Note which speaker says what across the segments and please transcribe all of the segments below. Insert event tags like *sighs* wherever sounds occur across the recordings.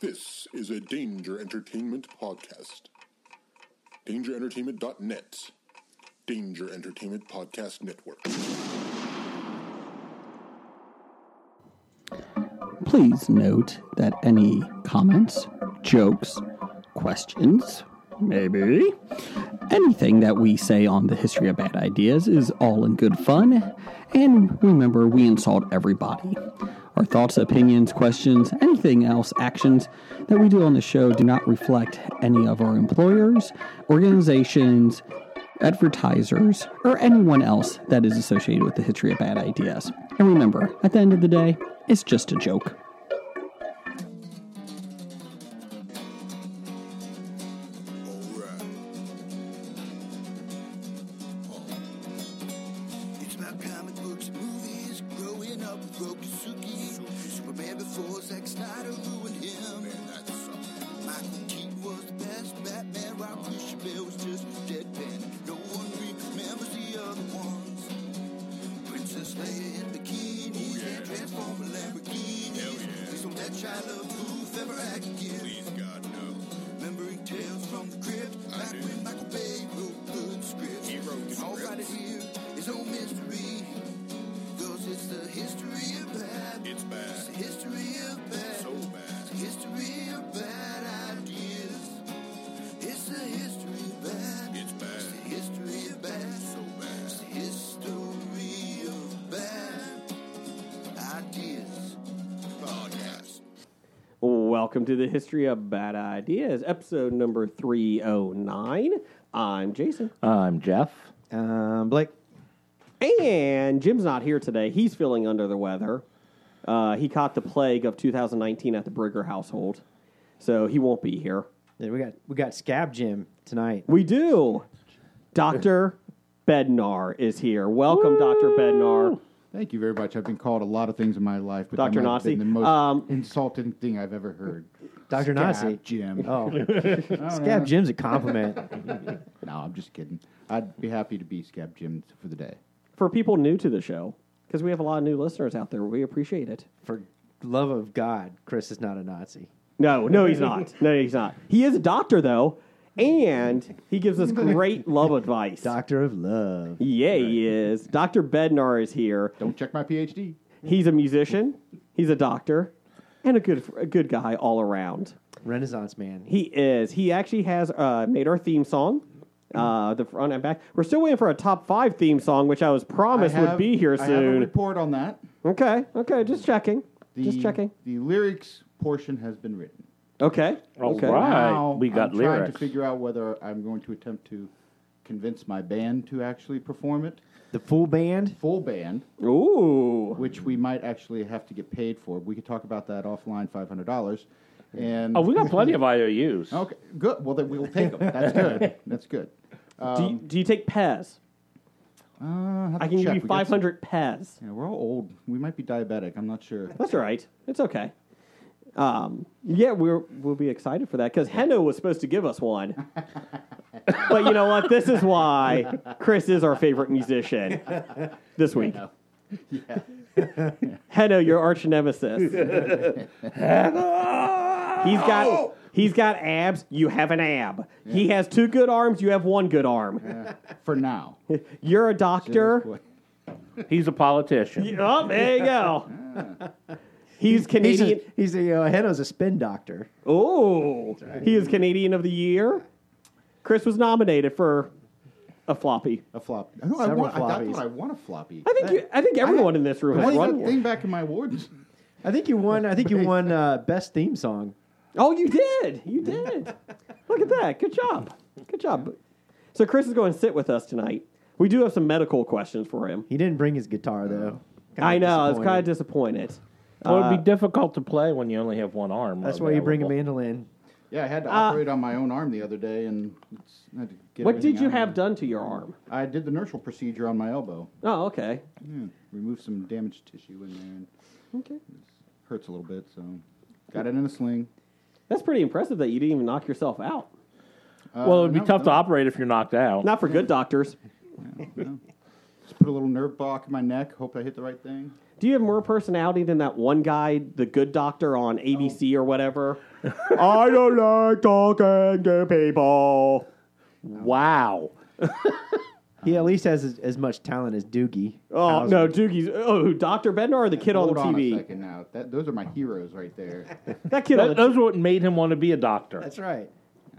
Speaker 1: This is a Danger Entertainment podcast. DangerEntertainment.net. Danger Entertainment Podcast Network.
Speaker 2: Please note that any comments, jokes, questions, maybe anything that we say on the history of bad ideas is all in good fun. And remember, we insult everybody. Our thoughts, opinions, questions, anything else, actions that we do on the show do not reflect any of our employers, organizations, advertisers, or anyone else that is associated with the history of bad ideas. And remember, at the end of the day, it's just a joke.
Speaker 3: Alright. It's about comic books, movies, growing up with Rokusuki. Superman before Zack Snyder ruined him. Michael Keaton was the best Batman. Rob Christian was just deadpan. No one remembers the other ones. Princess Leia in bikinis and transformer Lamborghinis. Please don't let Shia LaBeouf ever act again. Please, God, no. Remembering tales from the crypt. back when Michael Bay wrote good scripts. He wrote All right here is no mystery. Cause it's the history of bad. It's bad. It's the history of bad. So bad. It's the history of bad ideas. It's the history of bad. It's bad. It's the history of bad. So bad. It's the history of bad ideas. Podcast.
Speaker 4: Welcome to the History of Bad Ideas, episode number 309. I'm Jason.
Speaker 5: I'm Jeff. Um, Blake.
Speaker 4: And Jim's not here today. He's feeling under the weather. Uh, he caught the plague of 2019 at the Brigger household, so he won't be here.
Speaker 6: Yeah, we got we got Scab Jim tonight.
Speaker 4: We do. Dr. Bednar is here. Welcome, Dr. Bednar.
Speaker 7: Thank you very much. I've been called a lot of things in my life, but that
Speaker 4: Dr.
Speaker 7: might have been
Speaker 4: Nazi?
Speaker 7: the most
Speaker 4: Um,
Speaker 7: insulting thing I've ever heard.
Speaker 6: Dr. Nazi.
Speaker 7: Scab Jim.
Speaker 4: *laughs*
Speaker 6: Oh,
Speaker 7: I don't
Speaker 6: Scab
Speaker 7: know.
Speaker 6: Jim's a compliment. *laughs*
Speaker 7: No, I'm just kidding. I'd be happy to be Scab Jim for the day.
Speaker 4: For people new to the show, because we have a lot of new listeners out there, we appreciate it.
Speaker 6: For love of God, Chris is not a Nazi.
Speaker 4: No, no,
Speaker 7: *laughs*
Speaker 4: he's not. No, he's not. He is a doctor, though, and he gives
Speaker 7: *laughs*
Speaker 4: us great love advice.
Speaker 6: Doctor of Love.
Speaker 4: Yeah, he is. Dr. Bednar is here.
Speaker 7: Don't check my PhD.
Speaker 4: He's a musician, he's a doctor, and a good, a good guy all around.
Speaker 6: Renaissance man.
Speaker 4: He is. He actually has uh, made our theme song. Uh, the front and back. We're still waiting for a top five theme song, which I was promised
Speaker 7: I have-
Speaker 4: would be here
Speaker 7: I have a
Speaker 4: soon.
Speaker 7: report on that.
Speaker 4: Okay, okay, just checking,
Speaker 7: The,
Speaker 4: just checking.
Speaker 7: The lyrics portion has been written.
Speaker 4: Okay, okay.
Speaker 5: All right,
Speaker 7: Now
Speaker 5: we got
Speaker 7: I'm trying
Speaker 5: lyrics.
Speaker 7: to figure out whether I'm going to attempt to convince my band to actually perform it,
Speaker 6: The full band.
Speaker 7: full band,
Speaker 4: Ooh,
Speaker 7: which we might actually have to get paid for. We could talk about that offline, five hundred dollars. And
Speaker 5: Oh, we got plenty of IOUs.
Speaker 7: *laughs* Okay, good. Well, then we'll take
Speaker 4: *laughs*
Speaker 7: them. That's good. That's good. Um,
Speaker 4: do, you, do you take Pez?
Speaker 7: Uh, have
Speaker 4: I can
Speaker 7: to check.
Speaker 4: give you
Speaker 7: We got
Speaker 4: five
Speaker 7: some-
Speaker 4: hundred Pez.
Speaker 7: Yeah, we're all old. We might be diabetic. I'm not sure.
Speaker 4: That's all right. It's okay. Um, yeah, we're, we'll be excited for that because Hendo was supposed to give us one.
Speaker 7: *laughs*
Speaker 4: but you know what? This is why Chris is our favorite musician this week. Hendo, your arch nemesis. He's
Speaker 7: Oh!
Speaker 4: got he's got abs. You have an ab. He has two good arms. You have one good arm.
Speaker 7: For now.
Speaker 4: *laughs* You're a doctor.
Speaker 7: Boy.
Speaker 5: He's a politician.
Speaker 4: *laughs* Oh, there you go. *laughs* He's
Speaker 6: He's
Speaker 4: Canadian.
Speaker 6: a, he's a uh, Heno's a spin doctor.
Speaker 4: Oh, he is Canadian of the Year. Chris was nominated for a floppy.
Speaker 7: A flop. No, I
Speaker 6: Several
Speaker 7: want, I, that's
Speaker 6: floppies.
Speaker 7: what I want a floppy.
Speaker 4: I think you, I think everyone in this room
Speaker 7: I
Speaker 4: has
Speaker 7: think
Speaker 4: won
Speaker 7: that thing
Speaker 4: one.
Speaker 7: back in my awards.
Speaker 6: I think you won. I
Speaker 4: *laughs*
Speaker 6: think you won uh, best theme song.
Speaker 4: Oh, you did, you did. Look at that. Good job. Good job. So Chris is going to sit with us tonight. We do have some medical questions for him.
Speaker 6: He didn't bring his guitar though. Kinda
Speaker 4: I know. I was kind of
Speaker 6: disappointed.
Speaker 4: disappointed.
Speaker 5: Well, it'd be
Speaker 4: Uh,
Speaker 5: difficult to play when you only have one arm.
Speaker 6: That's why you bring a
Speaker 5: available.
Speaker 6: mandolin.
Speaker 7: Yeah, I had to operate on my own arm the other day, and it's, I had to get
Speaker 4: Uh, What
Speaker 7: everything
Speaker 4: did you
Speaker 7: out of
Speaker 4: have
Speaker 7: it.
Speaker 4: done to your arm?
Speaker 7: I did the Nershal procedure on my elbow.
Speaker 4: Oh, okay.
Speaker 7: Removed some damaged tissue in there, and
Speaker 4: Okay.
Speaker 7: hurts a little bit. So, got it in a sling.
Speaker 4: That's pretty impressive that you didn't even knock yourself out.
Speaker 5: Well, it'd be
Speaker 7: Uh, no,
Speaker 5: tough to
Speaker 7: no.
Speaker 5: operate if you're knocked out.
Speaker 4: Not for good doctors.
Speaker 7: Just put a little nerve block in my neck. Hope I hit the right thing.
Speaker 4: Do you have more personality than that one guy, the good doctor on ABC or whatever? I don't like talking to people.
Speaker 5: Wow.
Speaker 6: He at least has as, as much talent as Doogie.
Speaker 4: Oh
Speaker 6: Howser.
Speaker 4: no, Doogie's. Oh, who? Doctor Bednar or the kid on the
Speaker 7: Hold on a
Speaker 4: TV?
Speaker 7: second now. That, those are my heroes right there.
Speaker 4: that kid on
Speaker 5: That, uh,
Speaker 4: the,
Speaker 5: those are what made him want to be a doctor.
Speaker 6: That's *laughs* right.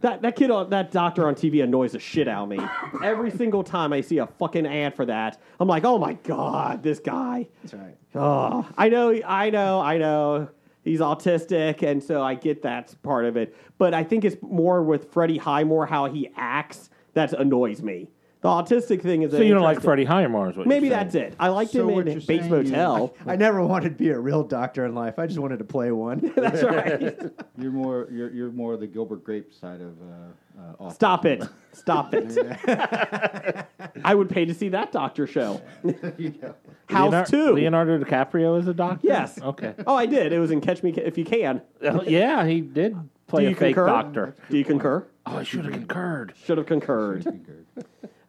Speaker 4: that that kid on that doctor on TV annoys the shit out of me. Every single time I see a fucking ad for that, I'm like, oh my god, this guy.
Speaker 6: That's right.
Speaker 4: Oh, I know, I know, I know. He's autistic, and so I get that's part of it. But I think it's more with Freddie Highmore how he acts that annoys me. The autistic thing is
Speaker 5: so you don't like
Speaker 4: interesting-
Speaker 5: Freddie Highmore? Is what
Speaker 4: Maybe
Speaker 5: you're
Speaker 4: that's
Speaker 5: saying.
Speaker 4: it. I liked
Speaker 7: So
Speaker 4: him
Speaker 7: what
Speaker 4: in
Speaker 7: you're
Speaker 4: Bates
Speaker 7: saying is-
Speaker 4: Motel.
Speaker 6: I never wanted to be a real doctor in life. I just wanted to play *laughs* one.
Speaker 4: *laughs* that's right.
Speaker 7: *laughs* You're more you're, you're more the Gilbert Grape side of uh, uh, off-
Speaker 4: Stop it. Stop it. *laughs* I would pay to see that doctor show. House
Speaker 5: Leonardo,
Speaker 4: two.
Speaker 5: Leonardo DiCaprio is a doctor.
Speaker 4: Yes.
Speaker 5: Okay.
Speaker 4: Oh, I did. It was in Catch Me Ca- If You Can.
Speaker 5: Oh, yeah, he did play
Speaker 4: Do
Speaker 5: a
Speaker 4: you
Speaker 5: fake
Speaker 4: concur?
Speaker 5: doctor.
Speaker 4: Do you concur?
Speaker 5: Oh, I should have concurred.
Speaker 4: Should have concurred.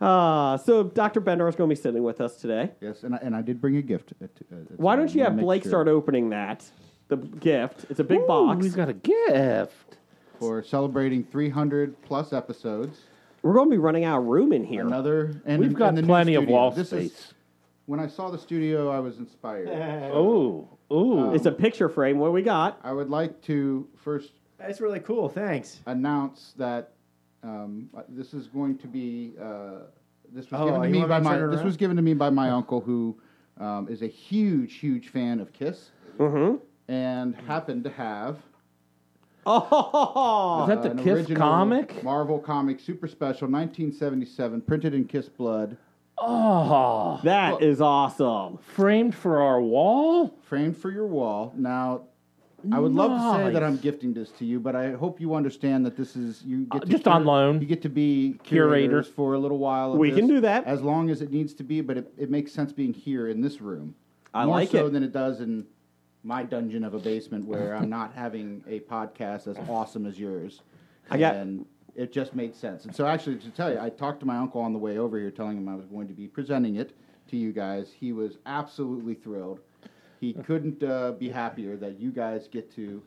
Speaker 4: Uh, so Dr. Bendar is going to be sitting with us today.
Speaker 7: yes, and I, and I did bring a gift. Uh, t- uh, uh,
Speaker 4: Why
Speaker 7: so
Speaker 4: don't you
Speaker 7: I wanna
Speaker 4: have
Speaker 7: make
Speaker 4: Blake
Speaker 7: sure.
Speaker 4: start opening that? The gift. It's a big
Speaker 5: Ooh,
Speaker 4: box.
Speaker 5: he's got a gift.
Speaker 7: for celebrating 300 plus episodes?
Speaker 4: We're going to be running out of room in here.
Speaker 7: Another and
Speaker 5: We've
Speaker 7: in-
Speaker 5: got
Speaker 7: in the new
Speaker 5: plenty of
Speaker 7: studio.
Speaker 5: wall
Speaker 7: This is-
Speaker 5: space.
Speaker 7: when I saw the studio, I was inspired.
Speaker 5: *laughs* Oh, ooh.
Speaker 4: It's a picture frame. What we got? *laughs*
Speaker 7: I would like to first
Speaker 6: That's really cool. Thanks.
Speaker 7: announce that um, uh, this is going to be uh, this was
Speaker 6: Oh,
Speaker 7: given to
Speaker 6: you
Speaker 7: me
Speaker 6: want me
Speaker 7: by
Speaker 6: to
Speaker 7: my
Speaker 6: turn it
Speaker 7: this
Speaker 6: around?
Speaker 7: was given to me by my uncle who um, is a huge huge fan of Kiss and happened to have
Speaker 4: Oh,
Speaker 5: is that the
Speaker 7: Ah, an
Speaker 5: Kiss
Speaker 7: original
Speaker 5: comic?
Speaker 7: Marvel comic super special 1977 printed in Kiss blood
Speaker 5: Oh,
Speaker 4: that is awesome.
Speaker 5: framed for our wall.
Speaker 7: framed for your wall now. I would love to say that
Speaker 5: Nice.
Speaker 7: I'm gifting this to you, but I hope you understand that this is you get
Speaker 5: Uh,
Speaker 7: to
Speaker 5: just on loan.
Speaker 7: You get to be
Speaker 5: Curator.
Speaker 7: curators for a little while. of
Speaker 4: We can
Speaker 7: this,
Speaker 4: do that.
Speaker 7: as long as it needs to be, but it, it makes sense being here in this room.
Speaker 4: I
Speaker 7: more
Speaker 4: like
Speaker 7: so
Speaker 4: it.
Speaker 7: than it does in my dungeon of a basement where
Speaker 4: *laughs*
Speaker 7: I'm not having a podcast as awesome as yours.
Speaker 4: I got-
Speaker 7: and it just made sense. And so actually to tell you, I talked to my uncle on the way over here telling him I was going to be presenting it to you guys. He was absolutely thrilled.
Speaker 4: *laughs*
Speaker 7: He couldn't uh, be happier that you guys get to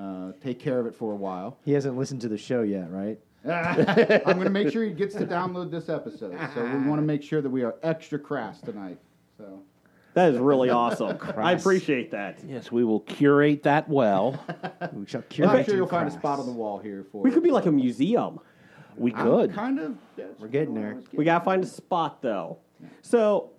Speaker 7: uh, take care of it for a
Speaker 4: *laughs*
Speaker 7: while.
Speaker 6: He hasn't listened to the show yet, *laughs* right?
Speaker 7: I'm going to make sure he gets to download this episode. So
Speaker 4: *laughs*
Speaker 7: we want to make sure that we are extra crass tonight. So
Speaker 4: That is really
Speaker 5: *laughs*
Speaker 4: awesome. I appreciate that.
Speaker 5: Yes, we will curate that well.
Speaker 6: We shall
Speaker 7: I'm
Speaker 6: curate
Speaker 7: sure
Speaker 6: you
Speaker 7: you'll find a
Speaker 6: Christ.
Speaker 7: spot on the wall here for.
Speaker 4: We could be like a museum.
Speaker 5: *laughs* We
Speaker 7: I'm
Speaker 5: could.
Speaker 7: Kind of.
Speaker 6: We're getting there.
Speaker 4: We gotta find a spot though. So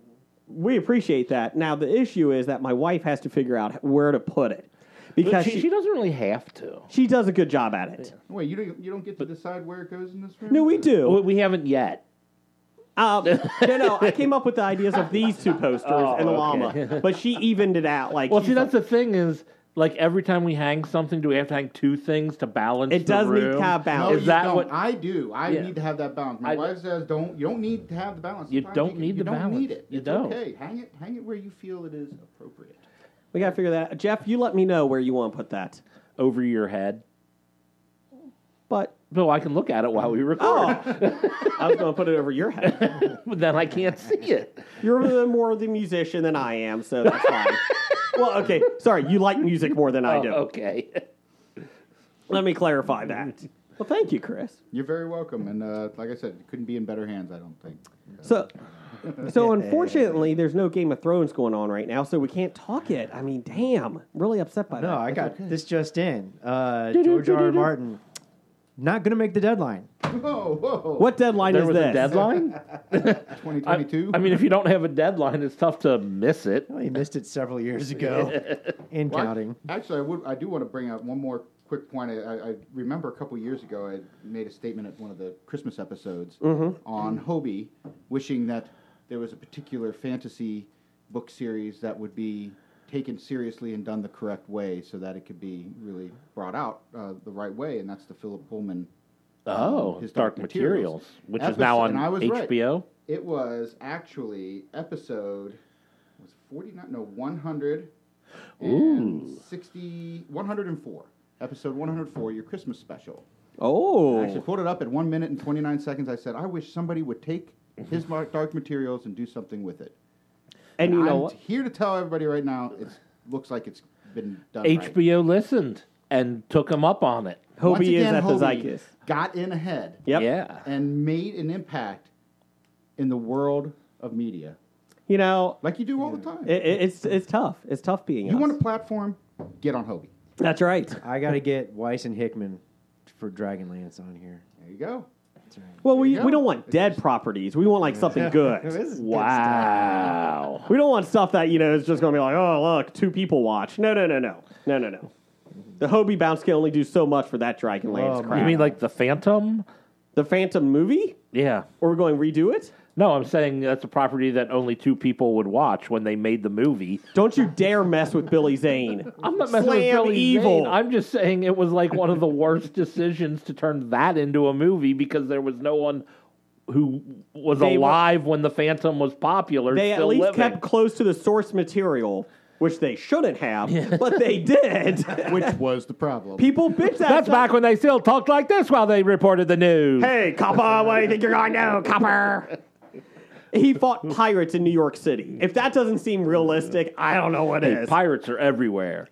Speaker 4: we appreciate that. Now the issue is that my wife has to figure out where to put it
Speaker 5: But
Speaker 4: because
Speaker 5: she,
Speaker 4: she,
Speaker 5: she
Speaker 4: she,
Speaker 5: doesn't really have to.
Speaker 4: does a good job at it.
Speaker 7: Wait, you don't. You don't get to decide where it goes in this room.
Speaker 4: No, we do.
Speaker 5: We- We haven't yet. *laughs*
Speaker 4: Um, no, no, I came up with the ideas of these two posters and the llama, but she evened it out. Like,
Speaker 5: Oh, Well,
Speaker 4: she's
Speaker 5: see,
Speaker 4: like,
Speaker 5: that's the thing is, like every time we hang something, do we have to hang two things to balance?
Speaker 4: It
Speaker 5: the
Speaker 4: does need
Speaker 5: room?
Speaker 4: to have
Speaker 7: No,
Speaker 4: balance.
Speaker 5: Is
Speaker 7: you
Speaker 5: that
Speaker 7: don't.
Speaker 5: what-
Speaker 7: I do? I
Speaker 5: Yeah.
Speaker 7: need to have that balance. My
Speaker 5: I-
Speaker 7: wife says, "Don't. You don't need to have the balance.
Speaker 5: You
Speaker 7: Sometimes
Speaker 5: don't
Speaker 7: can-
Speaker 5: need the
Speaker 7: you don't
Speaker 5: balance.
Speaker 7: Need it.
Speaker 5: You
Speaker 7: It's
Speaker 5: don't.
Speaker 7: Okay, hang it. Hang it where you feel it is appropriate.
Speaker 4: we gotta figure that. out. Jeff, you let me know where you want to put that.
Speaker 5: over your head,
Speaker 4: But
Speaker 5: so I can look at it while we record.
Speaker 4: oh, I was gonna put it over your head.
Speaker 5: *laughs* but then *laughs* I can't see it.
Speaker 4: You're the more the musician than I am, so that's fine.
Speaker 5: *laughs*
Speaker 4: well, okay, sorry, you like music more than I do.
Speaker 5: Oh, okay.
Speaker 4: Let me clarify
Speaker 5: *laughs*
Speaker 4: that. Well, thank you, Chris.
Speaker 7: You're very welcome. And uh, like I said, couldn't be in better hands. I don't think. *laughs*
Speaker 4: So,
Speaker 5: *laughs*
Speaker 4: so unfortunately, there's no Game of Thrones going on right now, so we can't talk it. I mean, damn, really upset by that.
Speaker 6: *laughs* No, I got this just in. Uh, George R. R. Martin not going to make the *laughs* deadline.
Speaker 7: Whoa, whoa.
Speaker 4: what deadline
Speaker 5: There
Speaker 4: is
Speaker 5: was
Speaker 4: this?
Speaker 5: a *laughs* deadline.
Speaker 7: 2022.
Speaker 5: I mean, if you don't have a deadline, it's tough to miss it.
Speaker 6: Well, he missed it several *laughs* years ago, and
Speaker 7: Well, I-
Speaker 6: counting.
Speaker 7: Actually, I would. I do want to bring up one more quick point. I, I, I remember a couple years ago, I made a statement at one of the Christmas episodes on Hobie, wishing that there was a particular fantasy book series that would be taken seriously and done the correct way, so that it could be really brought out uh, the right way, and that's the Philip Pullman.
Speaker 5: Oh,
Speaker 7: His
Speaker 5: Dark
Speaker 7: Dark
Speaker 5: Materials,
Speaker 7: Materials.
Speaker 5: which is now
Speaker 7: Episode-
Speaker 5: on
Speaker 7: and I was right.
Speaker 5: HBO.
Speaker 7: It was actually episode was forty nine no one hundred and sixty one hundred and four. Episode one hundred four, your Christmas special. I actually
Speaker 4: Oh,
Speaker 7: pulled it up at one minute and twenty nine seconds. I said, I wish somebody would take his mar- dark materials and do something with it.
Speaker 4: and you
Speaker 7: I'm
Speaker 4: know what?
Speaker 7: here to tell everybody right now, it looks like it's been done. right.
Speaker 5: HBO listened. and took him up on it.
Speaker 7: Once
Speaker 4: Hobie is
Speaker 7: again,
Speaker 4: at the
Speaker 7: Hobie
Speaker 4: Zeitgeist.
Speaker 7: Got in ahead.
Speaker 4: Yep.
Speaker 5: Yeah.
Speaker 7: And made an impact in the world of media,
Speaker 4: You know,
Speaker 7: like you do all the time.
Speaker 4: it, it- it's it's tough. It's tough being.
Speaker 7: you
Speaker 4: us.
Speaker 7: want a platform? Get on Hobie.
Speaker 4: That's right.
Speaker 6: I got to get Weiss and Hickman for Dragonlance on here.
Speaker 7: There you go.
Speaker 4: Well, we,
Speaker 7: you
Speaker 4: we
Speaker 7: go.
Speaker 4: don't want dead properties. We want like
Speaker 5: *laughs*
Speaker 4: something
Speaker 6: This is
Speaker 4: good.
Speaker 6: good
Speaker 4: wow. We don't want stuff that you know is just going to be like, oh look, two people watch. No, no, no, no, no, no, no. The Hobie bounce can only do so much for that Dragonlance
Speaker 6: Oh,
Speaker 4: crap.
Speaker 5: You mean like the Phantom?
Speaker 4: the Phantom movie?
Speaker 5: Yeah.
Speaker 4: Or we're going to redo it?
Speaker 5: No, I'm saying that's a property that only two people would watch when they made the movie.
Speaker 4: Don't you dare mess with Billy Zane.
Speaker 5: *laughs* I'm not messing with
Speaker 4: Slam
Speaker 5: Billy
Speaker 4: evil.
Speaker 5: Zane. I'm just saying it was like one of the worst *laughs* decisions to turn that into a movie because there was no one who was
Speaker 4: They wa-
Speaker 5: alive when the Phantom was popular.
Speaker 4: They
Speaker 5: still
Speaker 4: at least
Speaker 5: living.
Speaker 4: kept close to the source material, which they shouldn't
Speaker 5: *laughs*
Speaker 4: have, but they did.
Speaker 7: Which was the problem.
Speaker 4: People bitch that.
Speaker 5: That's back when they still talked like this while they reported the news.
Speaker 4: Hey, copper, where do you think you're going now, copper? He fought pirates in New York City. If that doesn't seem realistic, I don't know what
Speaker 5: Hey,
Speaker 4: is.
Speaker 5: pirates are everywhere.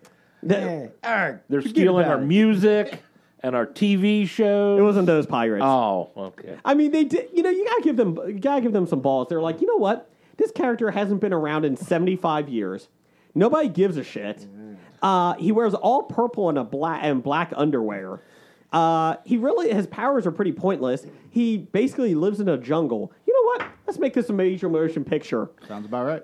Speaker 4: Th-
Speaker 5: They're stealing
Speaker 6: about
Speaker 5: our
Speaker 6: it.
Speaker 5: music and our TV shows.
Speaker 4: It wasn't those pirates.
Speaker 5: Oh, okay.
Speaker 4: I mean, they did. You know, you gotta give them, you gotta give them some balls. They're like, you know what? This character hasn't been around in 75 years. Nobody gives a shit. Uh, he wears all purple and a black and black underwear. Uh, he really his powers are pretty pointless. He basically lives in a jungle. You know what? Let's make this a major motion picture.
Speaker 7: Sounds about right.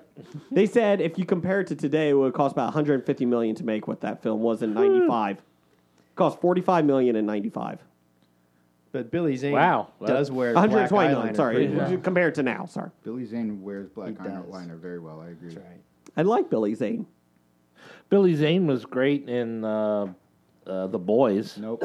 Speaker 4: They said if you compare it to today, it would cost about 150 million to make what that film was in '95. cost 45 million in '95.
Speaker 6: But Billy Zane
Speaker 5: Wow.
Speaker 6: does wear
Speaker 4: 120
Speaker 6: black
Speaker 4: million.
Speaker 6: eyeliner
Speaker 4: Sorry,
Speaker 6: pretty well.
Speaker 4: Compare compared to now. Sorry,
Speaker 7: Billy Zane wears black
Speaker 6: He does.
Speaker 7: eyeliner very well. I agree.
Speaker 6: That's right.
Speaker 4: I like Billy Zane.
Speaker 5: Billy Zane was great in uh, uh, The Boys.
Speaker 7: Nope.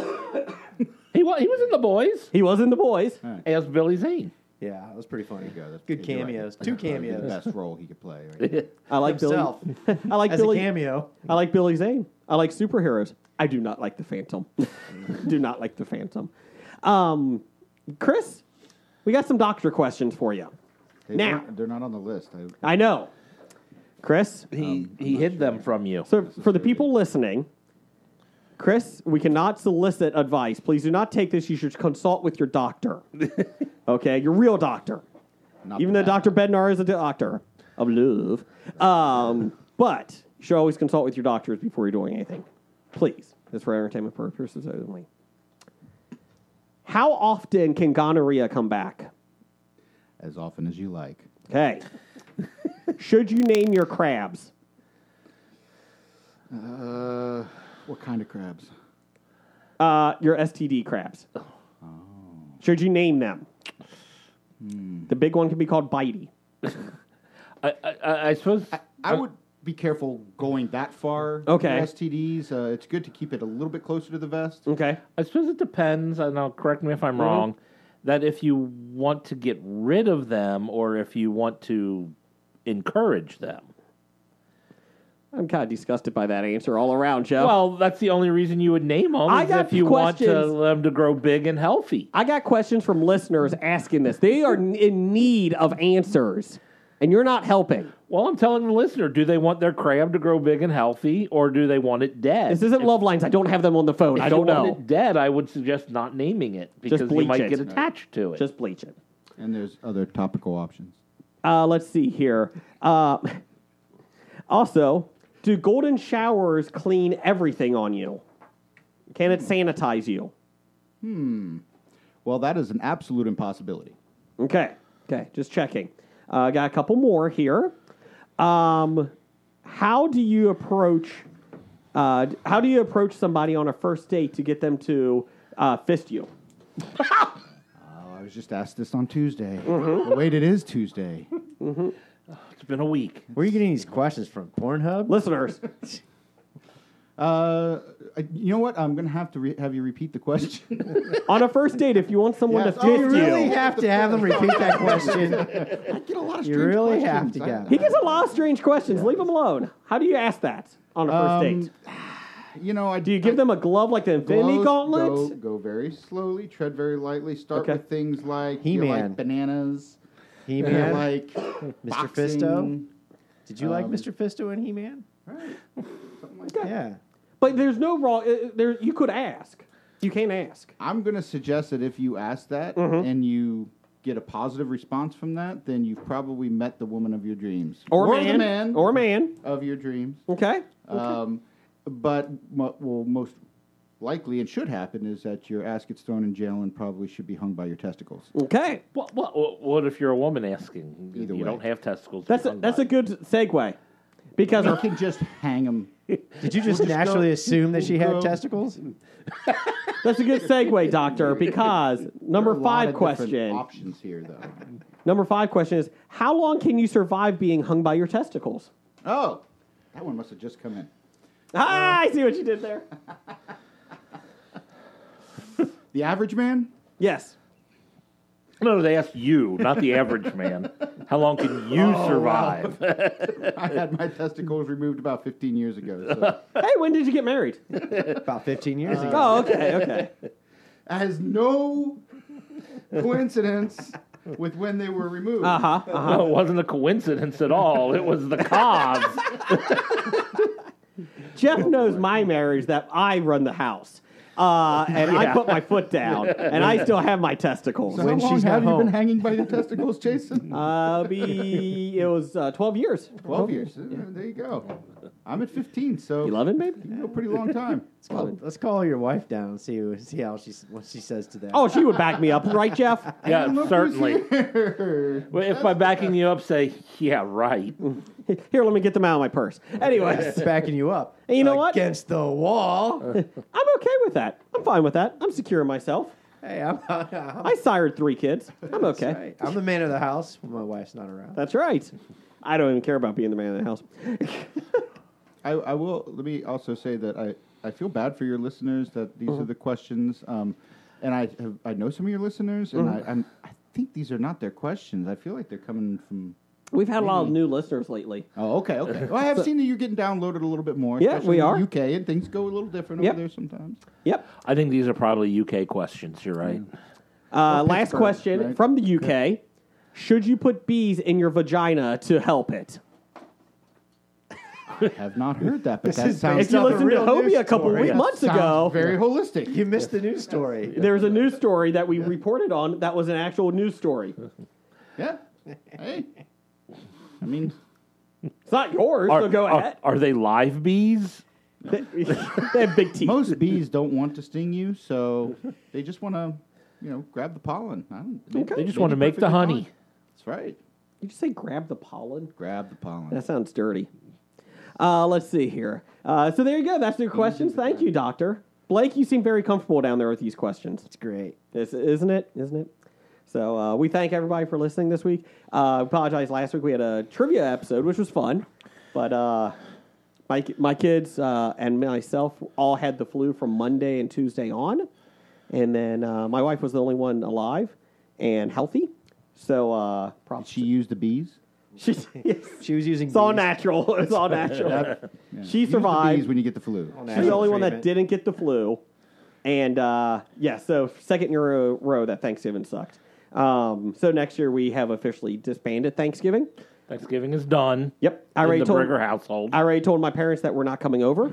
Speaker 5: He, wa- he was in The Boys
Speaker 4: He was in The Boys.
Speaker 5: as Billy Zane.
Speaker 6: Yeah, that was pretty funny.
Speaker 7: Yeah, that's-
Speaker 6: Good
Speaker 7: you're right.
Speaker 6: cameos.
Speaker 7: That's
Speaker 6: Two
Speaker 7: probably The
Speaker 6: cameos.
Speaker 7: best role he could play. Right?
Speaker 4: I like
Speaker 6: Himself
Speaker 4: Billy. *laughs* I like
Speaker 6: as
Speaker 4: Billy.
Speaker 6: a cameo.
Speaker 4: I like Billy Zane. I like superheroes. I do not like the Phantom. *laughs* do not like the Phantom. Um, Chris, we got some doctor questions for you.
Speaker 7: They
Speaker 4: Now. Uh,
Speaker 7: weren't- they're not on the list. I,
Speaker 4: I know, Chris.
Speaker 5: He, he hid them from you.
Speaker 4: So, for the people listening, Chris, we cannot solicit advice. Please do not take this. You should consult with your doctor. okay, your real doctor.
Speaker 7: not
Speaker 4: Even
Speaker 7: the
Speaker 4: though Dr. Bednar is a doctor of love. Um, but you should always consult with your doctors before you're doing anything. Please. That's for entertainment purposes only. How often can gonorrhea come back?
Speaker 7: as often as you like.
Speaker 4: Okay. should you name your crabs?
Speaker 7: Uh, what kind of crabs?
Speaker 4: Uh, your STD crabs. Should you name them? The big one can be called Bitey.
Speaker 5: I, I- I, I suppose.
Speaker 7: I would be careful going that far. with
Speaker 4: Okay.
Speaker 7: STDs. Uh, it's good to keep it a little bit closer to the vest.
Speaker 4: Okay.
Speaker 5: I suppose it depends, and now correct me if I'm wrong, that if you want to get rid of them or if you want to encourage them.
Speaker 4: I'm kind of disgusted by that answer all around, Joe.
Speaker 5: Well, that's the only reason you would name them
Speaker 4: I
Speaker 5: is
Speaker 4: got
Speaker 5: if you want to
Speaker 4: questions.
Speaker 5: let them to grow big and healthy.
Speaker 4: I got questions from listeners asking this. They are n- in need of answers, and you're not helping.
Speaker 5: Well, I'm telling the listener, do they want their crab to grow big and healthy or do they want it dead?
Speaker 4: This isn't love lines. I don't have them on the phone.
Speaker 5: if
Speaker 4: I
Speaker 5: you
Speaker 4: don't
Speaker 5: want
Speaker 4: know.
Speaker 5: it dead, I would suggest not naming it because you
Speaker 4: bleach
Speaker 5: might
Speaker 4: it.
Speaker 5: get attached to it.
Speaker 4: Just bleach it.
Speaker 7: And there's other topical options.
Speaker 4: Uh, let's see here. Uh, *laughs* also, do golden showers clean everything on you? Can it sanitize you?
Speaker 7: Well, that is an absolute impossibility.
Speaker 4: Okay. Okay. Just checking. Uh, got a couple more here. Um, how do you approach? Uh, d- how do you approach somebody on a first date to get them to uh, fist you?
Speaker 7: Oh, I was just asked this on Tuesday.
Speaker 4: Mm-hmm.
Speaker 7: Oh, wait, it is Tuesday.
Speaker 5: it's been a week.
Speaker 6: Where are you getting these questions from? Pornhub?
Speaker 4: Listeners,
Speaker 7: Uh, I- you know what? I'm going to have to re- have you repeat
Speaker 4: *laughs*
Speaker 7: the question.
Speaker 4: on a first date, if you want someone
Speaker 7: Yes.
Speaker 4: to
Speaker 7: Oh,
Speaker 4: fist
Speaker 6: you
Speaker 4: you,
Speaker 6: really have to have them repeat that *laughs* question.
Speaker 7: I get a lot of
Speaker 6: You
Speaker 7: strange
Speaker 6: really have
Speaker 7: questions.
Speaker 6: to
Speaker 7: I-
Speaker 6: get
Speaker 4: he gets a lot of strange questions. Leave him alone. How do you ask that on a first
Speaker 7: Um,
Speaker 4: date?
Speaker 7: You know, I
Speaker 4: Do you give them a glove like the Infinity
Speaker 7: Gloves,
Speaker 4: Gauntlet?
Speaker 7: Go, go very slowly, tread very lightly. Start
Speaker 4: Okay.
Speaker 7: with things like you
Speaker 6: He-Man.
Speaker 7: like bananas,
Speaker 6: He
Speaker 7: you
Speaker 6: Man.
Speaker 7: like
Speaker 6: Mr.
Speaker 7: boxing,
Speaker 4: um,
Speaker 6: Fisto? Did you like Mr. Fisto and He Man?
Speaker 7: something like that.
Speaker 6: Yeah.
Speaker 4: But there's no wrong. uh, There, you could ask. You can't ask.
Speaker 7: I'm going to suggest that if you ask that
Speaker 4: Mm-hmm.
Speaker 7: and you get a positive response from that, then you've probably met the woman of your dreams the man
Speaker 4: Or man.
Speaker 7: of your dreams.
Speaker 4: Okay.
Speaker 7: Um, but what will most likely and should happen is that your ass gets thrown in jail and probably should be hung by your testicles.
Speaker 4: Okay.
Speaker 5: What, what, what, what if you're a woman asking?
Speaker 7: Either
Speaker 5: you
Speaker 7: way.
Speaker 5: don't have testicles.
Speaker 4: That's a,
Speaker 5: you're hung
Speaker 4: that's
Speaker 5: by
Speaker 4: a good segue.
Speaker 7: *laughs*
Speaker 4: Because
Speaker 7: You
Speaker 4: our,
Speaker 7: can just hang them.
Speaker 6: Did you just naturally
Speaker 7: go-
Speaker 6: assume that she
Speaker 7: go-
Speaker 6: had testicles?
Speaker 4: that's a good segue, Doctor. Because number
Speaker 7: A lot
Speaker 4: five
Speaker 7: of different
Speaker 4: question.
Speaker 7: Options here, though.
Speaker 4: Number five question is: How long can you survive being hung by your testicles?
Speaker 7: Oh, that one must have just come in. Uh.
Speaker 4: Ah, I see what you did there.
Speaker 7: The average man,
Speaker 4: Yes.
Speaker 5: it. No, they asked you, not
Speaker 4: *laughs*
Speaker 5: the average man. How long can
Speaker 4: Oh,
Speaker 5: you survive?
Speaker 7: I had my testicles removed about 15 years ago. So
Speaker 4: Hey, when did you get
Speaker 7: *laughs*
Speaker 4: married?
Speaker 6: About 15 years ago.
Speaker 4: Oh, okay, okay.
Speaker 7: that has no coincidence with when they were removed.
Speaker 4: Uh huh. *laughs* Uh-huh.
Speaker 5: No, it wasn't a coincidence at all. It was the cause.
Speaker 4: *laughs* Jeff knows my marriage that I run the house. Uh, and I put my foot down, and I still have my testicles.
Speaker 7: So
Speaker 6: When
Speaker 7: how long
Speaker 6: she's
Speaker 7: have
Speaker 6: not
Speaker 7: you
Speaker 6: home.
Speaker 7: been hanging by your testicles, Jason?
Speaker 4: *laughs* Uh, be, it was uh, 12 years.
Speaker 7: 12 years. Uh, There you go. I'm at 15, so you
Speaker 4: 11, baby?
Speaker 7: know, pretty
Speaker 4: *laughs*
Speaker 7: long time.
Speaker 6: Let's call, let's call your wife down and see, see how she's, what she says to that.
Speaker 4: Oh, *laughs* she would back me up, right, Jeff?
Speaker 5: Yeah,
Speaker 7: Look who's
Speaker 5: certainly.
Speaker 7: here.
Speaker 5: Well, if by backing you up, say, yeah, right.
Speaker 4: Here, let me get them out of my purse. Anyways,
Speaker 6: *laughs* It's backing you up.
Speaker 4: And you know what?
Speaker 6: Against the
Speaker 4: *laughs*
Speaker 6: wall.
Speaker 4: I'm okay with that. I'm fine with that. I'm secure in myself.
Speaker 6: hey, I'm, *laughs* I'm,
Speaker 4: I sired three kids. I'm okay.
Speaker 6: right. I'm the man of the house when my wife's not around.
Speaker 4: That's right. I don't even care about being the man of the house.
Speaker 7: I, I will. Let me also say that I, I feel bad for your listeners that
Speaker 4: Uh-huh.
Speaker 7: these are the questions. Um, and I have, I know some of your listeners, and
Speaker 4: Uh-huh.
Speaker 7: I, I'm, I think these are not their questions. I feel like they're coming from.
Speaker 4: We've had a lot
Speaker 6: Mm.
Speaker 4: of new listeners lately.
Speaker 7: Oh, okay, okay. Well, I
Speaker 4: *laughs*
Speaker 7: have seen that you're getting downloaded a little bit more.
Speaker 4: Yeah,
Speaker 7: especially
Speaker 4: we
Speaker 7: in
Speaker 4: are.
Speaker 7: the UK, and things go a little different
Speaker 4: Yep.
Speaker 7: over there sometimes.
Speaker 4: Yep.
Speaker 5: I think these are probably UK questions. You're right.
Speaker 4: Uh, last question
Speaker 7: right?
Speaker 4: from the UK. Should you put bees in your vagina to help it?
Speaker 7: I have not heard that, but
Speaker 6: This
Speaker 7: that
Speaker 6: is
Speaker 7: sounds
Speaker 6: based
Speaker 4: if you
Speaker 6: not the
Speaker 4: listened to
Speaker 6: real news
Speaker 4: Hobie a couple
Speaker 6: story.
Speaker 4: weeks
Speaker 6: Yeah.
Speaker 4: months
Speaker 7: sounds
Speaker 4: ago,
Speaker 7: very holistic.
Speaker 6: You missed the news
Speaker 4: *laughs*
Speaker 6: story.
Speaker 4: there was a news story that we reported on that was an actual news story.
Speaker 7: Yeah. Hey. I mean,
Speaker 4: It's not yours, so go
Speaker 5: are,
Speaker 4: ahead.
Speaker 5: are they live bees?
Speaker 4: *laughs* they have big teeth.
Speaker 7: most bees don't want to sting you, so they just want to, you know, grab the pollen. I don't, they,
Speaker 5: They just want to make the honey.
Speaker 7: That's right.
Speaker 4: Did you say grab the pollen?
Speaker 7: Grab the pollen.
Speaker 4: That sounds dirty. Uh, let's see here. Uh, so there you go. That's your questions. Thank you, Doctor. Blake, you seem very comfortable down there with these questions.
Speaker 6: It's great.
Speaker 4: This, isn't it? Isn't it? So uh, we thank everybody for listening this week. Uh, apologize last week we had a trivia episode which was fun, but uh, my my kids uh, and myself all had the flu from Monday and Tuesday on, and then uh, my wife was the only one alive and healthy. So uh, props.
Speaker 7: She used the bees.
Speaker 4: *laughs* She, yes.
Speaker 6: She was using
Speaker 4: It's all
Speaker 6: bees.
Speaker 4: natural. *laughs* It's all natural. She
Speaker 7: Use the
Speaker 4: survived.
Speaker 7: bees when you get the flu.
Speaker 4: She's the
Speaker 6: Natural
Speaker 4: only one that
Speaker 6: treatment.
Speaker 4: didn't get the flu. And uh, yeah, so second year in a row that Thanksgiving sucked. Um, so next year we have officially disbanded Thanksgiving.
Speaker 5: Thanksgiving is done.
Speaker 4: Yep, I
Speaker 5: in
Speaker 4: already
Speaker 5: the
Speaker 4: told
Speaker 5: Burger household.
Speaker 4: I already told my parents that we're not coming over.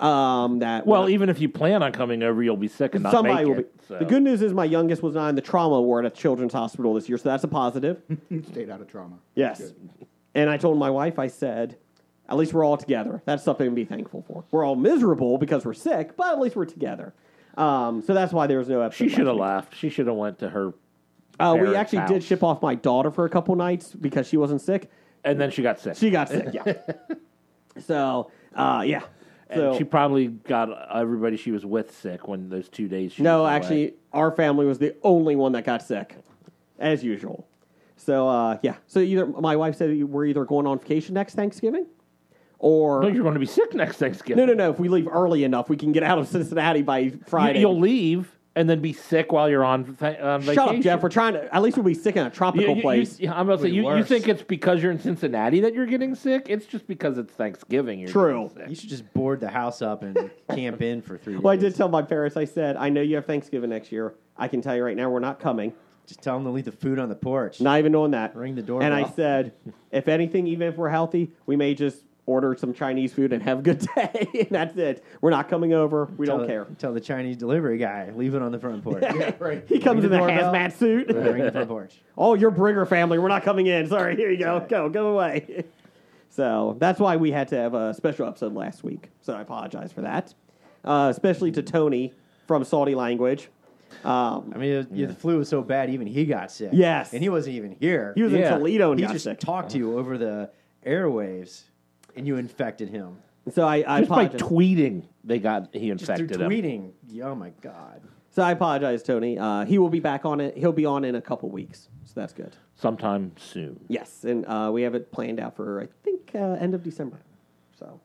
Speaker 4: Um, that we're
Speaker 5: well,
Speaker 4: not-
Speaker 5: even if you plan on coming over, you'll be sick and not
Speaker 4: somebody
Speaker 5: make
Speaker 4: will be.
Speaker 5: it, so.
Speaker 4: The good news is my youngest was not in the trauma ward at Children's Hospital this year, so that's a positive.
Speaker 7: Stayed out of trauma.
Speaker 4: Yes. And I told my wife, I said, at least we're all together. That's something to be thankful for. We're all miserable because we're sick, but at least we're together. Um, so that's why there was no episode.
Speaker 5: She should have
Speaker 4: last week.
Speaker 5: laughed. She should have went to her.
Speaker 4: Uh, we
Speaker 5: parents'
Speaker 4: actually
Speaker 5: house.
Speaker 4: did ship off my daughter for a couple nights because she wasn't sick.
Speaker 5: and then she got sick.
Speaker 4: She got sick,
Speaker 5: *laughs*
Speaker 4: yeah. so, uh, yeah.
Speaker 5: And
Speaker 4: So,
Speaker 5: she probably got everybody she was with sick when those two days. She
Speaker 4: no,
Speaker 5: was away.
Speaker 4: actually, our family was the only one that got sick, as usual. So, uh, yeah. So, either my wife said we're either going on vacation next Thanksgiving or.
Speaker 5: no, you're going to be sick next Thanksgiving.
Speaker 4: No, no, no. If we leave early enough, we can get out of Cincinnati by Friday.
Speaker 5: You, will leave and then be sick while you're on, th- on vacation.
Speaker 4: Shut up, Jeff. We're trying to. At least we'll be sick in a
Speaker 5: You-
Speaker 4: tropical
Speaker 5: you- you-
Speaker 4: place.
Speaker 5: yeah, I'm about to say,
Speaker 6: Be
Speaker 5: you, you
Speaker 6: worse.
Speaker 5: think it's because you're in Cincinnati that you're getting sick? It's just because it's Thanksgiving. You're
Speaker 4: True.
Speaker 5: getting
Speaker 6: You
Speaker 5: sick.
Speaker 6: should just board the house
Speaker 4: *laughs*
Speaker 6: up and camp in for three days.
Speaker 4: Well, I did tell my parents. I said, I know you have Thanksgiving next year. I can tell you right now, we're not coming.
Speaker 6: Just tell them to leave the food on the porch.
Speaker 4: Not even knowing that.
Speaker 6: Ring the doorbell.
Speaker 4: And I said, if anything, even if we're healthy, we may just order some Chinese food and have a good *laughs* day. and that's it. We're not coming over. We
Speaker 6: Tell
Speaker 4: don't
Speaker 6: the-
Speaker 4: care.
Speaker 6: Tell the Chinese delivery guy, leave it on the front
Speaker 4: *laughs*
Speaker 6: porch.
Speaker 7: Yeah, right.
Speaker 4: He comes in
Speaker 6: the
Speaker 4: a
Speaker 6: doorbell.
Speaker 4: hazmat
Speaker 5: *laughs*
Speaker 4: suit.
Speaker 6: Ring the front porch.
Speaker 4: Oh, you're Brigger family. We're not coming in. Sorry. Here you go. Go. Go away. *laughs* So that's why we had to have a special episode last week. So I apologize for that, uh, especially to Tony from Saudi Language. Um,
Speaker 6: I mean, it- the flu was so bad, even he got sick.
Speaker 4: Yes.
Speaker 6: and he wasn't even here.
Speaker 4: he was Uh-huh.
Speaker 5: Yeah.
Speaker 4: in Toledo and
Speaker 6: He
Speaker 4: got
Speaker 6: just
Speaker 4: sick.
Speaker 6: talked to you over the airwaves, and you infected him
Speaker 4: so I, I
Speaker 5: Just by
Speaker 4: apologize.
Speaker 5: tweeting, they got he
Speaker 6: just through
Speaker 5: infected him.
Speaker 6: tweeting. Oh my god!
Speaker 4: so I apologize, Tony. Uh, he will be back on it. He'll be on in a couple weeks. So that's good.
Speaker 5: sometime soon.
Speaker 4: Yes, and uh, we have it planned out for I think uh, end of December. So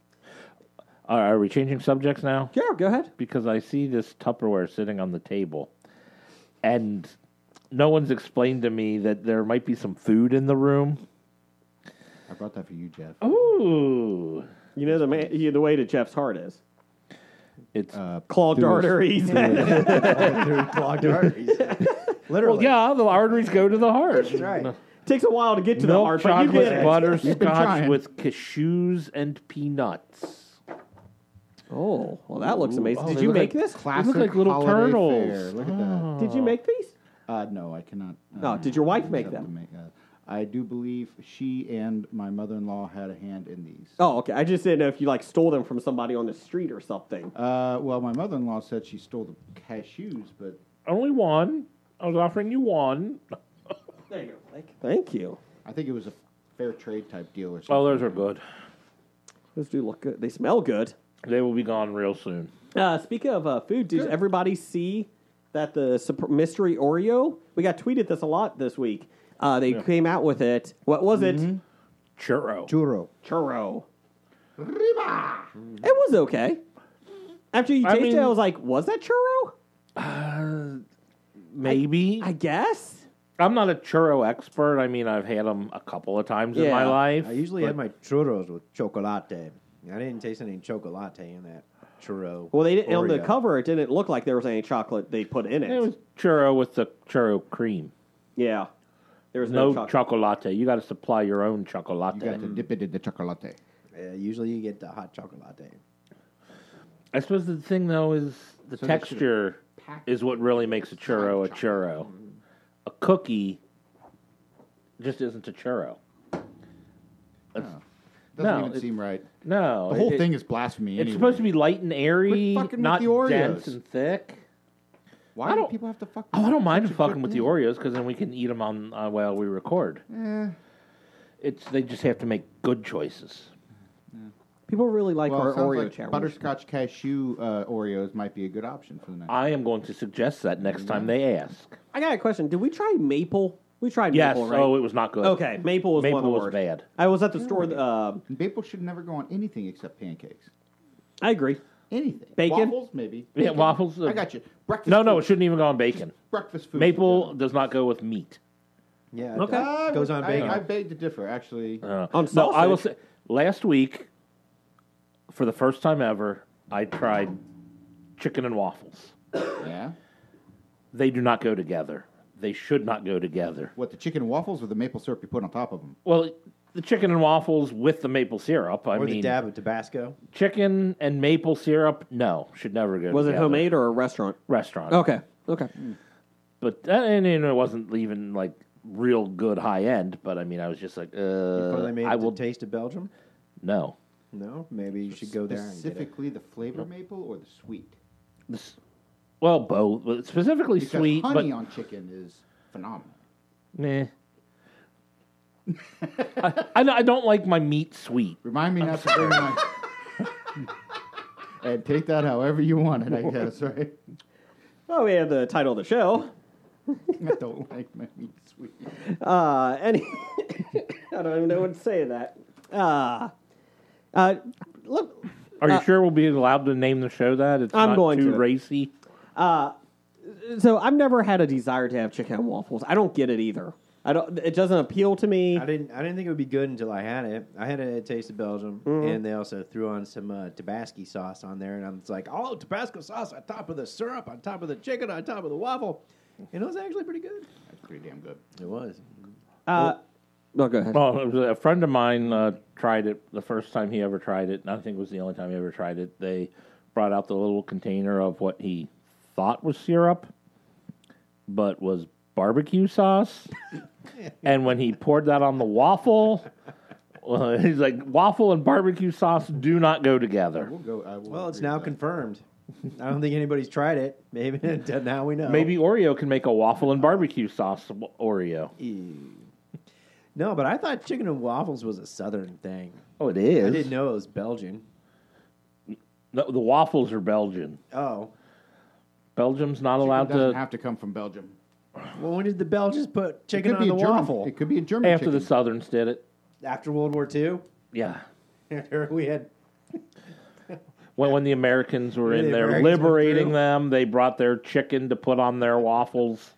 Speaker 5: Are, are we changing subjects now?
Speaker 4: yeah, go ahead.
Speaker 5: Because I see this Tupperware sitting on the table, and no one's explained to me that there might be some food in the room.
Speaker 7: I brought that for you, Jeff.
Speaker 5: Ooh,
Speaker 4: You know the man, you, the way to Jeff's heart is
Speaker 5: it's
Speaker 4: clogged
Speaker 7: Through his-
Speaker 4: arteries. *laughs*
Speaker 6: through clogged arteries, literally.
Speaker 5: well, yeah, the arteries go to the heart.
Speaker 6: That's right.
Speaker 4: takes a while to get to the
Speaker 5: Milk
Speaker 4: heart, but you
Speaker 5: chocolate
Speaker 4: get it.
Speaker 7: been
Speaker 5: butterscotch
Speaker 7: trying.
Speaker 5: with cashews and peanuts.
Speaker 4: Oh, well, that looks amazing.
Speaker 5: they
Speaker 4: Did you
Speaker 5: look
Speaker 4: make
Speaker 5: like
Speaker 4: this? Oh.
Speaker 7: Classic
Speaker 5: like little
Speaker 7: holiday
Speaker 5: turtles.
Speaker 7: fare. Look at that.
Speaker 4: Did you make these?
Speaker 7: Uh, no, I cannot.
Speaker 4: No, Oh, did your wife make
Speaker 7: have to
Speaker 4: them?
Speaker 7: make, uh, I do believe she and my mother-in-law had a hand in these.
Speaker 4: Oh, okay. I just didn't know if you like stole them from somebody on the street or something.
Speaker 7: Uh, well, my mother-in-law said she stole the cashews, but
Speaker 5: Only one. I was offering you one.
Speaker 4: There you go, Blake. Thank you.
Speaker 7: I think it was a fair trade type deal or something.
Speaker 5: Oh, those are good.
Speaker 4: Those do look good. They smell good.
Speaker 5: They will be gone real soon.
Speaker 4: Uh, speaking of uh, food, did everybody see that the sup- mystery Oreo? We got tweeted this a lot this week. Uh, they came out with it. What was it?
Speaker 5: Churro.
Speaker 7: churro.
Speaker 4: Churro. It was okay. After you
Speaker 5: I
Speaker 4: tasted it, I
Speaker 5: mean-
Speaker 4: was like, was that churro?
Speaker 5: Maybe.
Speaker 4: I
Speaker 5: I,
Speaker 4: guess.
Speaker 5: am not a churro expert. I mean, I've had them a couple of times in
Speaker 4: Yeah.
Speaker 5: my life.
Speaker 6: I usually
Speaker 5: but
Speaker 6: have my churros with chocolate. I didn't taste any chocolate in that churro.
Speaker 4: Well, they didn't, on the
Speaker 6: Oreo.
Speaker 4: cover. It didn't look like there was any chocolate they put in it.
Speaker 5: It was churro with the churro cream.
Speaker 4: yeah, there was no,
Speaker 5: No,
Speaker 4: chocolate.
Speaker 5: chocolate. You got to supply your own chocolate.
Speaker 7: You
Speaker 4: Mm.
Speaker 7: got to dip it in the chocolate.
Speaker 6: Uh, usually you get the hot chocolate.
Speaker 5: I suppose the thing though is the
Speaker 7: So they should've
Speaker 5: texture
Speaker 7: packed
Speaker 5: is what really makes a churro a
Speaker 7: chocolate.
Speaker 5: churro. A cookie just isn't a churro.
Speaker 7: Doesn't
Speaker 5: No,
Speaker 7: even
Speaker 5: it-
Speaker 7: seem right.
Speaker 5: No,
Speaker 7: The whole
Speaker 5: it-
Speaker 7: thing is blasphemy.
Speaker 5: It's supposed to be light and airy,
Speaker 7: Quit fucking with
Speaker 5: not
Speaker 7: the Oreos.
Speaker 5: dense and thick.
Speaker 7: Why
Speaker 5: I
Speaker 7: do
Speaker 5: don't-
Speaker 7: people have to fuck?
Speaker 5: Oh, I don't mind
Speaker 7: such a
Speaker 5: fucking
Speaker 7: good
Speaker 5: with the
Speaker 7: thing?
Speaker 5: Oreos because then we can eat them on uh, while we record.
Speaker 7: Eh,
Speaker 5: It's they just have to make good choices.
Speaker 4: People really like
Speaker 7: Well,
Speaker 4: our
Speaker 7: it sounds
Speaker 4: Oreo
Speaker 7: like
Speaker 4: challenge.
Speaker 7: butterscotch cashew uh, Oreos might be a good option for the next.
Speaker 5: I am going to suggest that next time they ask.
Speaker 4: I got a question. Did we try maple? We tried
Speaker 5: Yes.
Speaker 4: maple, right?
Speaker 5: Oh, it was not good.
Speaker 4: okay, maple was
Speaker 5: Maple
Speaker 4: one of the
Speaker 5: was
Speaker 4: worst.
Speaker 5: bad.
Speaker 4: I was at the store. Uh,
Speaker 7: Maple should never go on anything except pancakes.
Speaker 4: I agree.
Speaker 7: Anything.
Speaker 4: Bacon?
Speaker 7: Waffles, maybe.
Speaker 5: Yeah,
Speaker 7: Bacon.
Speaker 5: waffles, uh,
Speaker 7: I got you. Breakfast.
Speaker 5: No, no, it
Speaker 7: food.
Speaker 5: shouldn't even go on bacon.
Speaker 7: breakfast food.
Speaker 5: Maple does not go with meat.
Speaker 6: Yeah,
Speaker 4: Okay.
Speaker 6: okay. goes on bacon.
Speaker 7: I, I beg to differ. Actually,
Speaker 5: Uh,
Speaker 4: On
Speaker 5: no, I will say
Speaker 4: sausage?
Speaker 5: last week, for the first time ever, I tried chicken and waffles.
Speaker 7: yeah.
Speaker 5: They do not go together. They should not go together.
Speaker 7: What the chicken and waffles or the maple syrup you put on top of them?
Speaker 5: Well, the chicken and waffles with the maple syrup. I
Speaker 6: or the
Speaker 5: mean,
Speaker 6: dab of Tabasco.
Speaker 5: chicken and maple syrup. No, should never go.
Speaker 4: Was it
Speaker 5: together.
Speaker 4: homemade or a restaurant? Mm.
Speaker 5: Restaurant.
Speaker 4: Okay, okay.
Speaker 5: but that, and, and it wasn't even like real good high end. But I mean, I was just like,
Speaker 6: Before
Speaker 5: uh,
Speaker 6: they made
Speaker 5: I
Speaker 6: it
Speaker 5: will
Speaker 6: to Taste of Belgium.
Speaker 5: no.
Speaker 6: No, maybe you should go there and get it.
Speaker 7: Specifically, the flavor maple or the sweet?
Speaker 5: This- well, both but specifically
Speaker 7: Because
Speaker 5: sweet,
Speaker 7: honey
Speaker 5: but
Speaker 7: on chicken is phenomenal.
Speaker 5: meh. I, I, don't- I don't like my meat sweet.
Speaker 7: Remind me not to bring my.
Speaker 5: *laughs*
Speaker 7: and take that however you want it, I guess, right? *laughs*
Speaker 4: Oh, we have the title of the show.
Speaker 7: I don't like my meat sweet.
Speaker 4: Uh, any, *laughs* I don't even know what to say to that. Uh, uh, look,
Speaker 5: Are you sure we'll be allowed to name the show that? It's
Speaker 4: Uh, I'm
Speaker 5: not
Speaker 4: going
Speaker 5: too
Speaker 4: to.
Speaker 5: racy.
Speaker 4: so I've never had a desire to have chicken and waffles. I don't get it either. I don't. It doesn't appeal to me.
Speaker 6: I didn't. I didn't think it would be good until I had it. I had it at Taste of Belgium,
Speaker 5: Mm-hmm.
Speaker 6: and they also threw on some uh, Tabasco sauce on there, and I'm just like, oh, Tabasco sauce on top of the syrup, on top of the chicken, on top of the waffle, and it was actually pretty good.
Speaker 7: That's pretty damn good.
Speaker 6: It was.
Speaker 4: Uh,
Speaker 2: No, go ahead.
Speaker 5: Well, it was a friend of mine uh, tried it the first time he ever tried it, and I think it was the only time he ever tried it. They brought out the little container of what he thought was syrup, but was barbecue
Speaker 7: *laughs*
Speaker 5: sauce. and when he poured that on the waffle, well, he's like, waffle and barbecue sauce do not go together.
Speaker 7: We'll go. I will
Speaker 6: Well, it's
Speaker 7: agree
Speaker 6: now
Speaker 7: with that.
Speaker 6: confirmed. I don't think anybody's tried it. Maybe *laughs* now we know.
Speaker 5: Maybe Oreo can make a waffle and barbecue sauce Oreo.
Speaker 6: no, but I thought chicken and waffles was a southern thing.
Speaker 5: Oh, it
Speaker 6: I
Speaker 5: is.
Speaker 6: didn't know it was Belgian.
Speaker 5: No, the waffles are Belgian.
Speaker 6: Oh,
Speaker 5: Belgium's not
Speaker 7: Chicken
Speaker 5: allowed
Speaker 7: doesn't
Speaker 5: to
Speaker 7: have to come from Belgium.
Speaker 6: well, when did the Belgians put
Speaker 7: It
Speaker 6: chicken
Speaker 7: could
Speaker 6: on
Speaker 7: be
Speaker 6: the
Speaker 7: a German.
Speaker 6: waffle?
Speaker 7: It could be a German
Speaker 5: after the
Speaker 7: chicken.
Speaker 5: Southerns did it.
Speaker 6: After World War *laughs* II,
Speaker 5: Yeah.
Speaker 6: we had
Speaker 5: When, when the Americans were
Speaker 6: Yeah,
Speaker 5: in
Speaker 6: the
Speaker 5: there
Speaker 6: Americans went
Speaker 5: liberating
Speaker 6: through.
Speaker 5: them, they brought their chicken to put on their waffles.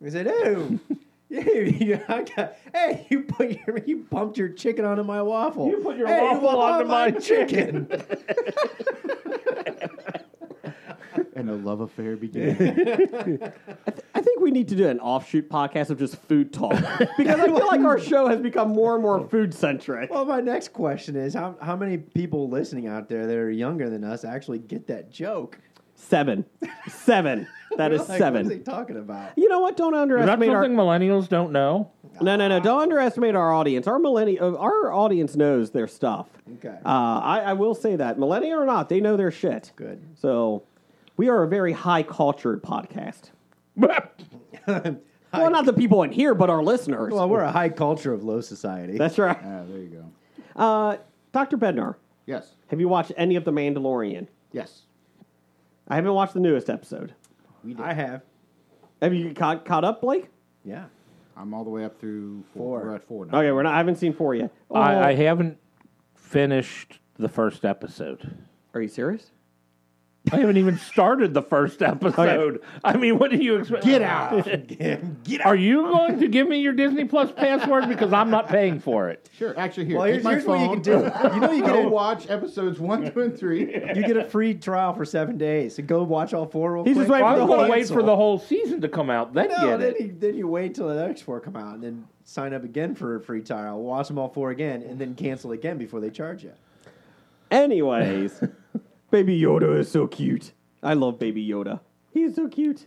Speaker 6: we said, "Oh,
Speaker 5: *laughs*
Speaker 6: you, you, I got, hey, you put your, you bumped your chicken onto my waffle.
Speaker 5: You put your
Speaker 6: Hey,
Speaker 5: waffle onto
Speaker 6: *laughs*
Speaker 5: my
Speaker 7: and a love
Speaker 6: *laughs*
Speaker 7: affair began.
Speaker 4: I think we need to do an offshoot podcast of just food
Speaker 6: *laughs*
Speaker 4: talk because I feel like our show has become more and more food centric.
Speaker 6: Well, my next question is how how many people listening out there that are younger than us actually get that joke?
Speaker 4: Seven, seven. That
Speaker 6: *laughs*
Speaker 4: is
Speaker 6: Like, What are
Speaker 4: seven.
Speaker 6: they talking about?
Speaker 4: You know what? Don't
Speaker 5: Is that
Speaker 4: underestimate our
Speaker 5: something millennials don't know?
Speaker 4: *laughs* No, no, no! Don't underestimate our audience. Our millennial, our audience knows their stuff.
Speaker 6: Okay.
Speaker 4: Uh, I, I will say that, millennial or not, they know their shit.
Speaker 6: Good.
Speaker 4: So, we are a very high cultured
Speaker 5: *laughs*
Speaker 4: podcast. Well, not the people in here, but our listeners.
Speaker 6: Well, we're a high culture of low society.
Speaker 4: That's right.
Speaker 7: ah, there you go.
Speaker 4: Uh, Doctor Bednar,
Speaker 7: Yes.
Speaker 4: have you watched any of The Mandalorian?
Speaker 7: Yes.
Speaker 4: I haven't watched the newest episode.
Speaker 7: We did.
Speaker 6: I have.
Speaker 4: Have you caught, caught up, Blake?
Speaker 6: Yeah.
Speaker 7: I'm all the way up through four.
Speaker 6: Four.
Speaker 7: We're at four now.
Speaker 4: Okay, we're not. I haven't seen four yet. Oh,
Speaker 5: I, I haven't finished the first episode.
Speaker 4: are you serious?
Speaker 5: I haven't even started the first episode. I mean, what do you expect? Get out! Get out! Are you going to give me your Disney Plus password because I'm not paying for it?
Speaker 7: Sure. Actually, here.
Speaker 6: Well,
Speaker 7: take
Speaker 6: here's,
Speaker 7: my
Speaker 6: here's
Speaker 7: phone.
Speaker 6: what you can do. You
Speaker 7: *laughs*
Speaker 6: know, you
Speaker 7: Go
Speaker 6: get a,
Speaker 7: watch episodes one, two,
Speaker 6: *laughs*
Speaker 7: and three.
Speaker 6: you get a free trial for seven days. So go watch all four. Real
Speaker 4: He's
Speaker 6: quick.
Speaker 4: just waiting
Speaker 5: Well,
Speaker 4: for
Speaker 5: I'm
Speaker 4: the
Speaker 5: going
Speaker 4: whole
Speaker 5: to wait for the whole season to come out, then
Speaker 6: No,
Speaker 5: get
Speaker 6: then
Speaker 5: it.
Speaker 6: you, then you wait till the next four come out and then sign up again for a free trial, watch them all four again, and then cancel again before they charge you.
Speaker 4: Anyways, Baby Yoda is so cute. I love Baby Yoda. He's so cute.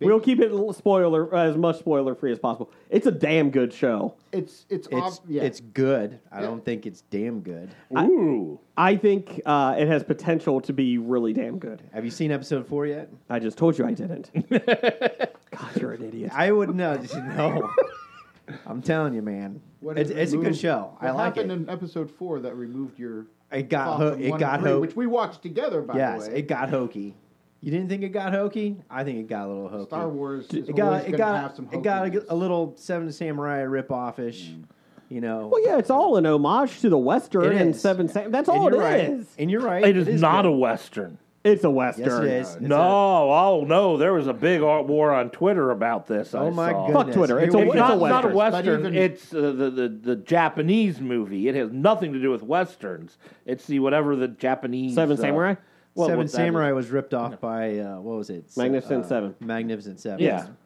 Speaker 4: We'll keep it l- spoiler uh, as much spoiler free as possible. It's a damn good show.
Speaker 7: It's it's
Speaker 6: It's
Speaker 7: ob- yeah.
Speaker 6: it's good. I don't think it's damn good.
Speaker 5: Ooh.
Speaker 4: I think uh, it has potential to be really damn good.
Speaker 6: Have you seen episode four yet?
Speaker 4: I just told you I didn't. God, you're an idiot.
Speaker 6: I would know. Just
Speaker 7: *laughs*
Speaker 6: no. I'm telling you, man.
Speaker 7: What
Speaker 6: it's
Speaker 7: is it
Speaker 6: it's a good
Speaker 7: moved-
Speaker 6: show.
Speaker 7: What
Speaker 6: I like
Speaker 7: happened
Speaker 6: it.
Speaker 7: in episode four that removed your.
Speaker 6: It got
Speaker 7: thought
Speaker 6: ho-
Speaker 7: from
Speaker 6: it
Speaker 7: one
Speaker 6: got
Speaker 7: and three,
Speaker 6: ho-
Speaker 7: which we watched together. By
Speaker 6: yes,
Speaker 7: the way,
Speaker 6: it got hokey. You didn't think it got hokey? I think it got a little hokey.
Speaker 7: Star Wars. Is
Speaker 6: It got
Speaker 7: always
Speaker 6: it
Speaker 7: gonna
Speaker 6: got
Speaker 7: have some Mm.
Speaker 6: it got
Speaker 7: hokiness.
Speaker 6: a, a little Seven Samurai rip off ish. You know.
Speaker 4: well, yeah, it's all an homage to the Western
Speaker 6: It
Speaker 4: and
Speaker 6: is.
Speaker 4: Seven Sam. That's
Speaker 6: And
Speaker 4: all it
Speaker 6: you're
Speaker 4: is.
Speaker 6: right. And you're right.
Speaker 5: It is, not
Speaker 6: good.
Speaker 5: a Western.
Speaker 4: It's a Western.
Speaker 6: Yes, it is. It's
Speaker 5: no,
Speaker 6: a-
Speaker 5: oh no, there was a big art war on Twitter about this. I
Speaker 6: oh my
Speaker 5: saw.
Speaker 6: goodness.
Speaker 4: Fuck Twitter.
Speaker 6: Here
Speaker 4: It's a-
Speaker 6: we
Speaker 5: It's
Speaker 6: go.
Speaker 5: not,
Speaker 4: a
Speaker 5: not a
Speaker 4: Western.
Speaker 5: Western.
Speaker 7: But even-
Speaker 5: it's uh, the, the the Japanese movie. It has nothing to do with Westerns. It's the whatever the Japanese
Speaker 4: Seven
Speaker 5: uh,
Speaker 4: Samurai.
Speaker 5: well,
Speaker 6: Seven
Speaker 5: what that
Speaker 6: Samurai
Speaker 5: is.
Speaker 6: was ripped off by uh, what was it?
Speaker 4: Magnificent
Speaker 6: uh,
Speaker 4: Seven.
Speaker 6: Magnificent Seven.
Speaker 5: Yeah.
Speaker 4: *laughs*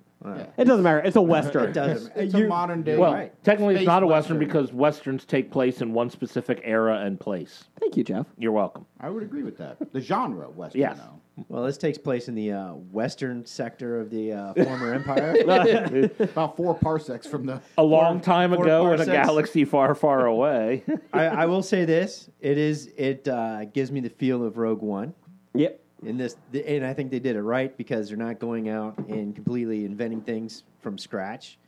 Speaker 4: It doesn't matter. It's a Western.
Speaker 6: It doesn't.
Speaker 7: It's
Speaker 6: you-
Speaker 7: a modern day.
Speaker 5: Well,
Speaker 6: Right.
Speaker 5: technically, it's
Speaker 7: Space
Speaker 5: not a Western,
Speaker 7: Western.
Speaker 5: because Westerns take place in one specific era and place.
Speaker 2: Thank you, Jeff.
Speaker 5: You're welcome.
Speaker 7: I would agree with that. The genre Western.
Speaker 5: Yes.
Speaker 7: Though.
Speaker 6: Well, this takes place in the uh, western sector of the uh, former empire.
Speaker 7: About four parsecs from the.
Speaker 5: A long time
Speaker 6: four
Speaker 5: ago, in a
Speaker 6: parsecs.
Speaker 5: galaxy far, far *laughs* away.
Speaker 6: I, I will say this: it is. It uh, gives me the feel of Rogue One.
Speaker 4: Yep.
Speaker 6: In this, the, and I think they did it right because they're not going out and completely inventing things from scratch.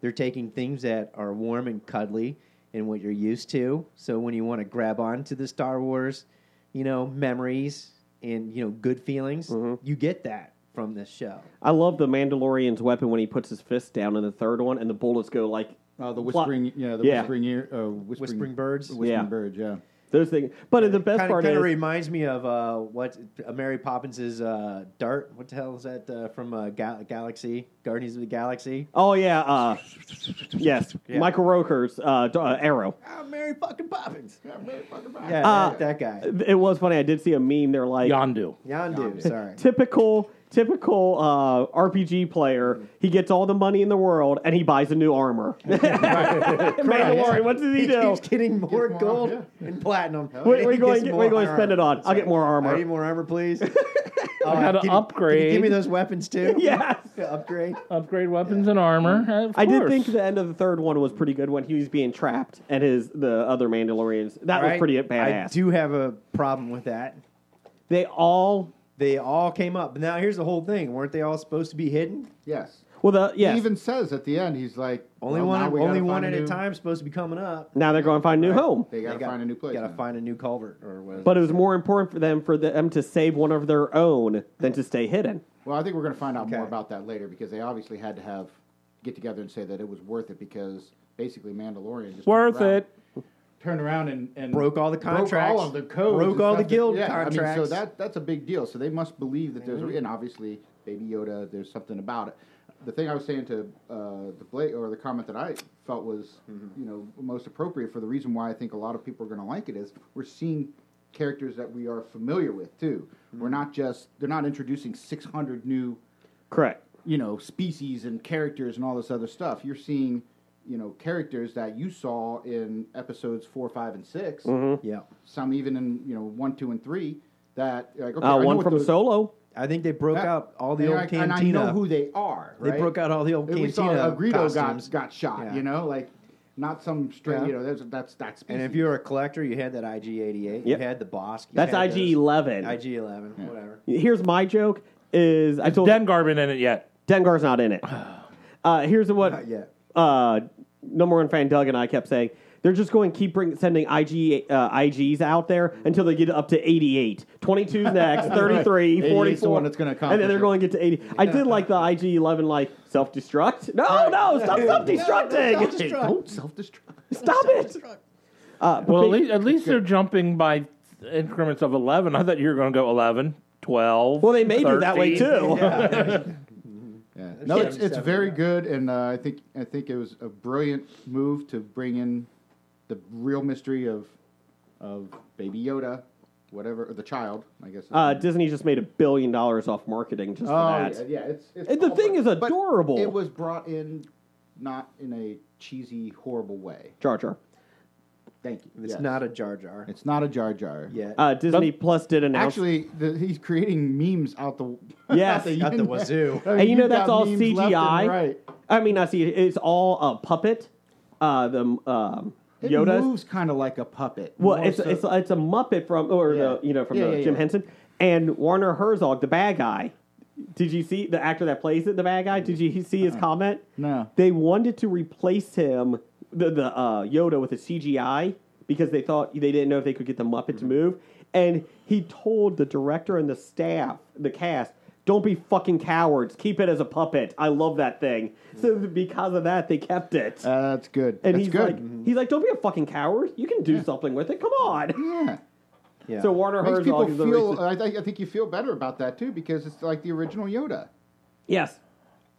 Speaker 6: They're taking things that are warm and cuddly and what you're used to. So when you want to grab onto the Star Wars, you know, memories and you know, good feelings,
Speaker 4: Mm-hmm.
Speaker 6: you get that from this show.
Speaker 4: I love the Mandalorian's weapon when he puts his fist down in the third one, and the bullets go like
Speaker 7: Uh, the
Speaker 4: plop.
Speaker 7: whispering, yeah, the
Speaker 4: Yeah.
Speaker 7: whispering ear, uh, whispering,
Speaker 6: Whispering birds.
Speaker 7: whispering
Speaker 4: Yeah.
Speaker 7: birds, yeah.
Speaker 4: Those things. But the best
Speaker 6: Kind of,
Speaker 4: part
Speaker 6: kind
Speaker 4: is
Speaker 6: of reminds me of uh, what uh, Mary Poppins's uh, dart. What the hell is that uh, from uh, Ga- Galaxy Guardians of the Galaxy?
Speaker 4: Oh yeah, uh, yes, Michael Roker's uh, d- uh, Arrow.
Speaker 6: Oh, Mary fucking Poppins.
Speaker 7: Yeah, motherfucker,
Speaker 6: Yeah,
Speaker 7: right.
Speaker 6: that,
Speaker 4: Uh,
Speaker 6: that guy.
Speaker 4: It was funny. I did see a meme. They're like
Speaker 5: Yondu.
Speaker 7: *laughs*
Speaker 6: Yondu, sorry.
Speaker 4: typical typical uh, RPG player, he gets all the money in the world and he buys a new armor. *laughs* Mandalorian, what does he,
Speaker 6: He
Speaker 4: do?
Speaker 6: keeps getting more
Speaker 7: more,
Speaker 6: gold
Speaker 7: yeah.
Speaker 6: and platinum.
Speaker 4: What are you
Speaker 6: He
Speaker 4: going
Speaker 6: gets
Speaker 4: to
Speaker 6: more
Speaker 4: spend it
Speaker 6: armor.
Speaker 4: on? I'll get more
Speaker 6: I
Speaker 4: armor.
Speaker 6: need more armor, please. I
Speaker 5: gotta
Speaker 6: give me
Speaker 5: upgrade.
Speaker 6: those
Speaker 4: *laughs*
Speaker 6: weapons too.
Speaker 4: *laughs* Yes.
Speaker 6: Yeah, upgrade.
Speaker 5: Upgrade weapons and armor. uh, of
Speaker 4: I did
Speaker 5: course.
Speaker 4: think the end of the third one was pretty good when he was being trapped and his the other Mandalorians. That was
Speaker 6: Right?
Speaker 4: pretty
Speaker 6: I
Speaker 4: badass.
Speaker 6: do have a problem with that.
Speaker 4: They all
Speaker 6: They all came up. Now here's the whole thing. Weren't they all supposed to be hidden?
Speaker 7: Yes.
Speaker 4: well the yeah.
Speaker 7: He even says at the end, he's like,
Speaker 6: Only
Speaker 7: well, now
Speaker 6: one.
Speaker 7: we
Speaker 6: Only
Speaker 7: gotta
Speaker 6: one
Speaker 7: find
Speaker 6: at a
Speaker 7: new-
Speaker 6: time. Supposed to be coming up.
Speaker 4: now they're going to find a new home.
Speaker 7: They got to
Speaker 6: They got-
Speaker 7: find a new place.
Speaker 6: Got to
Speaker 7: now.
Speaker 6: find a new culvert or whatever.
Speaker 4: But it was more important for them for them to save one of their own than to stay hidden.
Speaker 7: Well, I think we're going to find out more
Speaker 6: Okay.
Speaker 7: about that later because they obviously had to have get together and say that it was worth it because basically Mandalorian just
Speaker 5: Worth
Speaker 7: turned around-
Speaker 5: it.
Speaker 7: Turned around and, and
Speaker 6: Broke all the
Speaker 7: broke
Speaker 6: contracts,
Speaker 7: all of the codes,
Speaker 6: broke
Speaker 7: and
Speaker 6: all
Speaker 7: stuff
Speaker 6: the guild
Speaker 7: yeah, I mean,
Speaker 6: contracts.
Speaker 7: so that that's a big deal. So they must believe that there's a, and obviously Baby Yoda, there's something about it. The thing I was saying to uh, the Blake or the comment that I felt was you know most appropriate for the reason why I think a lot of people are going to like it is we're seeing characters that we are familiar with too. We're not just they're not introducing 600 new
Speaker 4: Correct.
Speaker 7: you know species and characters and all this other stuff. You're seeing you know characters that you saw in episodes four, five, and 6
Speaker 6: yeah,
Speaker 7: Some even in you know one, two, and three. That you're like okay,
Speaker 4: Uh,
Speaker 7: I know
Speaker 4: one
Speaker 7: what
Speaker 4: from
Speaker 7: those-
Speaker 4: Solo.
Speaker 6: I think they broke
Speaker 7: Yeah.
Speaker 6: out all the old
Speaker 7: and you're like,
Speaker 6: cantina.
Speaker 7: And I know who they are.
Speaker 6: They
Speaker 7: right?
Speaker 6: broke out all the old
Speaker 7: And We saw
Speaker 6: cantina
Speaker 7: a Greedo
Speaker 6: costumes.
Speaker 7: got, got shot.
Speaker 6: Yeah.
Speaker 7: You know, like not some straight.
Speaker 6: Yeah.
Speaker 7: You know, that's that's that species.
Speaker 6: And if you were a collector, you had that IG88.
Speaker 4: Yep.
Speaker 6: You had the Bosk. you
Speaker 4: That's
Speaker 6: had
Speaker 4: IG
Speaker 6: those-
Speaker 4: eleven.
Speaker 6: IG11, whatever.
Speaker 4: Here's my joke: is I told
Speaker 5: Dengar been in it yet?
Speaker 4: Dengar's not in it. Uh, here's what
Speaker 6: Not yet.
Speaker 4: uh, number one fan Doug and I kept saying. They're just going to keep bring, sending IG, uh, IGs out there until they get up to 88.
Speaker 7: *laughs*
Speaker 4: 22's next, 33,
Speaker 7: 88's the
Speaker 4: 44.
Speaker 7: one that's gonna
Speaker 4: And then
Speaker 7: accomplish
Speaker 4: they're
Speaker 7: it.
Speaker 4: going to get to 80. I did like the IG 11, like, self destruct.
Speaker 7: Oh,
Speaker 4: No, no, stop self *laughs* destructing.
Speaker 6: self-destruct.
Speaker 7: don't self-destruct.
Speaker 4: Stop it. Uh, but
Speaker 5: Well, at
Speaker 4: they-
Speaker 5: least, at least they're jumping by increments of 11. I thought you were going to go 11, 12.
Speaker 4: well, they may do that way
Speaker 5: 13.
Speaker 4: too.
Speaker 7: Yeah. No, it's, it's very good, and uh, I think I think it was a brilliant move to bring in the real mystery of of Baby Yoda, whatever or the child, I guess.
Speaker 4: Uh, Disney just made a billion dollars off marketing just for
Speaker 7: oh
Speaker 4: that.
Speaker 7: yeah, yeah, it's, it's
Speaker 4: And the
Speaker 7: all
Speaker 4: thing is
Speaker 7: brought- but
Speaker 4: adorable.
Speaker 7: It was brought in not in a cheesy, horrible way.
Speaker 4: Jar Jar.
Speaker 7: Thank you.
Speaker 6: It's
Speaker 7: Yes.
Speaker 6: not a Jar Jar
Speaker 7: It's not a Jar Jar.
Speaker 6: yet. *laughs*
Speaker 4: Uh, Disney Plus did announce.
Speaker 7: Actually, the, he's creating memes out the *laughs*
Speaker 4: Yes.
Speaker 6: Out the
Speaker 7: internet.
Speaker 6: wazoo.
Speaker 7: I mean,
Speaker 4: and you know
Speaker 7: you've
Speaker 4: that's
Speaker 7: got
Speaker 4: all
Speaker 7: memes left and
Speaker 4: CGI.
Speaker 7: Right.
Speaker 4: I mean, I see it's all a puppet. Uh, the um,
Speaker 7: It
Speaker 4: Yoda.
Speaker 7: moves kind of like a puppet.
Speaker 4: Well,
Speaker 7: more
Speaker 4: it's
Speaker 7: so-
Speaker 4: it's it's a Muppet from or
Speaker 7: Yeah.
Speaker 4: the you know from
Speaker 7: Yeah,
Speaker 4: the
Speaker 7: yeah,
Speaker 4: Jim
Speaker 7: yeah.
Speaker 4: Henson and Warner Herzog, the bad guy. Did you see the actor that plays it, the bad guy? Did you see his comment?
Speaker 7: Uh-uh. No.
Speaker 4: They wanted to replace him, the the uh, Yoda, with a CGI because they thought they didn't know if they could get the Muppet
Speaker 7: Mm-hmm.
Speaker 4: to move. And he told the director and the staff, the cast, "Don't be fucking cowards. Keep it as a puppet. I love that thing." So because of that, they kept it.
Speaker 7: Uh, that's good.
Speaker 4: and
Speaker 7: that's
Speaker 4: he's
Speaker 7: good. Mm-hmm.
Speaker 4: like, he's like, "Don't be a fucking coward. You can do something with it. Come on."
Speaker 7: yeah.
Speaker 6: yeah.
Speaker 4: So Warner
Speaker 7: Makes people
Speaker 4: Herzog is the
Speaker 7: feel. uh,
Speaker 4: racist.
Speaker 7: I, think- I think you feel better about that too because it's like the original Yoda.
Speaker 4: yes,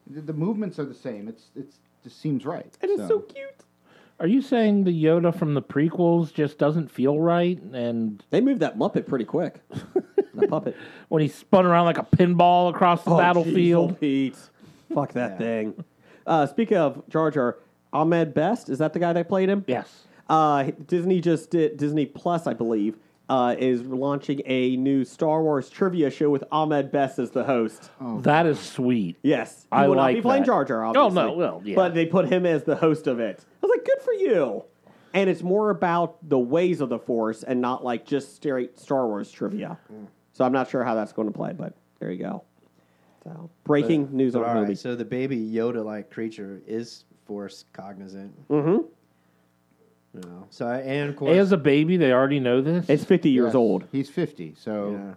Speaker 7: The, the movements are the same. It's it's just seems right.
Speaker 4: and it's so cute.
Speaker 5: Are you saying the Yoda from the prequels just doesn't feel right? And
Speaker 4: They moved that Muppet pretty
Speaker 7: *laughs*
Speaker 4: quick. the puppet
Speaker 5: when he spun around like a pinball across the battlefield,
Speaker 4: Oh, Pete. Fuck that thing. Uh, speaking of Jar Jar, Ahmed Best is that the guy that played him?
Speaker 5: yes,
Speaker 4: Uh, Disney just did Disney Plus, I believe, uh, is launching a new Star Wars trivia show with Ahmed Best as the host.
Speaker 5: that is sweet.
Speaker 4: Yes, he
Speaker 5: I
Speaker 4: will not
Speaker 5: like
Speaker 4: be playing
Speaker 5: that.
Speaker 4: Jar Jar.
Speaker 5: Oh,
Speaker 4: Obviously.
Speaker 5: no, well, yeah.
Speaker 4: But they put him as the host of it. I was like, good for you. And it's more about the ways of the Force and not like just straight Star Wars trivia. So I'm not sure how that's going to play, but there you go. So breaking news
Speaker 6: But
Speaker 4: on
Speaker 6: all
Speaker 4: Hobie.
Speaker 6: right, so the baby Yoda-like creature is Force cognizant. Mm-hmm. You know, so I- and of course,
Speaker 5: As a baby, they already know this.
Speaker 4: It's 50 years
Speaker 7: Yes.
Speaker 4: old.
Speaker 7: He's fifty. So
Speaker 6: yeah.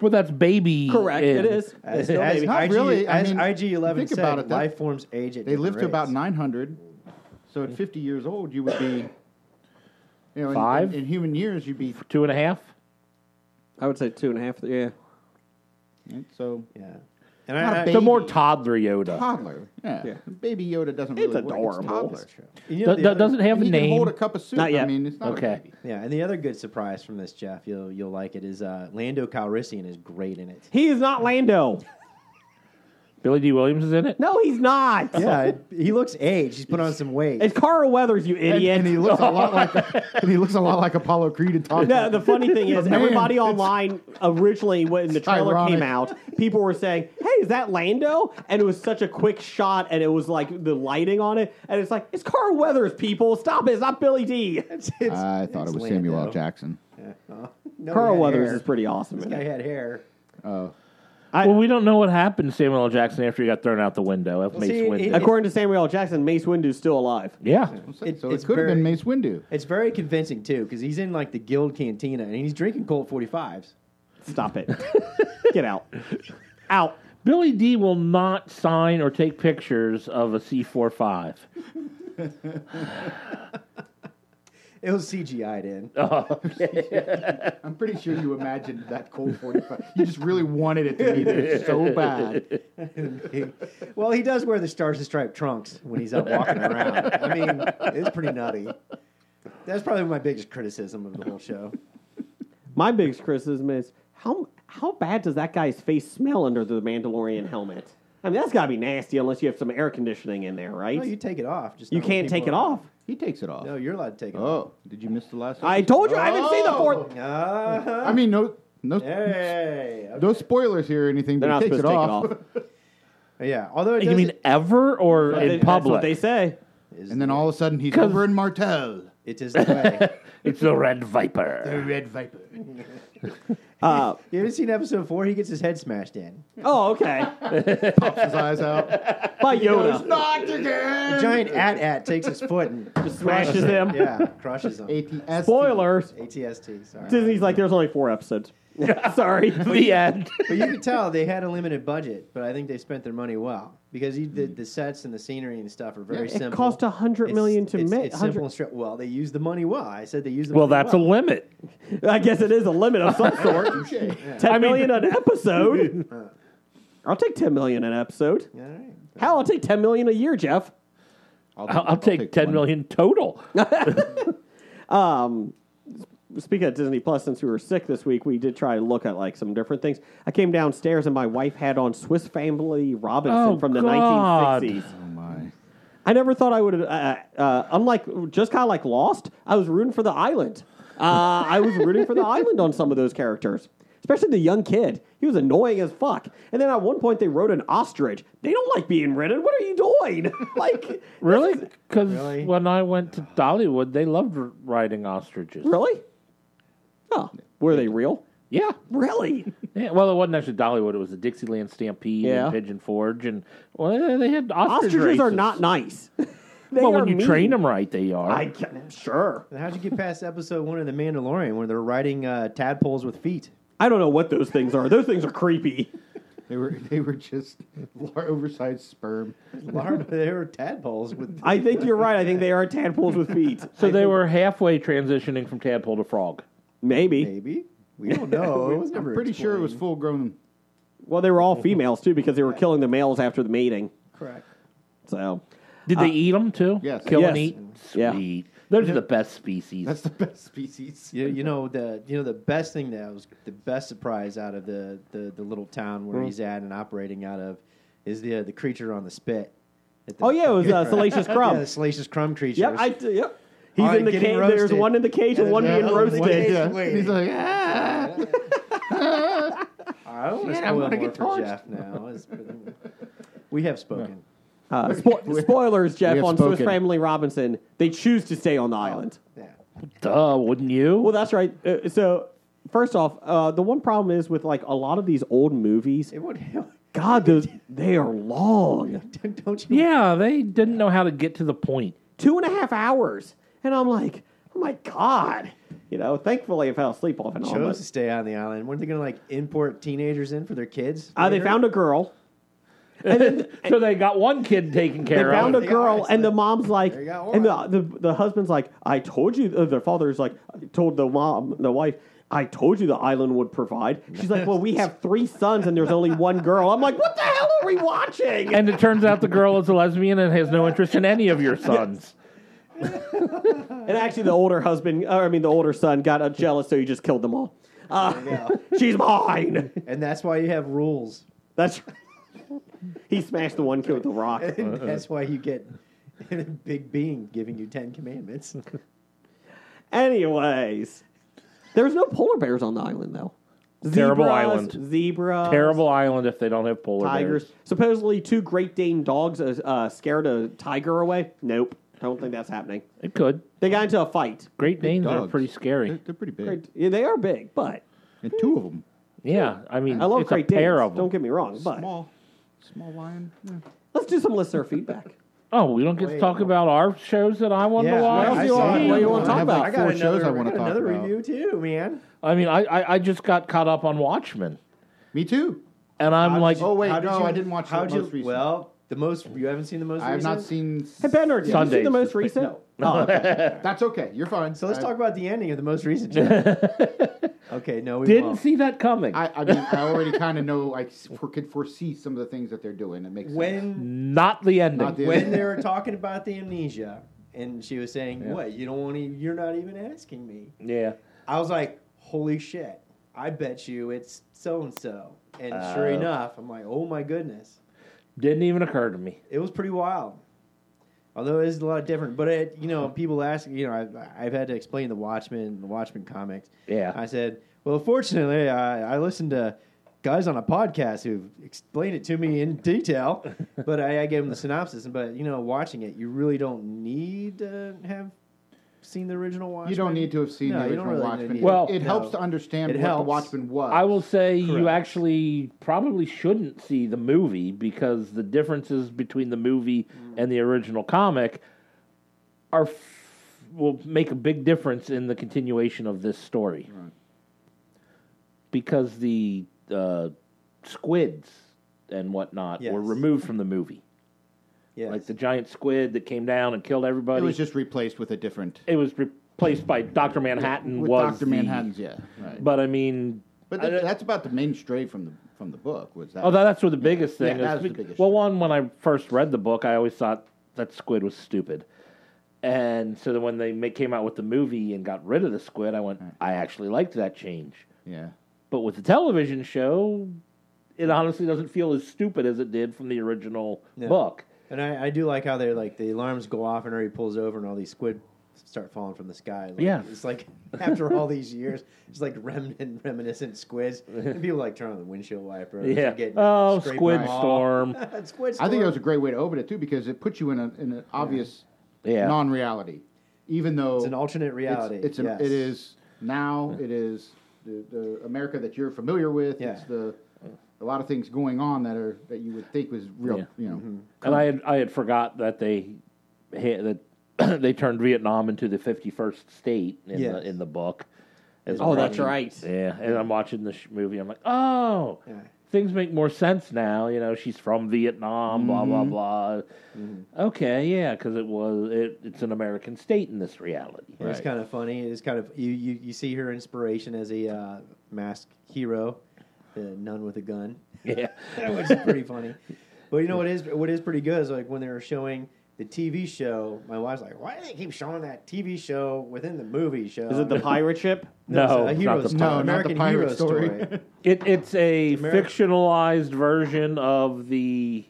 Speaker 5: well, that's baby.
Speaker 4: Correct.
Speaker 5: in.
Speaker 4: It is. It's
Speaker 7: *laughs*
Speaker 6: as,
Speaker 4: still
Speaker 6: as
Speaker 4: baby.
Speaker 7: not
Speaker 6: IG,
Speaker 7: really, I
Speaker 6: as
Speaker 7: mean,
Speaker 6: IG11
Speaker 7: think
Speaker 6: said,
Speaker 7: about it, that-
Speaker 6: life forms age at
Speaker 7: they live to about
Speaker 6: different
Speaker 7: nine hundred. So at fifty years old, you would be. You know, in-
Speaker 5: Five?
Speaker 7: in, in human years, you'd be
Speaker 5: Two and a half.
Speaker 4: I would say two and a half. Yeah.
Speaker 7: so
Speaker 6: rates. Yeah. And
Speaker 7: Not a
Speaker 6: I, I,
Speaker 7: baby.
Speaker 5: The more toddler Yoda.
Speaker 7: toddler. Yeah.
Speaker 4: Yeah.
Speaker 7: baby Yoda doesn't.
Speaker 4: It's
Speaker 7: really work.
Speaker 4: adorable.
Speaker 7: toddler.
Speaker 6: you know,
Speaker 5: Do-
Speaker 6: the
Speaker 5: do-
Speaker 6: other-
Speaker 5: doesn't have a
Speaker 7: he can
Speaker 5: name.
Speaker 7: hold a cup of soup.
Speaker 4: Not yet.
Speaker 7: I mean, it's not
Speaker 5: Okay.
Speaker 7: A baby.
Speaker 6: Yeah, and the other good surprise from this, Jeff, you'll you'll like it is uh, Lando Calrissian is great in it.
Speaker 4: He is not Lando.
Speaker 5: Billy D. Williams is in it.
Speaker 4: No, he's not.
Speaker 6: Yeah, it- he looks aged. He's put on some weight.
Speaker 4: It's Carl Weathers, you
Speaker 7: And,
Speaker 4: idiot.
Speaker 7: and
Speaker 4: *laughs*
Speaker 7: he looks a lot like and he looks a lot like Apollo Creed in Top
Speaker 4: No,
Speaker 7: Gun.
Speaker 4: the funny thing is,
Speaker 7: Man,
Speaker 4: everybody
Speaker 7: it's-
Speaker 4: online originally when the
Speaker 7: it's
Speaker 4: trailer
Speaker 7: ironic.
Speaker 4: came out, people were saying, "Hey, is that Lando?" And it was such a quick shot, and it was like the lighting on it, and it's like it's Carl Weathers. People, stop it! It's not Billy D.
Speaker 6: It's- it's-
Speaker 7: I thought it
Speaker 6: it's
Speaker 7: was Samuel L.
Speaker 6: Lando.
Speaker 7: Jackson.
Speaker 6: No,
Speaker 4: Carl
Speaker 6: he had
Speaker 4: Weathers
Speaker 6: hair.
Speaker 4: is pretty awesome.
Speaker 6: This
Speaker 4: in
Speaker 6: guy
Speaker 4: it.
Speaker 6: had hair.
Speaker 5: well, we don't know what happened to Samuel L. Jackson after he got thrown out the window of Mace
Speaker 6: see, it-
Speaker 5: Windu.
Speaker 6: it-
Speaker 4: According to Samuel L. Jackson, Mace Windu's still alive.
Speaker 5: yeah,
Speaker 6: It-
Speaker 7: so it
Speaker 6: it's
Speaker 7: could have
Speaker 6: very-
Speaker 7: been Mace Windu.
Speaker 6: It's very convincing too, because he's in like the guild cantina and he's drinking Colt 45s.
Speaker 4: Stop *laughs* it! Get out, out.
Speaker 5: Billy D. will not sign or take pictures of a C four five.
Speaker 6: It was CGI'd in.
Speaker 4: Oh.
Speaker 7: I'm pretty sure you imagined that cold 45. You just really wanted it to be *laughs* there so bad.
Speaker 6: well, he does wear the stars and striped trunks when he's out
Speaker 4: *laughs*
Speaker 6: walking around. I mean, it's pretty nutty. That's probably my biggest criticism of the whole show.
Speaker 4: My biggest criticism is how how bad does that guy's face smell under the Mandalorian helmet? I mean, that's got to be nasty unless you have some air conditioning in there, right?
Speaker 6: No, you take it off. Just
Speaker 4: You
Speaker 6: not when
Speaker 4: can't take it
Speaker 6: people are-
Speaker 4: off.
Speaker 7: He takes it off.
Speaker 6: No, you're allowed to take it off.
Speaker 7: Oh, did you miss the last?
Speaker 4: I
Speaker 7: episode?
Speaker 4: told you I haven't seen the
Speaker 7: Oh!
Speaker 4: fourth.
Speaker 6: Uh-huh.
Speaker 7: I mean, no, no,
Speaker 6: Hey, okay.
Speaker 7: no spoilers here or anything.
Speaker 4: They're
Speaker 7: but
Speaker 4: not
Speaker 7: he takes
Speaker 4: supposed
Speaker 7: it
Speaker 4: to take
Speaker 7: off,
Speaker 4: it off.
Speaker 6: yeah. Although it
Speaker 5: You mean
Speaker 6: doesn't-
Speaker 5: ever or
Speaker 4: They-
Speaker 5: in
Speaker 4: That's what
Speaker 5: public?
Speaker 4: they say.
Speaker 6: is-
Speaker 7: and then all of a sudden he's over in Martell,
Speaker 6: it is the way.
Speaker 4: *laughs*
Speaker 5: it's the Red Viper.
Speaker 7: the Red Viper.
Speaker 4: Uh,
Speaker 6: you haven't seen episode four? He gets his head smashed in.
Speaker 4: oh, okay.
Speaker 7: Pops his eyes *laughs* out.
Speaker 4: By Yoda,
Speaker 7: Not again.
Speaker 6: The giant at at takes his foot and
Speaker 4: smashes him.
Speaker 6: yeah crushes him.
Speaker 7: ATS.
Speaker 4: Spoilers.
Speaker 6: ATST. Sorry.
Speaker 4: Disney's like, there's only four episodes. *laughs* Sorry.
Speaker 5: the end.
Speaker 6: but you can tell they had a limited budget, but I think they spent their money well because you, the, the sets and the scenery and stuff are very simple.
Speaker 4: It cost a hundred
Speaker 6: It's-
Speaker 4: million to
Speaker 6: it's-
Speaker 4: make.
Speaker 6: It's simple and straight. Well, they used the money well. I said they used
Speaker 5: *laughs*
Speaker 6: the
Speaker 5: Well,
Speaker 6: money
Speaker 5: that's a limit.
Speaker 4: I guess it is a limit of some sort. Ten million an episode.
Speaker 5: *laughs*
Speaker 4: I'll take ten million an episode.
Speaker 6: All right.
Speaker 4: Hell, I'll take ten million a year, Jeff.
Speaker 5: I'll, I'll take, ten
Speaker 7: one.
Speaker 5: million total.
Speaker 4: Speaking of Disney Plus, since we were sick this week, we did try to look at like some different things. I came downstairs and my wife had on Swiss Family Robinson
Speaker 5: Oh,
Speaker 4: from the
Speaker 5: God.
Speaker 4: 1960s.
Speaker 7: Oh my.
Speaker 4: I never thought I would. Uh, uh, unlike just kind of like Lost, I was rooting for the island. Uh, I was rooting for the island on some of those characters, especially the young kid. He was annoying as fuck. And then at one point they wrote an ostrich. They don't like being ridden. What are you doing? *laughs* like
Speaker 5: Really? Because
Speaker 6: Really?
Speaker 5: when I went to Dollywood, they loved r- riding ostriches.
Speaker 4: really? Oh, were they real?
Speaker 5: Yeah.
Speaker 4: Really?
Speaker 5: yeah. Well, it wasn't actually Dollywood. It was the Dixieland Stampede
Speaker 4: Yeah.
Speaker 5: and Pigeon Forge, and well, they had ostrich
Speaker 4: Ostriches are
Speaker 5: races.
Speaker 4: not nice. *laughs* they
Speaker 5: Well,
Speaker 4: are
Speaker 5: when you
Speaker 4: mean.
Speaker 5: train them right, they are.
Speaker 4: I can, sure.
Speaker 6: Then How'd you get past episode one of The Mandalorian where they're riding uh, tadpoles with feet?
Speaker 4: I don't know what those things are. Those things are creepy.
Speaker 7: They were they were just *laughs* lar- oversized sperm.
Speaker 6: Larva, they were tadpoles with.
Speaker 4: I think you're right. I think they are tadpoles with feet.
Speaker 5: so they were halfway transitioning from tadpole to frog.
Speaker 4: *laughs* Maybe.
Speaker 6: Maybe we don't know. It was
Speaker 7: I'm
Speaker 6: never
Speaker 7: pretty sure it was
Speaker 6: explained.
Speaker 7: full grown.
Speaker 4: Well, they were all females too because they were killing the males after the mating.
Speaker 6: correct.
Speaker 4: So
Speaker 5: Did they eat them too?
Speaker 7: Yes.
Speaker 5: Kill and
Speaker 4: Uh, Yes.
Speaker 5: eat.
Speaker 4: Yeah.
Speaker 5: Sweet. Those are the best species.
Speaker 7: That's the best species.
Speaker 6: You,
Speaker 4: Mm-hmm.
Speaker 6: you know the you know the best thing that was the best surprise out of the the, the little town
Speaker 4: Mm-hmm.
Speaker 6: where he's at and operating out of is the the creature on the spit. at the-
Speaker 4: Oh,
Speaker 6: *laughs*
Speaker 4: yeah, it was, uh, *laughs* Salacious Crumb.
Speaker 6: Yeah, the salacious crumb creature.
Speaker 4: yep, I yep. He's
Speaker 6: All
Speaker 4: in
Speaker 6: right,
Speaker 4: the
Speaker 6: getting
Speaker 4: cage. There's
Speaker 6: roasted.
Speaker 4: one in the cage and
Speaker 6: Yeah,
Speaker 4: one
Speaker 6: there's
Speaker 7: Oh,
Speaker 4: being
Speaker 6: another one in
Speaker 4: roasted.
Speaker 6: the cage.
Speaker 7: Yeah.
Speaker 6: waiting.
Speaker 7: And he's like, ah.
Speaker 6: I don't want to
Speaker 7: I'm
Speaker 6: spoil
Speaker 7: gonna
Speaker 6: more
Speaker 7: get
Speaker 6: for
Speaker 7: torched.
Speaker 6: Jeff now. It's- we have spoken.
Speaker 4: Uh, *laughs* spo- spoilers, Jeff,
Speaker 7: have
Speaker 4: on Swiss
Speaker 7: spoken.
Speaker 4: Family Robinson. They choose to stay on the island.
Speaker 6: Yeah.
Speaker 5: Duh, wouldn't you?
Speaker 4: Well, that's right. Uh, so first off, uh, the one problem is with like a lot of these old movies.
Speaker 6: It would. *laughs*
Speaker 4: God, those they are long,
Speaker 6: Don't you?
Speaker 5: yeah, they didn't know how to get to the point.
Speaker 4: two and a half hours, and I'm like, oh my god. You know, thankfully I fell asleep off and on.
Speaker 6: Chose
Speaker 4: Oh, but-
Speaker 6: to stay on the island. Weren't they going to like import teenagers in for their kids?
Speaker 4: Uh, they
Speaker 6: later?
Speaker 4: found a girl.
Speaker 5: So they got one kid taken
Speaker 4: They
Speaker 5: care of.
Speaker 4: found a
Speaker 6: got
Speaker 4: girl,
Speaker 6: one.
Speaker 4: and the mom's like,
Speaker 6: They got
Speaker 4: and the, the the husband's like, I told you. Uh, the father's like, told the mom, the wife, I told you the island would provide. She's like, well, we have three sons, and there's only one girl. I'm like, what the hell are we watching?
Speaker 5: and it turns out the girl is a lesbian and has no interest in any
Speaker 4: *laughs*
Speaker 5: of your sons.
Speaker 4: And actually, the older husband, or I mean, the older son, got uh, jealous, so he just killed them all. Uh, *laughs* she's mine.
Speaker 6: and that's why you have rules.
Speaker 4: That's *laughs* He smashed the one kid with the
Speaker 5: *laughs*
Speaker 4: rock.
Speaker 6: And that's why you get *laughs* a big being giving you Ten Commandments.
Speaker 4: Anyways, there's no polar bears on the island though.
Speaker 5: Terrible
Speaker 4: Zebras,
Speaker 5: island.
Speaker 4: Zebras.
Speaker 5: Terrible island if they don't have polar
Speaker 4: Tigers.
Speaker 5: bears.
Speaker 4: Supposedly, two Great Dane dogs uh, uh, scared a tiger away. Nope. I don't think that's happening.
Speaker 5: It could.
Speaker 4: They got into a fight.
Speaker 5: Great Danes are
Speaker 7: Dogs.
Speaker 5: pretty scary.
Speaker 7: They're, they're pretty big.
Speaker 4: Great- yeah, they are big, but
Speaker 7: And two of them.
Speaker 5: yeah, I mean,
Speaker 4: I love
Speaker 5: it's
Speaker 4: Great
Speaker 5: a pair
Speaker 4: Danes.
Speaker 5: of them.
Speaker 4: Don't get me wrong, but
Speaker 7: Small, small lion. Yeah.
Speaker 4: let's do some listener feedback.
Speaker 5: Oh, we don't get to talk about our shows that I wanted
Speaker 6: Yeah.
Speaker 5: to watch.
Speaker 4: What else do you
Speaker 7: I
Speaker 4: want?
Speaker 7: see.
Speaker 4: What do you want
Speaker 7: I
Speaker 4: to talk
Speaker 7: have, like,
Speaker 4: about?
Speaker 7: I got Four shows I wanna
Speaker 6: got
Speaker 7: talk
Speaker 6: another
Speaker 7: about.
Speaker 6: review too, man.
Speaker 5: I mean, I, I, I just got caught up on Watchmen,
Speaker 7: Me too.
Speaker 5: and I'm like,
Speaker 7: you- Oh, wait,
Speaker 6: How did
Speaker 7: no,
Speaker 6: you-
Speaker 7: I didn't watch the
Speaker 6: how'd you-
Speaker 7: most recent.
Speaker 6: Well, the most you haven't seen the most.
Speaker 7: I have not
Speaker 6: recent?
Speaker 7: seen.
Speaker 4: Hey, Benner, did you see
Speaker 5: Sundays
Speaker 4: the
Speaker 5: is
Speaker 4: most
Speaker 5: the-
Speaker 4: recent?
Speaker 7: That's okay. You're fine.
Speaker 6: So let's
Speaker 7: I,
Speaker 6: talk about the ending of the most recent.
Speaker 7: *laughs*
Speaker 6: Jeff. okay, no, we
Speaker 5: didn't
Speaker 6: won't.
Speaker 5: see that coming.
Speaker 7: I, I mean, I already kind of know. I s- for- could foresee some of the things that they're doing. It makes sense.
Speaker 6: when
Speaker 5: Not the ending.
Speaker 7: Not the
Speaker 6: when
Speaker 7: *laughs*
Speaker 6: they were talking about the amnesia, and she was saying, "What you don't want to? You're not even asking me."
Speaker 5: yeah.
Speaker 6: I was like, "Holy shit! I bet you it's so and so." And sure
Speaker 7: Uh,
Speaker 5: Oh.
Speaker 6: enough, I'm like, "Oh my goodness!"
Speaker 5: Didn't even occur to me.
Speaker 6: it was pretty wild. Although it is a lot different, but it, you know, people ask, you know, I've, I've had to explain the Watchmen, the Watchmen comics.
Speaker 5: Yeah.
Speaker 6: I said, well, fortunately, I, I listened to guys on a podcast who explained it to me
Speaker 5: *laughs*
Speaker 6: in detail, but I, I gave them the synopsis. But you know, watching it, you really don't need to have seen the original Watchmen.
Speaker 7: You don't need to have seen
Speaker 6: No,
Speaker 7: the
Speaker 6: you don't
Speaker 7: original
Speaker 6: really
Speaker 7: Watchmen.
Speaker 6: need
Speaker 7: It-
Speaker 6: to.
Speaker 5: Well,
Speaker 7: it
Speaker 6: No.
Speaker 7: helps to understand
Speaker 6: It
Speaker 7: what
Speaker 6: helps.
Speaker 7: the Watchmen was.
Speaker 5: I will say you
Speaker 6: Correct.
Speaker 5: actually probably shouldn't see the movie because the differences between the movie
Speaker 7: Mm.
Speaker 5: and the original comic are f- will make a big difference in the continuation of this story. Because the uh, squids and whatnot
Speaker 6: Yes.
Speaker 5: were removed from the movie,
Speaker 6: Yes.
Speaker 5: like the giant squid that came down and killed everybody.
Speaker 7: It was just replaced with a different.
Speaker 5: it was replaced by Doctor Manhattan.
Speaker 7: With
Speaker 5: was
Speaker 7: Doctor
Speaker 5: the-
Speaker 7: Manhattan's, yeah. Right.
Speaker 5: but I mean,
Speaker 7: But
Speaker 5: I-
Speaker 7: th- that's about the main stray from the from the book. Was that?
Speaker 5: Oh, that, that's where the biggest
Speaker 7: Yeah,
Speaker 5: thing
Speaker 7: that
Speaker 5: is.
Speaker 7: was the biggest
Speaker 5: well,
Speaker 7: thing.
Speaker 5: one, when I first read the book, I always thought that squid was stupid. And so then when they ma- came out with the movie and got rid of the squid, I went, I actually liked that change.
Speaker 7: yeah.
Speaker 5: But with the television show, it honestly doesn't feel as stupid as it did from the original
Speaker 6: Yeah.
Speaker 5: book.
Speaker 6: and I, I do like how they're like the alarms go off and he pulls over and all these squid start falling from the sky. Like,
Speaker 5: Yeah.
Speaker 6: it's like *laughs* after all these years, it's like remnant reminiscent squids. And people like turn on the windshield wiper.
Speaker 5: Yeah.
Speaker 6: getting
Speaker 5: Oh,
Speaker 6: scraped
Speaker 5: squid
Speaker 6: by-
Speaker 5: storm.
Speaker 6: *laughs* squid storm.
Speaker 7: I think that was a great way to open it too, because it puts you in, a, in an obvious
Speaker 5: Yeah.
Speaker 7: non-reality, even though
Speaker 6: it's an alternate reality.
Speaker 7: It's, it's an,
Speaker 6: yes.
Speaker 7: it is now. It is the, the America that you're familiar with.
Speaker 6: Yeah.
Speaker 7: It's the a lot of things going on that are that you would think was real.
Speaker 5: Yeah.
Speaker 7: You know,
Speaker 6: Mm-hmm.
Speaker 5: And I had, I had forgot that they ha- that *clears throat* they turned Vietnam into the 51st state in,
Speaker 6: Yes.
Speaker 5: the, in the book. As
Speaker 4: Oh,
Speaker 5: I'm
Speaker 4: that's
Speaker 5: watching-
Speaker 4: right.
Speaker 5: Yeah, and I'm watching this sh- movie. I'm like, oh,
Speaker 6: Yeah.
Speaker 5: things make more sense now. You know, she's from Vietnam, blah blah blah. Okay, yeah, because it was it, it's an American state in this reality.
Speaker 6: It's kind of funny. It's kind of you, you, you see her inspiration as a uh, masked hero, the nun with
Speaker 5: *laughs*
Speaker 6: a gun.
Speaker 5: *laughs* Yeah,
Speaker 6: which is pretty funny. But you know what is what is pretty good is like when they were showing the TV show. My wife's like, "Why do they keep showing that TV show within the movie show?"
Speaker 4: Is it
Speaker 6: *laughs*
Speaker 4: the pirate ship?
Speaker 5: no,
Speaker 6: it's a
Speaker 5: not
Speaker 6: hero
Speaker 5: the
Speaker 6: story.
Speaker 7: No,
Speaker 5: pirate.
Speaker 7: not the
Speaker 6: American
Speaker 7: pirate
Speaker 6: hero story.
Speaker 7: story.
Speaker 5: It, it's a
Speaker 6: Ameri-
Speaker 5: fictionalized version of the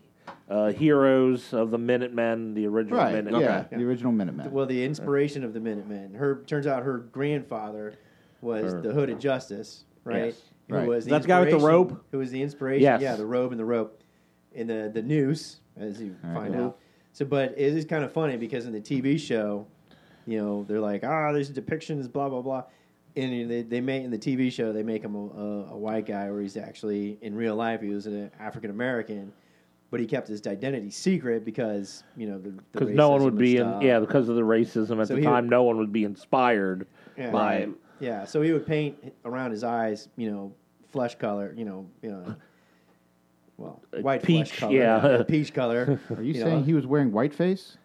Speaker 5: uh, heroes of the Minutemen, the original
Speaker 7: right?
Speaker 5: Minutemen.
Speaker 7: yeah, the original Minutemen.
Speaker 6: well, the inspiration of the Minutemen. Her turns out her grandfather was the Hooded Justice, right?
Speaker 5: Yes.
Speaker 6: Who
Speaker 7: Right.
Speaker 6: was the
Speaker 4: That's the guy with the
Speaker 6: inspiration-
Speaker 4: rope?
Speaker 6: Who was the inspiration?
Speaker 5: Yes.
Speaker 6: Yeah, the robe and the rope, and the the noose, as you find out. So, but it is kind of funny because in the TV show, you know, they're like, ah, there's depictions, blah blah blah, and they they make in the TV show they make him a, a, a white guy where he's actually in real life he was an African American. But he kept his identity secret because you know because
Speaker 5: because no one would be in
Speaker 6: stuff.
Speaker 5: yeah because of the racism at
Speaker 6: So
Speaker 5: the
Speaker 6: he
Speaker 5: time
Speaker 6: would-
Speaker 5: no one would be inspired
Speaker 6: Yeah.
Speaker 5: by
Speaker 6: Right. Yeah, so he would paint around his eyes, you know, flesh color, you know, you know, well, white
Speaker 5: peach,
Speaker 6: flesh color,
Speaker 5: yeah.
Speaker 6: peach color.
Speaker 7: are you,
Speaker 6: know.
Speaker 7: saying he was wearing whiteface?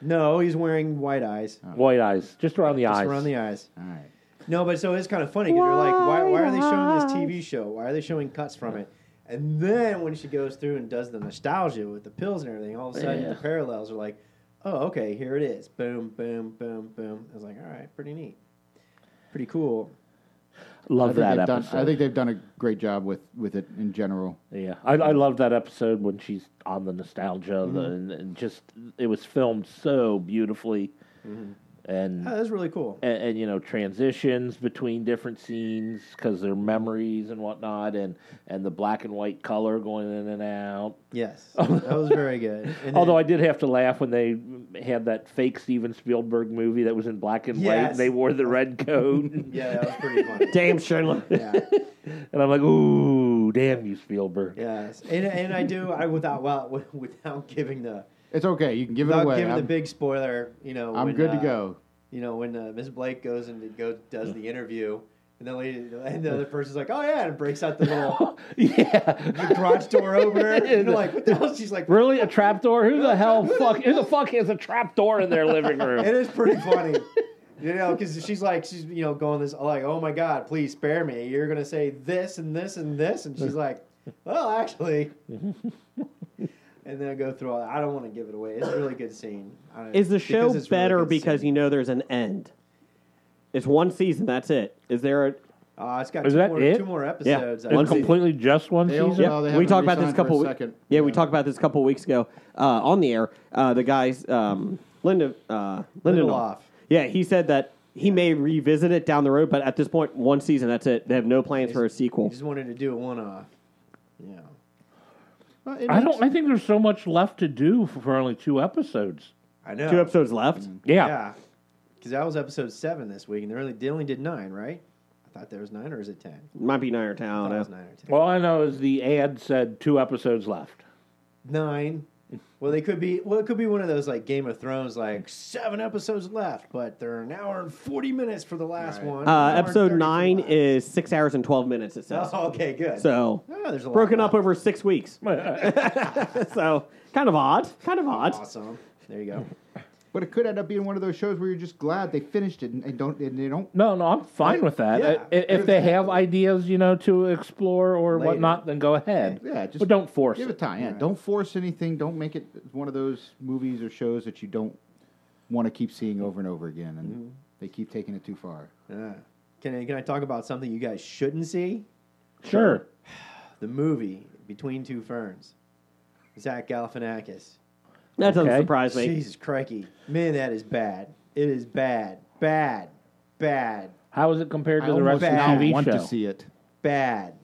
Speaker 6: No, he's wearing white eyes,
Speaker 5: white eyes just around the
Speaker 6: just
Speaker 5: eyes
Speaker 6: around the eyes.
Speaker 7: All right.
Speaker 6: No, but so it's kind of funny because you're like, why, why are they showing this TV show? Why are they showing cuts from it? And then when she goes through and does the nostalgia with the pills and everything, all of a sudden
Speaker 5: Yeah.
Speaker 6: the parallels are like, oh, okay, here it is, boom, boom, boom, boom. I was like, all right, pretty neat, pretty cool.
Speaker 5: Love
Speaker 7: I think
Speaker 5: that
Speaker 7: they've done-
Speaker 5: episode.
Speaker 7: I think they've done a great job with, with it in general.
Speaker 5: Yeah, I, I love that episode when she's on the nostalgia the- and, and just it was filmed so beautifully, and,
Speaker 6: Oh, that's really cool.
Speaker 5: and and you know transitions between different scenes because they're memories and whatnot, and and the black and white color going in and out.
Speaker 7: *laughs*
Speaker 6: Yes, that was very good. And
Speaker 5: Although
Speaker 6: then-
Speaker 5: I did have to laugh when they had that fake Steven Spielberg movie that was in black and white,
Speaker 6: Yes.
Speaker 5: and they wore the red coat,
Speaker 6: *laughs*
Speaker 5: and
Speaker 6: *laughs* yeah, that was pretty
Speaker 7: *laughs*
Speaker 6: funny.
Speaker 4: Damn
Speaker 5: *laughs*
Speaker 4: Schindler.
Speaker 5: I'm like, ooh, damn you, Spielberg.
Speaker 6: yes, and and I do I without well *laughs* without giving the
Speaker 7: It's okay. You can give it
Speaker 6: without
Speaker 7: away.
Speaker 6: giving
Speaker 7: I'm,
Speaker 6: the big spoiler. You know,
Speaker 7: I'm
Speaker 6: when,
Speaker 7: good
Speaker 6: uh,
Speaker 7: to go.
Speaker 6: You know, when uh, Miss Blake goes and go does the interview, and the lady and the
Speaker 7: *laughs*
Speaker 6: other person's like, "Oh yeah," and breaks out the little
Speaker 5: *laughs* Yeah.
Speaker 6: garage door opener.
Speaker 7: *laughs*
Speaker 6: And you're like, "What the hell?" She's like,
Speaker 5: Really, a trapdoor? Who the hell fuck? Who the fuck has a trapdoor in their living
Speaker 6: It
Speaker 5: room?
Speaker 4: *laughs*
Speaker 6: is pretty funny. You know, because she's like, she's you know going this like, oh my god, please spare me. You're gonna say this and this and this, and she's like,
Speaker 4: *laughs*
Speaker 6: well, actually, and then I go through all. that. I don't want to give it away. It's a really good scene. I don't-
Speaker 4: Is the
Speaker 6: because
Speaker 4: show
Speaker 6: it's a really
Speaker 4: better
Speaker 6: good
Speaker 4: because
Speaker 6: scene.
Speaker 4: you know there's an end? It's one season. That's it. Is there a
Speaker 6: Uh, it's got
Speaker 5: Is
Speaker 6: two,
Speaker 5: that
Speaker 6: more,
Speaker 5: it?
Speaker 6: two more episodes.
Speaker 4: Yeah.
Speaker 6: I
Speaker 5: It's
Speaker 6: think.
Speaker 5: completely just one
Speaker 7: They
Speaker 5: season.
Speaker 7: also- Well, they
Speaker 4: we
Speaker 7: haven't
Speaker 4: talked about this
Speaker 7: re-signed for
Speaker 4: couple
Speaker 7: a
Speaker 4: we-
Speaker 7: second.
Speaker 4: Yeah, we
Speaker 7: Yeah.
Speaker 4: talked about this a couple weeks ago uh, on the air. Uh, the guys, um, Linda, uh, Lindelof.
Speaker 6: Lindelof.
Speaker 4: Yeah, he said that he may revisit it down the road, but at this point, one season. That's it. They have no plans for a
Speaker 6: He
Speaker 4: sequel.
Speaker 6: just wanted to do a one-off. Yeah.
Speaker 7: Well, it
Speaker 5: I
Speaker 7: makes-
Speaker 5: don't. I think there's so much left to do for only two episodes.
Speaker 6: I know.
Speaker 4: Two episodes left.
Speaker 5: Yeah.
Speaker 6: Yeah. Because that was episode seven this week, and they only they only did nine, right? I thought there was nine, or is it ten?
Speaker 4: Might be nine or ten. I
Speaker 6: I
Speaker 4: don't
Speaker 6: thought it was
Speaker 4: know.
Speaker 6: nine or ten.
Speaker 5: All I know is the ad said two episodes left.
Speaker 6: nine. Well, they could be. Well, it could be one of those like Game of Thrones, like seven episodes left, but they're an hour and forty minutes for the last
Speaker 7: Right.
Speaker 6: one. an hour
Speaker 4: Uh,
Speaker 6: and
Speaker 4: episode
Speaker 6: 30 for the
Speaker 4: nine
Speaker 6: last.
Speaker 4: is six hours and twelve minutes. It says
Speaker 6: *laughs* Oh, okay, good.
Speaker 4: so.
Speaker 6: Oh, there's a lot
Speaker 4: Broken
Speaker 6: left.
Speaker 4: up over six
Speaker 5: *laughs*
Speaker 4: weeks. so kind of odd. Kind of odd.
Speaker 6: Awesome. There you go.
Speaker 7: But it could end up being one of those shows where you're just glad they finished it and, and don't and they don't.
Speaker 5: No, no, I'm fine with that.
Speaker 6: yeah.
Speaker 5: I- i- if they have ideas, you know, to explore or
Speaker 6: Later.
Speaker 5: whatnot, then go ahead.
Speaker 7: Yeah, just
Speaker 5: but don't force
Speaker 7: Give
Speaker 5: it.
Speaker 7: it time. Yeah, don't force anything. Don't make it one of those movies or shows that you don't want to keep seeing over and over again, and
Speaker 6: Mm-hmm.
Speaker 7: they keep taking it too far.
Speaker 6: Yeah. Can I, can I talk about something you guys shouldn't see?
Speaker 5: Sure.
Speaker 6: The movie Between Two Ferns. Zach Galifianakis.
Speaker 4: That doesn't
Speaker 5: Okay.
Speaker 4: surprise me.
Speaker 6: Jesus crikey, man, that is bad. It is bad, bad, bad,
Speaker 5: How is it compared
Speaker 7: I
Speaker 5: to the
Speaker 7: almost
Speaker 5: rest of the
Speaker 7: now
Speaker 5: TV
Speaker 7: want
Speaker 5: show?
Speaker 7: to see it.
Speaker 6: bad.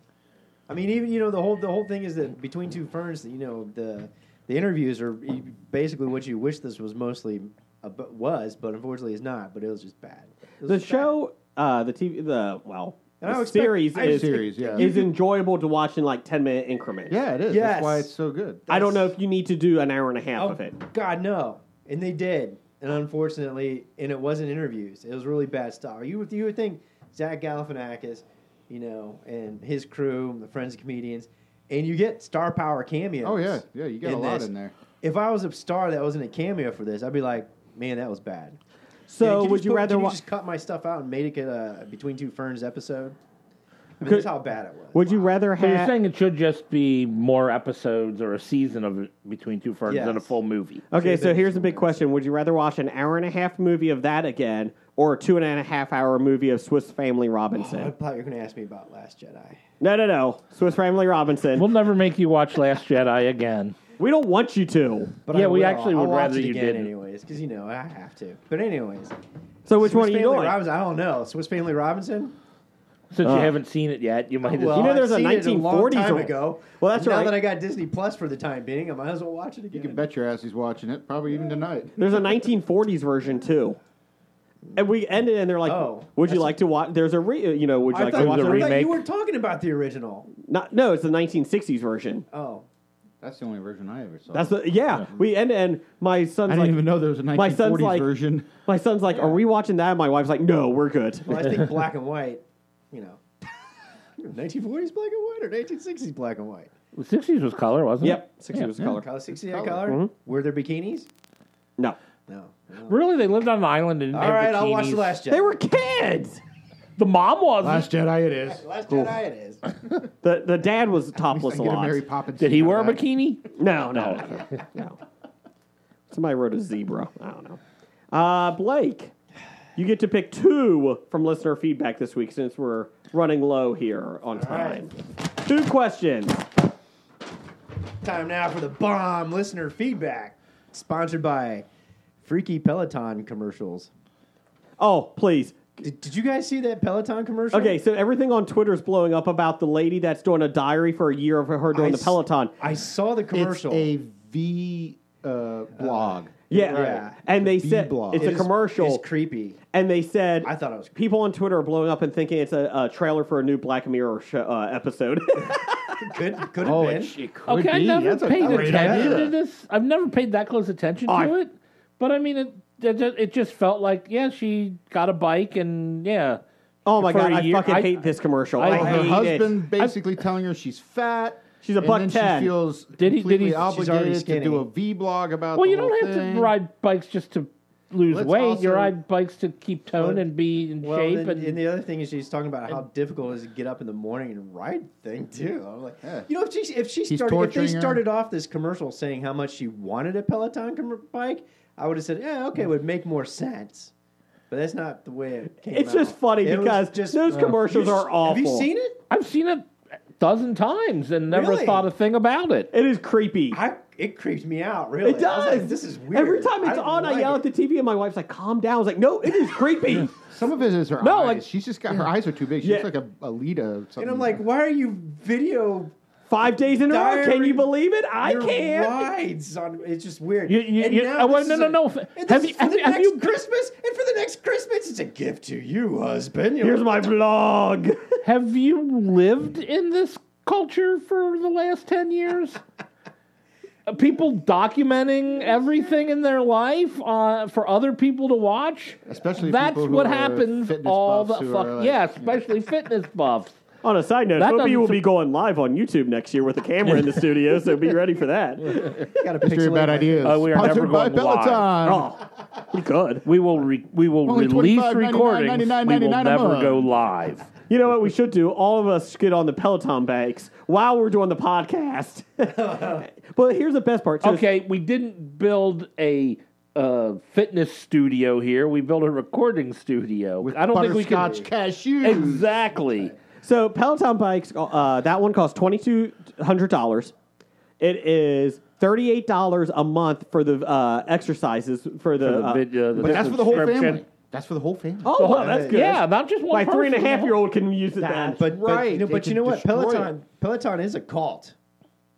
Speaker 6: I mean, even you know the whole the whole thing is that between two ferns, you know the the interviews are e, basically what you wish this was mostly ab- was, but unfortunately it's not. But it was just bad. It was
Speaker 4: the
Speaker 6: just
Speaker 4: show, uh, the TV, the well,
Speaker 6: And I
Speaker 4: the
Speaker 6: expect-
Speaker 4: series
Speaker 6: I
Speaker 4: is
Speaker 7: series, yeah.
Speaker 4: is enjoyable to watch in like ten minute increments.
Speaker 7: Yeah, it is.
Speaker 6: Yes.
Speaker 7: That's why it's so good.
Speaker 4: I don't know if you need to do an hour and a half
Speaker 6: bad.
Speaker 4: of it.
Speaker 6: Oh God, no! And they did, and unfortunately, and it wasn't interviews. It was really bad stuff. You would you would think Zach Galifianakis, you know, and his crew, the friends of comedians, and you get star power cameos.
Speaker 7: Oh yeah, yeah. You got a lot
Speaker 6: this.
Speaker 7: in there.
Speaker 6: If I was a star that wasn't a cameo for this, I'd be like, man, that was bad. Yeah,
Speaker 4: So
Speaker 6: can
Speaker 4: would
Speaker 6: just
Speaker 4: you
Speaker 6: put-
Speaker 4: rather
Speaker 6: can you
Speaker 4: watch?
Speaker 6: just cut my stuff out and make it a between two ferns episode? I mean,
Speaker 4: Could-
Speaker 6: that's how bad it was.
Speaker 4: Would you rather
Speaker 5: So you're
Speaker 4: have?
Speaker 5: saying it should just be more episodes or a season of it between two ferns than a
Speaker 6: Yes.
Speaker 5: full movie?
Speaker 4: okay,
Speaker 6: Say
Speaker 4: so
Speaker 6: that
Speaker 4: here's
Speaker 6: it's
Speaker 4: the big question: Would you rather watch an hour and a half movie of that again, or a two and a half hour movie of Swiss Family Robinson?
Speaker 6: I thought you were going to ask me about Last Jedi.
Speaker 4: No, no, no, Swiss Family Robinson.
Speaker 5: We'll never make you watch Last Jedi again.
Speaker 4: we don't want you to.
Speaker 6: But
Speaker 5: Yeah,
Speaker 6: I
Speaker 5: we
Speaker 6: will.
Speaker 5: actually
Speaker 6: I'll
Speaker 5: would
Speaker 6: watch
Speaker 5: rather
Speaker 6: it
Speaker 5: you
Speaker 6: again
Speaker 5: didn't.
Speaker 6: anyways, because you know I have to. But anyways,
Speaker 4: So which one are
Speaker 6: Swiss
Speaker 4: you
Speaker 6: Family
Speaker 4: doing?
Speaker 6: Robinson, I don't know. Swiss Family Robinson.
Speaker 5: Since you haven't seen it yet, you might as
Speaker 6: Uh. Well,
Speaker 4: know
Speaker 6: I've
Speaker 4: there's a
Speaker 6: seen it long
Speaker 4: 1940s
Speaker 6: time
Speaker 4: or-
Speaker 6: ago.
Speaker 4: Well, that's
Speaker 6: now
Speaker 4: right.
Speaker 6: that I got Disney Plus for the time being, I might as well watch it
Speaker 7: You
Speaker 6: again.
Speaker 7: can bet your ass he's watching it, probably even tonight.
Speaker 4: There's a 1940s version too. And we ended, and they're like,
Speaker 6: Oh.
Speaker 4: "Would you like to watch?" There's a re, you know, would you
Speaker 6: I
Speaker 4: like
Speaker 6: thought,
Speaker 4: to watch
Speaker 5: It was
Speaker 4: a
Speaker 5: a
Speaker 6: I
Speaker 4: remake?
Speaker 6: thought
Speaker 5: remake.
Speaker 6: you were talking about the original.
Speaker 4: Not, no, it's the 1960s version.
Speaker 6: Oh,
Speaker 7: That's the only version I ever saw.
Speaker 4: That's the yeah. We end, and my son's
Speaker 7: I didn't
Speaker 4: like,
Speaker 7: even know there was a 1940s
Speaker 4: my son's like,
Speaker 7: version.
Speaker 4: my son's like, "Are we watching that?" My wife's like, "No, we're good."
Speaker 6: Well, I think black and white, you know, *laughs* 1940s black and white or 1960s black and white.
Speaker 5: The 60s was color,
Speaker 4: *laughs*
Speaker 5: wasn't
Speaker 4: yep,
Speaker 5: it?
Speaker 4: 60s was
Speaker 5: Yeah.
Speaker 4: color.
Speaker 6: Color 60 color. Were there bikinis?
Speaker 4: No,
Speaker 6: No. no.
Speaker 5: Really? They lived on an island and didn't
Speaker 6: All
Speaker 5: have
Speaker 6: right, I'll watch
Speaker 5: bikinis?
Speaker 6: the Last Jedi.
Speaker 4: they were kids.
Speaker 5: The mom was.
Speaker 7: Last Jedi, it is.
Speaker 6: Last Jedi. It is.
Speaker 4: The the dad was topless
Speaker 7: I
Speaker 4: a
Speaker 7: get a
Speaker 4: lot.
Speaker 7: Mary Poppins.
Speaker 5: Did he
Speaker 7: scene out
Speaker 5: wear a
Speaker 7: of that.
Speaker 5: bikini?
Speaker 4: No, no, no. no. Somebody wrote a zebra. I don't know. Uh, Blake, You get to pick two from listener feedback this week since we're running low here on time. Two questions.
Speaker 6: Time now for the bomb listener feedback, sponsored by Freaky Peloton commercials.
Speaker 4: Oh, please.
Speaker 6: Did, did you guys see that Peloton commercial?
Speaker 4: Okay, so everything on Twitter's blowing up about the lady that's doing a diary for a year of her doing
Speaker 6: I
Speaker 4: the
Speaker 6: s-
Speaker 4: Peloton.
Speaker 6: I saw the
Speaker 7: It's
Speaker 6: commercial.
Speaker 7: a V uh, blog.
Speaker 4: Yeah.
Speaker 6: Yeah.
Speaker 4: And they
Speaker 7: The
Speaker 4: said
Speaker 7: B-block.
Speaker 4: it's
Speaker 6: It
Speaker 4: a
Speaker 6: is-
Speaker 4: commercial.
Speaker 6: It's creepy.
Speaker 4: and they said
Speaker 6: I thought it was creepy.
Speaker 4: people on Twitter are blowing up and thinking it's a, a trailer for a new Black Mirror show, uh, episode. *laughs*
Speaker 6: Could could have
Speaker 7: Oh,
Speaker 6: been.
Speaker 7: it, it could
Speaker 5: Okay, I
Speaker 7: be.
Speaker 5: never
Speaker 7: That's a
Speaker 5: paid
Speaker 7: great
Speaker 5: attention to
Speaker 7: idea.
Speaker 5: this. I've never paid that close attention to
Speaker 4: I-
Speaker 5: it. But I mean, it, it ju- it just felt like yeah, she got a bike and yeah.
Speaker 4: oh my
Speaker 5: For
Speaker 4: god,
Speaker 5: a
Speaker 4: I
Speaker 5: year-
Speaker 4: fucking
Speaker 5: I-
Speaker 4: hate this commercial. I,
Speaker 5: I-
Speaker 7: Well,
Speaker 4: hate
Speaker 7: her husband
Speaker 4: it.
Speaker 7: basically telling her she's fat.
Speaker 4: She's a
Speaker 7: and
Speaker 4: buck
Speaker 7: then
Speaker 4: 10.
Speaker 7: She feels
Speaker 5: Did he- did
Speaker 7: completely
Speaker 5: he- she's
Speaker 6: already
Speaker 7: obligated to
Speaker 6: skinny.
Speaker 7: do a V blog about.
Speaker 5: Well,
Speaker 7: the
Speaker 5: you don't
Speaker 7: whole
Speaker 5: have
Speaker 7: thing.
Speaker 5: to ride bikes just to lose
Speaker 7: Let's
Speaker 5: weight. you
Speaker 7: also-
Speaker 5: ride bikes to keep tone and be in
Speaker 6: Well,
Speaker 5: shape.
Speaker 6: then-
Speaker 5: and
Speaker 6: and the other thing is she's talking about how difficult it is to get up in the morning and ride thing too. I'm like,
Speaker 7: Yeah.
Speaker 6: you know, if she if she
Speaker 7: He's
Speaker 6: started if they
Speaker 7: torturing her.
Speaker 6: started off this commercial saying how much she wanted a Peloton com- bike, I would have said, yeah, okay, it would make more sense. But that's not the way it came.
Speaker 4: It's
Speaker 6: out.
Speaker 4: just funny
Speaker 6: It was uh,
Speaker 4: because those commercials
Speaker 6: You-
Speaker 4: are awful.
Speaker 6: Have you seen it?
Speaker 5: I've seen it a dozen times and never
Speaker 6: Really?
Speaker 5: thought a thing about it.
Speaker 4: It is creepy.
Speaker 6: I it creeps me out. Really,
Speaker 4: it
Speaker 6: I was
Speaker 4: does.
Speaker 6: like, this is weird.
Speaker 4: Every time it's
Speaker 6: don't
Speaker 4: on, I
Speaker 6: like
Speaker 4: yell
Speaker 6: it.
Speaker 4: at the TV, and my wife's like, "Calm down." I was like, "No, it is creepy."
Speaker 7: Some of it is her
Speaker 5: No,
Speaker 7: eyes.
Speaker 5: like-
Speaker 7: she's just got her eyes are too big. She's
Speaker 4: Yeah.
Speaker 7: like a, a Lita. Or something.
Speaker 6: And I'm like, why are you video
Speaker 4: Five days in a row. Can
Speaker 6: Diary-
Speaker 4: you believe it? I
Speaker 6: your
Speaker 4: can't.
Speaker 6: rides on? It's just weird.
Speaker 5: You- you-
Speaker 6: And
Speaker 5: you-
Speaker 6: now
Speaker 5: oh, well,
Speaker 6: this
Speaker 5: no,
Speaker 6: is
Speaker 5: no,
Speaker 6: a-
Speaker 5: no.
Speaker 6: and this
Speaker 5: Have
Speaker 6: is
Speaker 5: you-
Speaker 6: for
Speaker 5: have
Speaker 6: the
Speaker 5: you- have
Speaker 6: next
Speaker 5: you-
Speaker 6: Christmas and for the next Christmas, it's a gift to you, husband. You're
Speaker 4: Here's
Speaker 6: like,
Speaker 4: my vlog.
Speaker 5: Have you lived in this culture for the last 10 years? *laughs* Uh, people documenting everything in their life uh, for other people to watch?
Speaker 7: Especially
Speaker 5: That's
Speaker 7: people who
Speaker 5: what
Speaker 7: are
Speaker 5: happens
Speaker 7: fitness
Speaker 5: all the
Speaker 7: buffs who
Speaker 5: fuck.
Speaker 7: are like- *laughs*
Speaker 5: yeah, especially fitness buffs.
Speaker 4: On a side note,
Speaker 5: That
Speaker 4: Opie
Speaker 5: doesn't
Speaker 4: will
Speaker 5: su-
Speaker 4: be going live on YouTube next year with a camera in the studio, so be ready for that.
Speaker 6: got a
Speaker 7: History of
Speaker 6: pixelated-
Speaker 7: bad ideas.
Speaker 5: Uh, we are
Speaker 7: Sponsored
Speaker 5: never
Speaker 7: by
Speaker 5: going live.
Speaker 7: Peloton.
Speaker 4: Oh, we could.
Speaker 5: We will re- we will
Speaker 7: Only
Speaker 5: release
Speaker 7: 25, 99,
Speaker 5: recordings.
Speaker 7: 99,
Speaker 5: we will
Speaker 7: 99 a
Speaker 5: never
Speaker 7: month.
Speaker 5: go live.
Speaker 4: You know what we should do? All of us get on the Peloton bikes while we're doing the podcast. *laughs* but here's the best part. too.
Speaker 5: Okay, we didn't build a uh, fitness studio here. We built a recording studio.
Speaker 7: With
Speaker 5: I don't think we can.
Speaker 7: butterscotch cashews.
Speaker 5: Exactly.
Speaker 4: So Peloton bikes, uh, that one costs twenty two hundred dollars. It is thirty eight dollars a month for the uh, exercises for the.
Speaker 5: the
Speaker 4: uh,
Speaker 5: vid- uh, the
Speaker 7: But that's for the whole
Speaker 5: subscription.
Speaker 7: family. That's for the whole family.
Speaker 4: oh, wow, that's good.
Speaker 5: Yeah, not just one.
Speaker 4: my three and a
Speaker 5: person.
Speaker 4: half year old can use it. Then.
Speaker 6: But, but
Speaker 7: Right,
Speaker 6: you know,
Speaker 7: they
Speaker 6: but you
Speaker 7: could
Speaker 6: know what?
Speaker 7: destroy
Speaker 6: Peloton Peloton is a cult.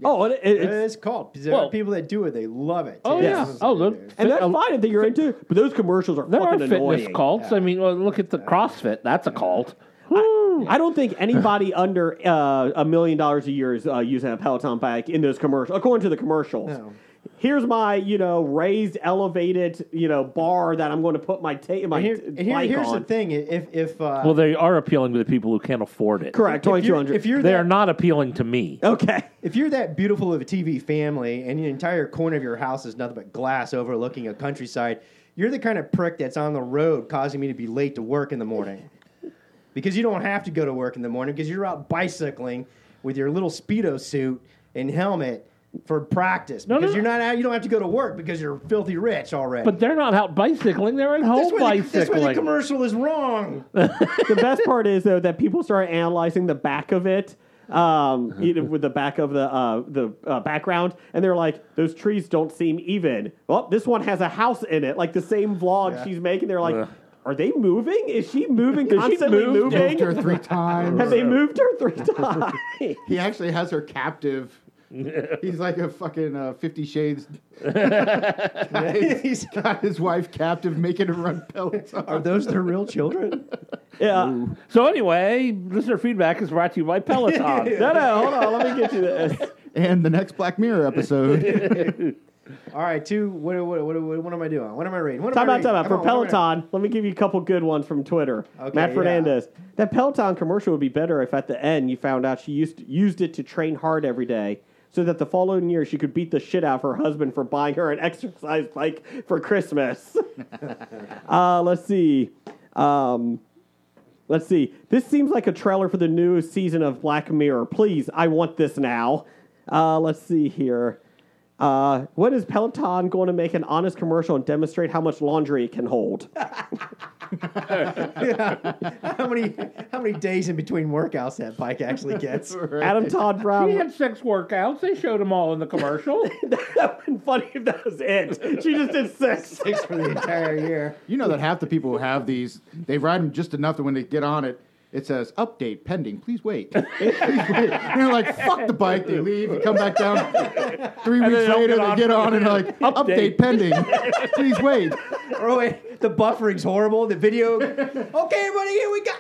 Speaker 4: oh, it, it,
Speaker 6: It
Speaker 4: it's
Speaker 6: is a cult. There
Speaker 5: Well-
Speaker 6: are people that do it. They love it.
Speaker 5: Oh
Speaker 6: too.
Speaker 5: yeah.
Speaker 6: It's-
Speaker 5: Oh, look.
Speaker 4: and that's fine if you're into. But those commercials are
Speaker 5: There are
Speaker 4: fucking
Speaker 5: fitness
Speaker 4: annoying.
Speaker 5: cults. I mean, well, look at the CrossFit. That's a cult.
Speaker 6: Hmm.
Speaker 5: Woo.
Speaker 4: I don't think anybody *laughs* under uh, a million dollars a year is uh, using a Peloton bike in those commercials, according to the commercials.
Speaker 6: No.
Speaker 4: Here's my, you know, raised, elevated, you know, bar that I'm going to put my ta- my
Speaker 6: And here-
Speaker 4: t-
Speaker 6: and here-
Speaker 4: bike
Speaker 6: here's
Speaker 4: on.
Speaker 6: the thing: if if uh,
Speaker 5: well, they are appealing to the people who can't afford it.
Speaker 4: Correct,
Speaker 6: if
Speaker 4: twenty two
Speaker 6: you're,
Speaker 4: hundred.
Speaker 6: if you're
Speaker 5: They
Speaker 6: that-
Speaker 5: are not appealing to me.
Speaker 4: okay,
Speaker 6: If you're that beautiful of a TV family and the entire corner of your house is nothing but glass overlooking a countryside, you're the kind of prick that's on the road causing me to be late to work in the morning. Because you don't have to go to work in the morning because you're out bicycling with your little speedo suit and helmet for practice. Because
Speaker 5: no, no.
Speaker 6: you're not out, you don't have to go to work because you're filthy rich already.
Speaker 5: But they're not out bicycling. They're at
Speaker 6: that's
Speaker 5: home
Speaker 6: where, the, that's where the
Speaker 5: bicycling.
Speaker 6: commercial is wrong. *laughs*
Speaker 4: the best part is though that people start analyzing the back of it. Um, you know, with the back of the uh, the uh, background, and they're like, "Those trees don't seem even." Well, this one has a house in it, like the same vlog she's making. They're like, "Are they moving? Is she moving? Constantly
Speaker 5: moved?
Speaker 4: moving?
Speaker 7: Moved
Speaker 5: *laughs*
Speaker 7: her three
Speaker 4: Have
Speaker 7: times.
Speaker 4: they moved her three *laughs* times?"
Speaker 7: he actually has her captive. He's like a fucking uh, Fifty Shades. *laughs* He's got his wife captive, making her run Peloton.
Speaker 6: Are those their real children?
Speaker 4: yeah.
Speaker 5: so anyway, listener feedback is brought to you by Peloton.
Speaker 4: No, no, hold on. Let me get you this.
Speaker 7: And the next Black Mirror episode. *laughs*
Speaker 6: All right, two. What, what, what, what, what am I doing? What am I reading? What am
Speaker 4: Time
Speaker 6: I
Speaker 4: out,
Speaker 6: reading?
Speaker 4: time out.
Speaker 6: Come
Speaker 4: For
Speaker 6: on, what am I-
Speaker 4: Peloton, let me give you a couple good ones from Twitter.
Speaker 6: Okay,
Speaker 4: Matt
Speaker 6: yeah.
Speaker 4: Fernandez. That Peloton commercial would be better if at the end you found out she used, used it to train hard every day so that the following year she could beat the shit out of her husband for buying her an exercise bike for
Speaker 6: *laughs*
Speaker 4: Christmas. uh, let's see. Um, let's see. This seems like a trailer for the new season of Black Mirror. Please, I want this now. Uh, let's see here. Uh, when is Peloton going to make an honest commercial and demonstrate how much laundry it can hold?
Speaker 6: how many how many days in between workouts that bike
Speaker 7: *laughs*
Speaker 6: actually gets?
Speaker 4: Adam Todd
Speaker 7: Um,
Speaker 4: Brown.
Speaker 5: She had six workouts. They showed them all in the
Speaker 7: *laughs*
Speaker 5: commercial.
Speaker 4: *laughs* that would have been funny if that was it. She just did six.
Speaker 6: Six for the entire year.
Speaker 7: You know that half the people who have these, they ride them just enough that when they get on it, it says update pending. Please wait. *laughs* Please wait. And they're like, fuck the bike. They leave. They come back down. Three
Speaker 5: And
Speaker 7: weeks
Speaker 5: they don't get
Speaker 7: later, they
Speaker 5: on.
Speaker 7: get on and like update
Speaker 5: Update.
Speaker 7: pending. Please
Speaker 5: *laughs*
Speaker 7: wait.
Speaker 6: Oh wait, the buffering's horrible. The video. Okay, everybody, here we go.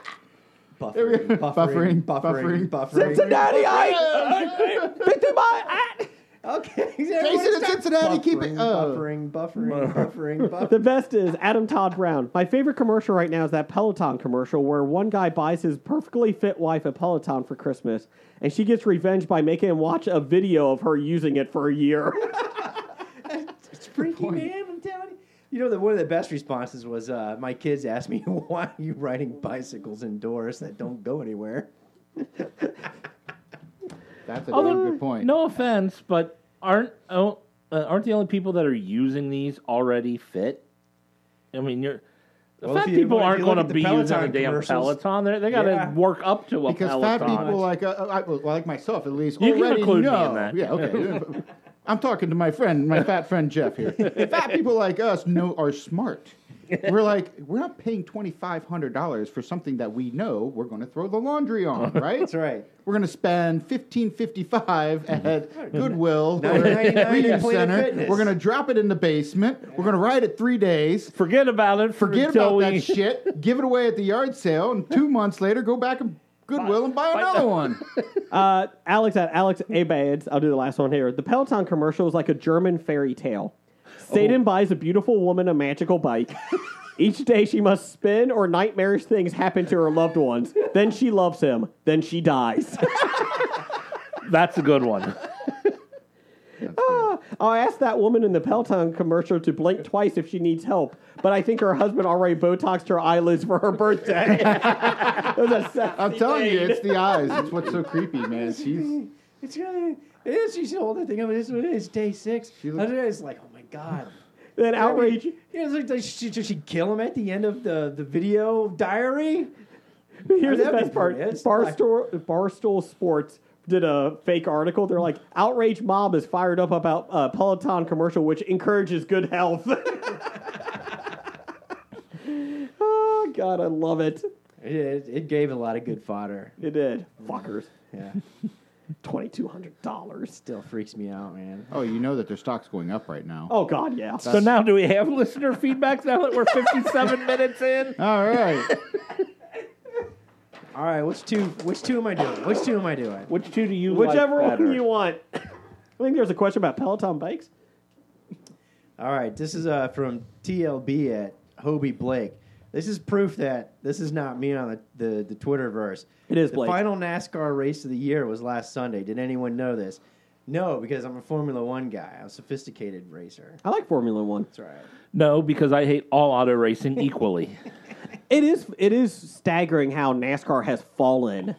Speaker 6: Buffering, buffering,
Speaker 7: Buffering,
Speaker 6: buffering,
Speaker 7: buffering.
Speaker 6: buffering.
Speaker 4: *laughs* Cincinnati, I picked him by.
Speaker 6: Okay,
Speaker 7: Jason in Cincinnati,
Speaker 6: buffering,
Speaker 7: keep it- oh.
Speaker 6: buffering,
Speaker 7: *laughs*
Speaker 6: buffering, buffering,
Speaker 4: The
Speaker 6: buffering.
Speaker 4: best is Adam Todd Brown. My favorite commercial right now is that Peloton commercial where one guy buys his perfectly fit wife a Peloton for Christmas, and she gets revenge by making him watch a video of her using it for a year. *laughs*
Speaker 6: It's freaky, man. I'm telling you. You know that one of the best responses was uh, my kids asked me *laughs* why are you riding bicycles indoors that don't go anywhere.
Speaker 7: That's a
Speaker 5: Although,
Speaker 7: damn good point.
Speaker 5: Uh, No offense, but aren't oh, uh, aren't the only people that are using these already fit? I mean, you're. The
Speaker 6: Well, if
Speaker 5: fat
Speaker 6: you-
Speaker 5: people
Speaker 6: well, if
Speaker 5: aren't
Speaker 6: you look
Speaker 5: going
Speaker 6: at
Speaker 5: to
Speaker 6: the
Speaker 5: be using a
Speaker 6: Peloton
Speaker 5: damn
Speaker 6: commercials-
Speaker 5: Peloton. They're, they got to
Speaker 6: Yeah.
Speaker 5: work up to a
Speaker 7: because
Speaker 5: Peloton.
Speaker 7: fat people like uh, uh, I, well, like myself at least
Speaker 5: You can
Speaker 7: already
Speaker 5: include me in
Speaker 7: know.
Speaker 5: that.
Speaker 7: Yeah,
Speaker 5: *laughs*
Speaker 7: okay. I'm talking to my friend, my fat friend Jeff here. fat people like us know are smart. We're like we're not paying twenty five hundred dollars for something that we know we're going to throw the
Speaker 5: *laughs*
Speaker 7: laundry on, right?
Speaker 6: That's right.
Speaker 7: We're going to spend fifteen fifty
Speaker 5: *laughs*
Speaker 7: five at Goodwill or
Speaker 6: $9.99
Speaker 7: *laughs* Reading
Speaker 6: at Planet
Speaker 7: Center.
Speaker 6: Fitness.
Speaker 7: We're going to drop it in the basement. We're going to ride it three days.
Speaker 5: Forget about it. for-
Speaker 7: Forget
Speaker 5: until
Speaker 7: about
Speaker 5: we-
Speaker 7: that shit. Give it away at the yard sale, and two months later, go back and Goodwill and buy
Speaker 4: *laughs*
Speaker 7: another one.
Speaker 4: Uh, Alex at Alex Abades. I'll do the last one here. The Peloton commercial is like a German fairy tale. Satan buys a beautiful woman a magical bike. Each day she must spin or nightmarish things happen to her loved ones. Then she loves him. Then she dies.
Speaker 5: *laughs* That's a good
Speaker 6: *laughs*
Speaker 5: one.
Speaker 4: I asked that woman in the Peloton commercial to blink twice if she needs help, but I think her husband already Botoxed her eyelids for her birthday. *laughs* it was a sexy
Speaker 7: I'm telling you,
Speaker 4: thing.
Speaker 7: it's the eyes. It's what's so creepy, man. She's
Speaker 6: It's really it is. She's holding that thing up. It's, it's day six.
Speaker 7: She looks-
Speaker 6: Other day, it's like, oh my god.
Speaker 4: Then outrage.
Speaker 6: Yeah, it's like, like, should, should she kill him at the end of the, the video diary?
Speaker 4: Here's the
Speaker 6: That'd be
Speaker 4: best part.
Speaker 6: pretty- it's like-
Speaker 4: Barstool, Barstool Sports did a fake article. They're like, outrage mob is fired up about uh, Peloton commercial, which encourages good health. *laughs* oh, God, I love it.
Speaker 6: It, it, it gave a lot of good fodder.
Speaker 4: It did. Fuckers. *laughs*
Speaker 6: Yeah,
Speaker 4: $2,200.
Speaker 6: still freaks me out, man.
Speaker 7: oh, you know that their stock's going up right now.
Speaker 4: Oh, God, yeah.
Speaker 5: So now, do we have listener feedback now that we're 57 minutes
Speaker 6: *laughs*
Speaker 5: in?
Speaker 7: All
Speaker 4: *laughs*
Speaker 7: right.
Speaker 6: All right, which two? Which two am I doing? Which two am I doing?
Speaker 5: Which two do you
Speaker 4: Whichever
Speaker 5: like better?
Speaker 4: one you want. *coughs* I think there's a question about Peloton bikes.
Speaker 6: All right, this is uh, from TLB at Hobie Blake. This is proof that this is not me on the, the, the Twitterverse.
Speaker 4: It is
Speaker 6: the
Speaker 4: Blake.
Speaker 6: final NASCAR race of the year was last Sunday. Did anyone know this? No, because I'm a Formula One guy. I'm a sophisticated racer.
Speaker 4: I like Formula One.
Speaker 6: That's right.
Speaker 5: No, because I hate all auto racing equally.
Speaker 4: It is it is staggering how NASCAR has fallen,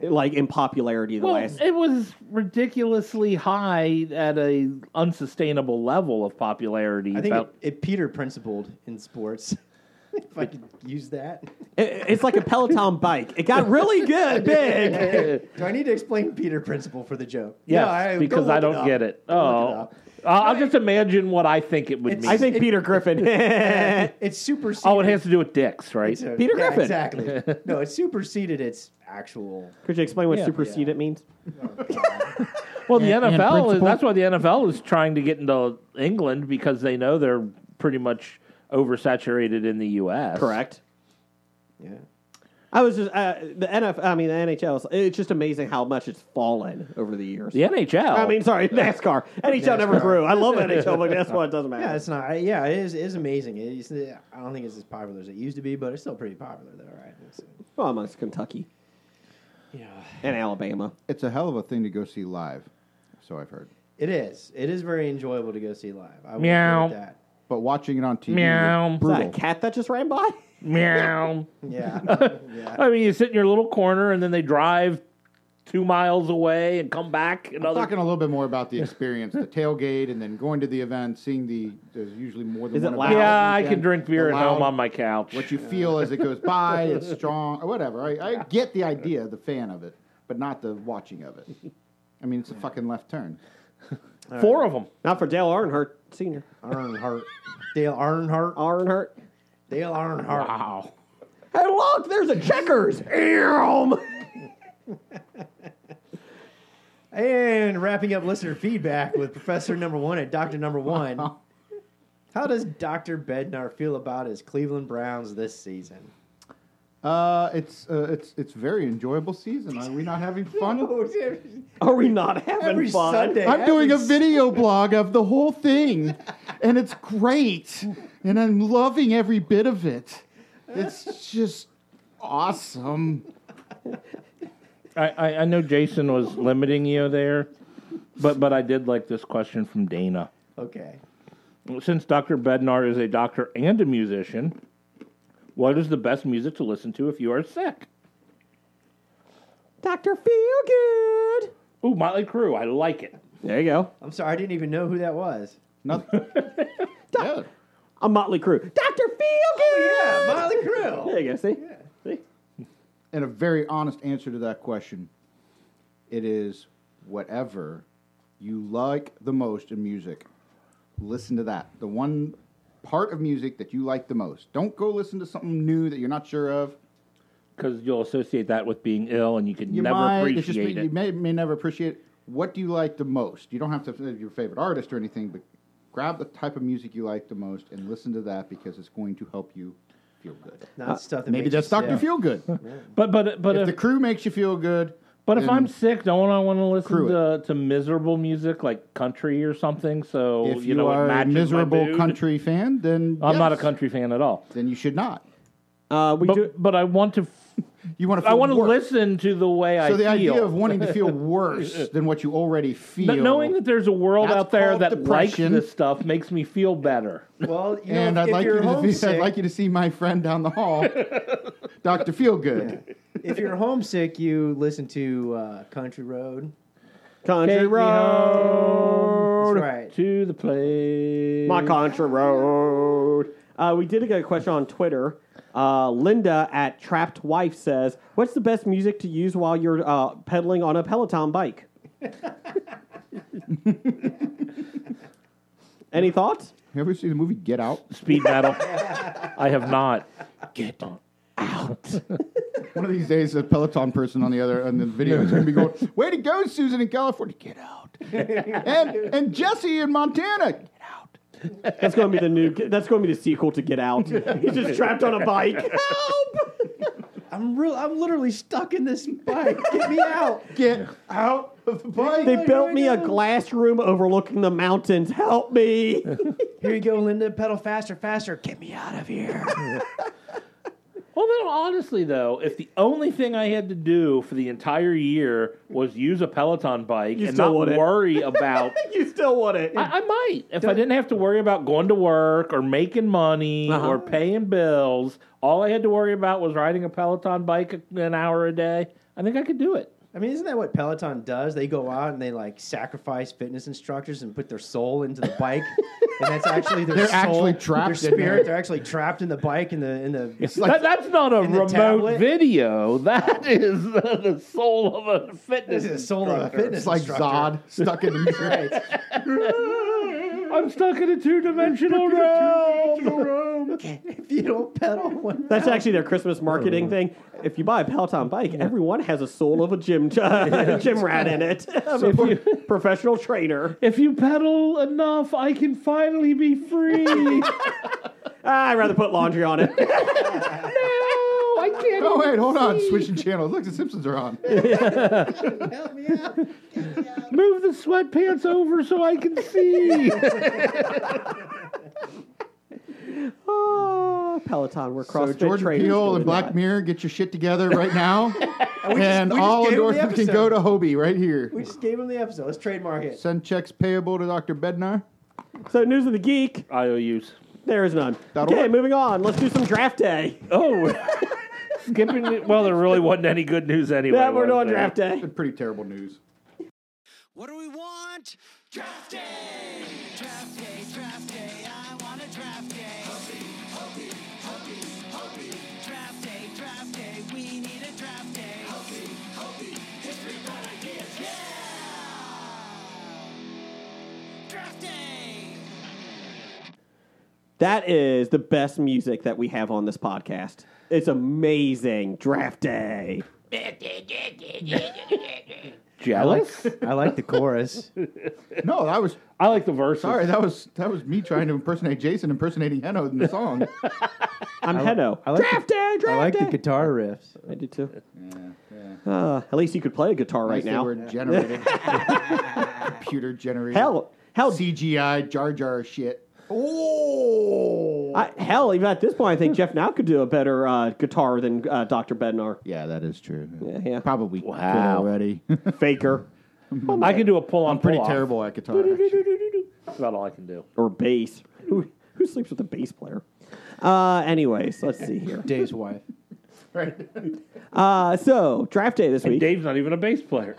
Speaker 4: like in popularity the
Speaker 5: Well,
Speaker 4: last.
Speaker 5: it was ridiculously high at a unsustainable level of popularity.
Speaker 6: I think
Speaker 5: about-
Speaker 6: it, it Peter principled in sports. *laughs* if I could use
Speaker 4: *laughs*
Speaker 6: that.
Speaker 4: It- it's like a Peloton bike. It got really
Speaker 5: *laughs*
Speaker 4: good, big.
Speaker 6: Do I need to explain Peter principle for the joke?
Speaker 5: yes,
Speaker 6: No, I- go
Speaker 5: because
Speaker 6: look
Speaker 5: I don't
Speaker 6: up.
Speaker 5: get it.
Speaker 6: Go look
Speaker 5: Oh, I'll, I'll just imagine what I think it would
Speaker 6: It's-
Speaker 5: mean.
Speaker 4: I think Peter Griffin. *laughs*
Speaker 6: it up. *laughs* It's super.
Speaker 5: oh, it has to do with dicks, right?
Speaker 6: So-
Speaker 4: Peter
Speaker 6: yeah,
Speaker 4: Griffin. *laughs*
Speaker 6: Exactly. No, it superseded its actual.
Speaker 4: Could you explain what
Speaker 5: Yeah.
Speaker 4: supersede it means?
Speaker 5: Well, the
Speaker 7: and
Speaker 5: NFL is,
Speaker 7: principle.
Speaker 5: that's why the NFL is trying to get into England because they know they're pretty much oversaturated in the U.S.
Speaker 4: Correct.
Speaker 6: Yeah.
Speaker 4: I was just uh, the NFL. I mean the NHL. is- It's just amazing how much it's fallen over the years.
Speaker 5: The NHL.
Speaker 4: I mean, sorry, NASCAR.
Speaker 5: *laughs*
Speaker 4: NHL never grew. I love NHL, but that's why it doesn't matter.
Speaker 6: Yeah, it's not. Yeah, it is. It is amazing. It is, I don't think it's as popular as it used to be, but it's still pretty popular though, right? It's,
Speaker 4: Well, amongst Kentucky
Speaker 6: yeah.
Speaker 4: and Alabama.
Speaker 7: It's a hell of a thing to go see live, so I've heard.
Speaker 6: It is. It is very enjoyable to go see live. I would agree
Speaker 5: Meow.
Speaker 6: with that.
Speaker 7: But watching it on TV,
Speaker 5: Meow.
Speaker 7: was
Speaker 4: Is that a
Speaker 7: brutal.
Speaker 4: cat that just ran by? *laughs*
Speaker 5: meow.
Speaker 6: Yeah. yeah.
Speaker 5: I mean, you sit in your little corner, and then they drive two miles away and come back another.
Speaker 7: Talking a little bit more about the experience, the tailgate, and then going to the event, seeing the. There's usually more than
Speaker 4: Is it
Speaker 7: one.
Speaker 4: loud?
Speaker 7: event.
Speaker 5: yeah, I
Speaker 7: Again,
Speaker 5: can drink beer
Speaker 7: the
Speaker 5: at home
Speaker 7: loud-
Speaker 5: on my couch.
Speaker 7: What you feel as it goes by, it's strong, or whatever. I, I get the idea, the fan of it, but not the watching of it. I mean, it's a fucking left turn.
Speaker 5: Four of them.
Speaker 4: Not for Dale Earnhardt Sr.
Speaker 6: Arnhart. Dale Arnhart.
Speaker 4: Earnhardt.
Speaker 6: Dale Arnhart.
Speaker 5: Wow.
Speaker 4: Hey, look, there's a checkers. Ew.
Speaker 6: And wrapping up listener feedback with Professor Number One at Doctor Number One. How does Doctor Bednar feel about his Cleveland Browns this season? *laughs*
Speaker 7: Uh, it's uh, it's it's very enjoyable season. Are we not having fun?
Speaker 4: Are we not having
Speaker 6: Every
Speaker 4: fun?
Speaker 6: Sunday,
Speaker 7: I'm doing a
Speaker 6: every
Speaker 7: video blog of the whole thing, and it's great, and I'm loving every bit of it. It's just awesome.
Speaker 5: I, I, I know Jason was limiting you there, but but I did like this question from Dana.
Speaker 6: Okay.
Speaker 5: Since Dr. Bednar is a doctor and a musician, what is the best music to listen to if you are sick?
Speaker 4: Dr. Feelgood.
Speaker 5: Ooh, Motley Crue. I like it.
Speaker 4: There you go.
Speaker 6: I'm sorry, I didn't even know who that was.
Speaker 7: Nothing. yeah.
Speaker 4: A Motley Crew. Dr. Feelgood.
Speaker 6: Oh, Yeah, Molly Crew.
Speaker 4: There you go. See? See?
Speaker 7: And a very honest answer to that question. It is whatever you like the most in music. Listen to that. The one part of music that you like the most. Don't go listen to something new that you're not sure of.
Speaker 5: Because you'll associate that with being ill and you can
Speaker 7: you
Speaker 5: never
Speaker 7: might, it's just,
Speaker 5: appreciate
Speaker 7: You
Speaker 5: it.
Speaker 7: may, may never appreciate it. What do you like the most? You don't have to have your favorite artist or anything, but grab the type of music you like the most and listen to that because it's going to help you feel good.
Speaker 6: Not stuff that
Speaker 7: Maybe
Speaker 6: makes
Speaker 7: that's
Speaker 6: you
Speaker 7: Dr.
Speaker 6: sick.
Speaker 5: *laughs*
Speaker 7: Feel Good.
Speaker 5: But but but
Speaker 7: if
Speaker 5: if,
Speaker 7: the crew makes you feel good,
Speaker 5: but if
Speaker 7: then
Speaker 5: I'm sick, don't I want to listen
Speaker 7: Crew
Speaker 5: to, to miserable music like country or something? So
Speaker 7: if you,
Speaker 5: know, it
Speaker 7: are a
Speaker 5: matches my
Speaker 7: miserable
Speaker 5: mood?
Speaker 7: country fan, then
Speaker 5: I'm not a
Speaker 7: yes,
Speaker 5: country fan at all.
Speaker 7: Then you should not.
Speaker 4: Uh, we do.
Speaker 5: But but I want to. f-
Speaker 7: You want to. Feel
Speaker 5: I want to
Speaker 7: worse.
Speaker 5: listen to the way I feel.
Speaker 7: So the idea of wanting
Speaker 5: *laughs*
Speaker 7: to feel worse than what you already feel,
Speaker 5: But knowing that there's a world
Speaker 7: That's
Speaker 5: out there
Speaker 7: called
Speaker 5: that
Speaker 7: depression.
Speaker 5: likes this stuff makes me feel better.
Speaker 6: Well, you know,
Speaker 7: and
Speaker 6: if,
Speaker 7: I'd like
Speaker 6: you're
Speaker 7: you to be,
Speaker 6: homesick,
Speaker 7: I'd like you to see my friend down
Speaker 5: *laughs*
Speaker 7: the hall, Doctor Feelgood.
Speaker 6: if you're homesick, you listen to uh, Country Road.
Speaker 4: Country Road.
Speaker 6: That's right.
Speaker 5: To the place.
Speaker 4: My Contra Road. Uh, we did get a question on Twitter. Uh, Linda at Trapped Wife says, "What's the best music to use while you're uh, pedaling on a Peloton
Speaker 6: *laughs*
Speaker 4: bike?" Any thoughts?
Speaker 7: You ever see the movie Get Out?
Speaker 5: Speed
Speaker 7: *laughs*
Speaker 5: metal. I have not. Get on.
Speaker 7: One of these days, a Peloton person on the other on the video is going to be
Speaker 5: *laughs*
Speaker 7: going, "Way to go, Susan in California, get out!" and and Jesse in Montana, get out!
Speaker 4: That's going to be the new. That's going to be the sequel to Get Out. He's just trapped on a bike. *laughs* Help!
Speaker 6: I'm real. I'm literally stuck in this bike. Get me out.
Speaker 7: Get out of the bike!
Speaker 4: They built me a glass room overlooking the mountains. Help me!
Speaker 6: Here you go, Linda. Pedal faster, faster. Get me out of here.
Speaker 5: Well, then, honestly, though, if the only thing I had to do for the entire year was use a Peloton bike
Speaker 4: You
Speaker 5: and
Speaker 4: still
Speaker 5: not
Speaker 4: wouldn't.
Speaker 7: *laughs*
Speaker 5: worry
Speaker 4: *laughs*
Speaker 5: about.
Speaker 4: you still want it?
Speaker 5: I, I might. If I didn't have to worry about going to work or making money
Speaker 4: Uh-huh.
Speaker 5: or paying bills, all I had to worry about was riding a Peloton bike an hour a day. I think I could do it.
Speaker 6: I mean, isn't that what Peloton does? They go out and they like sacrifice fitness instructors and put their soul into the bike, and that's actually their
Speaker 7: They're
Speaker 6: soul,
Speaker 7: actually
Speaker 6: their
Speaker 7: trapped in
Speaker 6: spirit.
Speaker 7: there.
Speaker 6: They're actually trapped in the bike in the in the. *laughs*
Speaker 5: That- that's not a
Speaker 6: in the
Speaker 5: remote
Speaker 6: tablet?
Speaker 5: video. That is *laughs* the soul of a
Speaker 6: this
Speaker 5: fitness.
Speaker 6: is soul of a fitness
Speaker 7: It's like
Speaker 6: instructor.
Speaker 7: Zod
Speaker 5: *laughs*
Speaker 7: stuck in the music.
Speaker 5: I'm stuck in a two-dimensional realm.
Speaker 6: If you don't pedal, *laughs* one
Speaker 4: That's actually their Christmas marketing thing. If you buy a Peloton bike, everyone has a soul of a gym uh, *laughs* gym rat in *laughs* it. Of a pro- professional trainer.
Speaker 5: if you pedal enough, I can finally be
Speaker 6: *laughs*
Speaker 5: free. no,
Speaker 4: Ah, I'd rather put laundry on *laughs* it.
Speaker 5: I can't.
Speaker 7: oh wait, hold on, switching channels. Look, the Simpsons are on.
Speaker 6: help me out.
Speaker 5: Move the sweatpants over so I can
Speaker 6: *laughs*
Speaker 5: see.
Speaker 4: Ah, Peloton, we're
Speaker 7: So
Speaker 4: CrossFit
Speaker 7: Jordan
Speaker 4: trainers.
Speaker 7: Peele
Speaker 4: doing
Speaker 7: and Black
Speaker 4: that.
Speaker 7: Mirror, get your shit together right
Speaker 6: *laughs*
Speaker 7: now, and
Speaker 6: we just
Speaker 7: all
Speaker 6: gave him the
Speaker 7: endorsements can go to
Speaker 6: episode.
Speaker 7: Hobie right here.
Speaker 6: We just gave him the episode. Let's trademark it.
Speaker 7: Send checks payable to Doctor Bednar.
Speaker 4: So news of the geek,
Speaker 5: IOUs.
Speaker 4: there is none.
Speaker 7: That'll
Speaker 4: okay,
Speaker 7: work.
Speaker 4: Oh, moving on. Let's do some draft day.
Speaker 5: Oh, Skipping. the- Well, there really wasn't any good news anyway.
Speaker 4: That we're
Speaker 5: was
Speaker 4: on
Speaker 5: there?
Speaker 4: draft day.
Speaker 7: Been pretty terrible news.
Speaker 3: What do we want? Draft day! Draft day, draft day, I want a draft day. Hurry, hurry, hurry, hurry. Draft day, draft day, we need a draft day. Hurry, hurry, history, bad ideas, yeah! Draft day!
Speaker 4: That is the best music that we have on this podcast. It's amazing. Draft day.
Speaker 5: Jealous?
Speaker 6: I like the chorus.
Speaker 7: No, that was
Speaker 5: I like the verses.
Speaker 7: sorry. That was that was me trying to impersonate Jason, impersonating Heno in the song.
Speaker 4: I'm Heno.
Speaker 6: I like
Speaker 4: draft
Speaker 6: the,
Speaker 4: day. Draft
Speaker 6: I like
Speaker 4: *laughs* day.
Speaker 6: the guitar riffs.
Speaker 4: I do too. Uh, at least you could play a guitar right
Speaker 7: Nice they
Speaker 4: now.
Speaker 7: were generated, computer generated.
Speaker 4: Hell, oh. hell,
Speaker 7: CGI Jar Jar shit.
Speaker 4: I, hell. Even at this point, I think Jeff now could do a better uh, guitar than uh, Dr. Bednar.
Speaker 7: Yeah, that is true.
Speaker 4: Yeah, yeah.
Speaker 7: Probably could
Speaker 5: Wow.
Speaker 7: already.
Speaker 4: Faker
Speaker 5: I can do a pull on.
Speaker 7: I'm *laughs* pretty
Speaker 5: pull
Speaker 7: terrible at guitar. actually.
Speaker 5: That's about all I can do.
Speaker 4: or bass. Who who sleeps with a bass player? Uh, anyways, let's see here.
Speaker 6: Dave's wife.
Speaker 7: Right.
Speaker 4: Uh, so draft day this week.
Speaker 5: Dave's not even a bass player.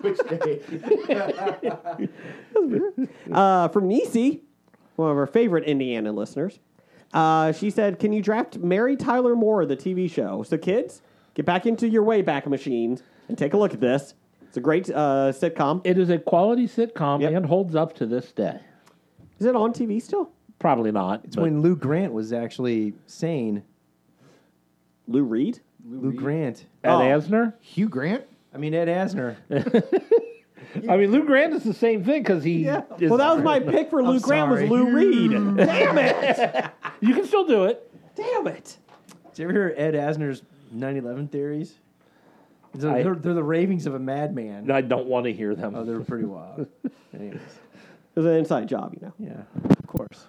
Speaker 7: Which day?
Speaker 4: uh, from Nisi, one of our favorite Indiana listeners. Uh, she said, "Can you draft Mary Tyler Moore, the TV show?" So, kids, get back into your Wayback Machine and take a look at this. It's a great uh, sitcom.
Speaker 5: *laughs* it is a quality sitcom
Speaker 4: Yep.
Speaker 5: and holds up to this day.
Speaker 4: Is it on TV still?
Speaker 5: Probably not.
Speaker 6: It's
Speaker 5: but
Speaker 6: when Lou Grant was actually sane.
Speaker 4: Lou Reed.
Speaker 6: Lou Grant.
Speaker 5: Ed
Speaker 4: Oh.
Speaker 5: Asner.
Speaker 7: *laughs* Hugh Grant.
Speaker 6: I mean
Speaker 5: *laughs*
Speaker 6: Ed Asner.
Speaker 5: I mean, Lou Grant is the same thing because he. Is,
Speaker 4: Well, that was
Speaker 5: *laughs*
Speaker 4: my pick for Lou Grant was
Speaker 6: sorry.
Speaker 4: Lou Reed. *laughs* Damn it!
Speaker 5: You can still do it.
Speaker 4: Damn it!
Speaker 6: Did you ever hear Ed Asner's 9/11 theories? It's like
Speaker 5: I-
Speaker 6: they're, they're the ravings of a madman.
Speaker 5: No, I don't want to hear them.
Speaker 6: Oh, they're
Speaker 5: *laughs*
Speaker 6: pretty wild. Anyways,
Speaker 4: It was an inside job, you know.
Speaker 6: yeah, of course.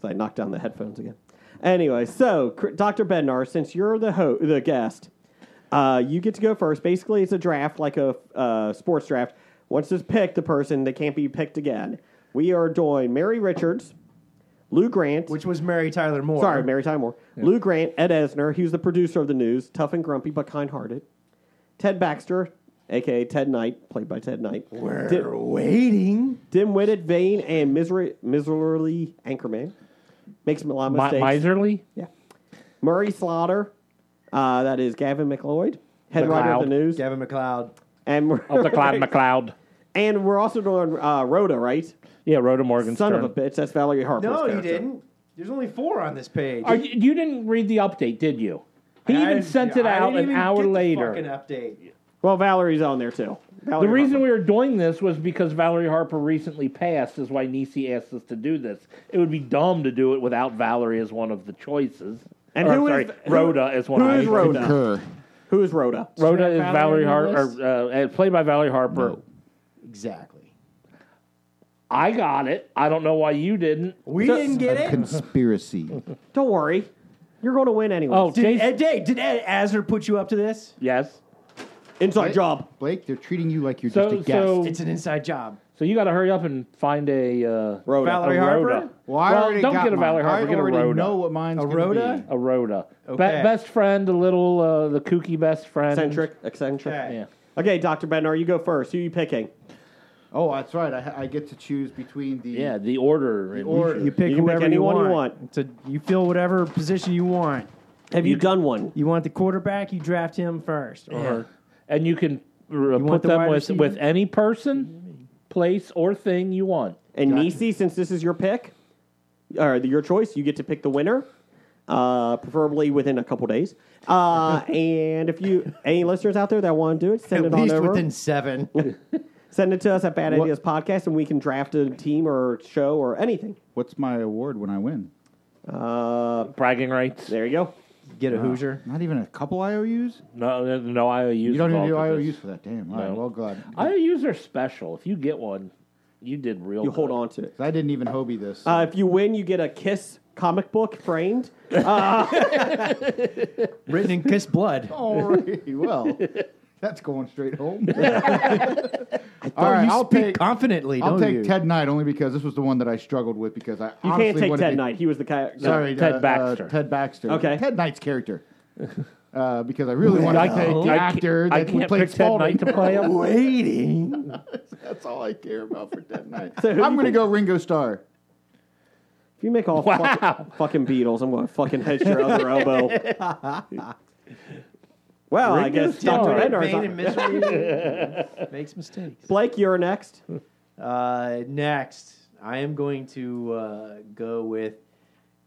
Speaker 4: So I knocked down the headphones again. Anyway, so Cr- Dr. Bednar, since you're the ho- the guest, uh, you get to go first. Basically, it's a draft like a uh, sports draft. Once it's picked, the person they can't be picked again. We are doing Mary Richards, Lou Grant.
Speaker 6: Which was Mary Tyler Moore.
Speaker 4: sorry, Mary Tyler Moore, Lou Grant, Ed Esner. He was the producer of the news, tough and grumpy but kind-hearted. Ted Baxter, aka Ted Knight, played by Ted Knight.
Speaker 6: We're
Speaker 4: Dim-
Speaker 6: waiting.
Speaker 4: dim-witted, vain, and miser- miserly anchorman. Makes a lot of
Speaker 5: Mi-
Speaker 4: mistakes.
Speaker 5: miserly.
Speaker 4: Yeah. Murray Slaughter, uh, that is Gavin McLeod, head writer of the
Speaker 5: McLeod.
Speaker 4: news.
Speaker 6: Gavin McLeod.
Speaker 4: And we're,
Speaker 5: Of the Cloud McLeod.
Speaker 4: *laughs* and we're also doing uh, Rhoda, right?
Speaker 5: Yeah, Rhoda Morgan.
Speaker 4: Son of a bitch. That's Valerie Harper.
Speaker 6: No, you didn't. There's only four on this page.
Speaker 5: Are you, you didn't read the update, did you? He
Speaker 6: I-
Speaker 5: even sent it
Speaker 6: I
Speaker 5: out
Speaker 6: didn't
Speaker 5: an
Speaker 6: even
Speaker 5: hour
Speaker 6: get the
Speaker 5: later.
Speaker 6: fucking update.
Speaker 4: Well, Valerie's on there too.
Speaker 5: The
Speaker 4: Valerie
Speaker 5: reason
Speaker 4: Harper.
Speaker 5: we were doing this was because Valerie Harper recently passed, is why Nisi asked us to do this. It would be dumb to do it without Valerie as one of the choices.
Speaker 4: And
Speaker 5: Or,
Speaker 4: who is-
Speaker 5: sorry,
Speaker 4: who-
Speaker 5: Rhoda as one
Speaker 4: who
Speaker 5: of
Speaker 4: is
Speaker 5: the
Speaker 4: Rhoda?
Speaker 7: Kerr.
Speaker 4: who is Rhoda?
Speaker 5: Rhoda is
Speaker 6: Isn't that Valerie
Speaker 5: Valerie
Speaker 6: on
Speaker 5: Harper, uh, uh, played by Valerie Harper.
Speaker 6: Exactly.
Speaker 5: I got it. I don't know why you didn't.
Speaker 6: We didn't get it.
Speaker 7: Conspiracy.
Speaker 4: Don't worry, you're going to win anyway.
Speaker 5: Oh,
Speaker 6: Did
Speaker 5: Jason.
Speaker 6: Ed, Dave, did Ed Asner put you up to this?
Speaker 5: yes.
Speaker 4: inside
Speaker 7: Right?
Speaker 4: job.
Speaker 7: Blake, they're treating you like you're
Speaker 5: So-
Speaker 7: just a guest.
Speaker 5: so-
Speaker 6: It's an inside job.
Speaker 5: So you got to hurry up and find a uh,
Speaker 4: Rhoda.
Speaker 5: a
Speaker 6: Valerie Harper?
Speaker 5: Rhoda.
Speaker 7: well, I
Speaker 5: Well,
Speaker 7: already
Speaker 5: don't
Speaker 7: got
Speaker 5: get a
Speaker 7: mine.
Speaker 5: Valerie Harper.
Speaker 7: I
Speaker 5: get a
Speaker 7: already
Speaker 5: Rhoda.
Speaker 7: know what mine's
Speaker 6: A
Speaker 7: gonna
Speaker 6: Rhoda?
Speaker 5: A Rhoda. Be-
Speaker 6: Okay.
Speaker 5: best friend, a little uh, the kooky best friend.
Speaker 4: Eccentric, eccentric.
Speaker 6: Okay.
Speaker 5: Yeah.
Speaker 4: Okay, Doctor Bednar, you go first. Who are you picking?
Speaker 7: be. Oh, that's right. I, I get to choose between the.
Speaker 5: Yeah, the order. in
Speaker 6: Or
Speaker 5: which-
Speaker 6: you pick
Speaker 4: You can pick
Speaker 6: whoever
Speaker 4: anyone you
Speaker 6: you
Speaker 4: want.
Speaker 6: want. It's a, you fill whatever position you want.
Speaker 4: Have you, done one?
Speaker 6: You want the quarterback, you draft him first. Or
Speaker 5: or- and you can uh, put
Speaker 6: want the
Speaker 5: them
Speaker 6: wide
Speaker 5: with
Speaker 6: receiver?
Speaker 5: with any person, place, or thing you want.
Speaker 4: And Nisi, since this is your pick, or the- your choice, you get to pick the winner, uh, preferably within a couple days. Uh,
Speaker 6: *laughs*
Speaker 4: and if you any listeners out there that want to do it, send
Speaker 6: at
Speaker 4: it on
Speaker 6: least
Speaker 4: over.
Speaker 6: within seven.
Speaker 4: Send it to us at Bad Ideas Podcast, and we can draft a team or show or anything.
Speaker 7: What's my award when I win?
Speaker 4: Uh,
Speaker 5: Bragging rights.
Speaker 4: there you go.
Speaker 6: *laughs* Get a
Speaker 7: Uh-huh.
Speaker 6: Hoosier.
Speaker 7: Not even a couple IOUs.
Speaker 5: No, no IOUs.
Speaker 7: You don't even
Speaker 5: involved
Speaker 7: do
Speaker 5: with this.
Speaker 7: IOUs for that. Damn. All right.
Speaker 5: No.
Speaker 7: Well, God.
Speaker 5: IOUs are special. If you get one, you did real.
Speaker 4: You hold
Speaker 5: good.
Speaker 4: on to it.
Speaker 7: I didn't even Hobie this.
Speaker 4: Uh, if you win, you get a Kiss comic book framed.
Speaker 6: Written in Kiss
Speaker 5: *laughs*
Speaker 6: Blood.
Speaker 7: *laughs* All right. Well, That's going straight home.
Speaker 6: Oh,
Speaker 7: All right,
Speaker 6: you
Speaker 7: I'll
Speaker 6: speak
Speaker 7: take.
Speaker 6: confidently.
Speaker 7: I'll
Speaker 6: don't *laughs*
Speaker 7: take
Speaker 6: you?
Speaker 7: Ted Knight only because this was the one that I struggled with because I
Speaker 4: You
Speaker 7: honestly
Speaker 4: can't take
Speaker 7: wanted
Speaker 4: Ted
Speaker 7: to-
Speaker 4: Knight. He was the guy.
Speaker 7: Sorry,
Speaker 5: Ted
Speaker 7: uh, uh,
Speaker 5: Baxter.
Speaker 7: Ted Baxter.
Speaker 4: Okay.
Speaker 7: Ted Knight's character. Uh, because I really want
Speaker 5: *laughs*
Speaker 7: to
Speaker 5: I
Speaker 7: take
Speaker 5: can't-
Speaker 7: the
Speaker 5: I can't-
Speaker 7: actor
Speaker 5: I
Speaker 7: that would
Speaker 5: can't
Speaker 7: play
Speaker 5: pick Ted Knight to play him.
Speaker 6: Waiting.
Speaker 7: That's all I care about for Ted
Speaker 5: *laughs*
Speaker 7: Knight.
Speaker 4: So who do
Speaker 7: I'm
Speaker 4: you
Speaker 7: going to
Speaker 4: think-
Speaker 7: go Ringo Starr.
Speaker 4: If you make all fucking, fucking Beatles, I'm going to fucking head your
Speaker 6: *laughs*
Speaker 4: other elbow. well, I
Speaker 5: Ringo
Speaker 4: guess
Speaker 5: Starr.
Speaker 4: Dr. Bednar's
Speaker 6: Pain
Speaker 4: on-
Speaker 6: and misery
Speaker 7: *laughs*
Speaker 6: makes mistakes.
Speaker 4: Blake, you're next.
Speaker 6: Uh, next, I am going to uh, go with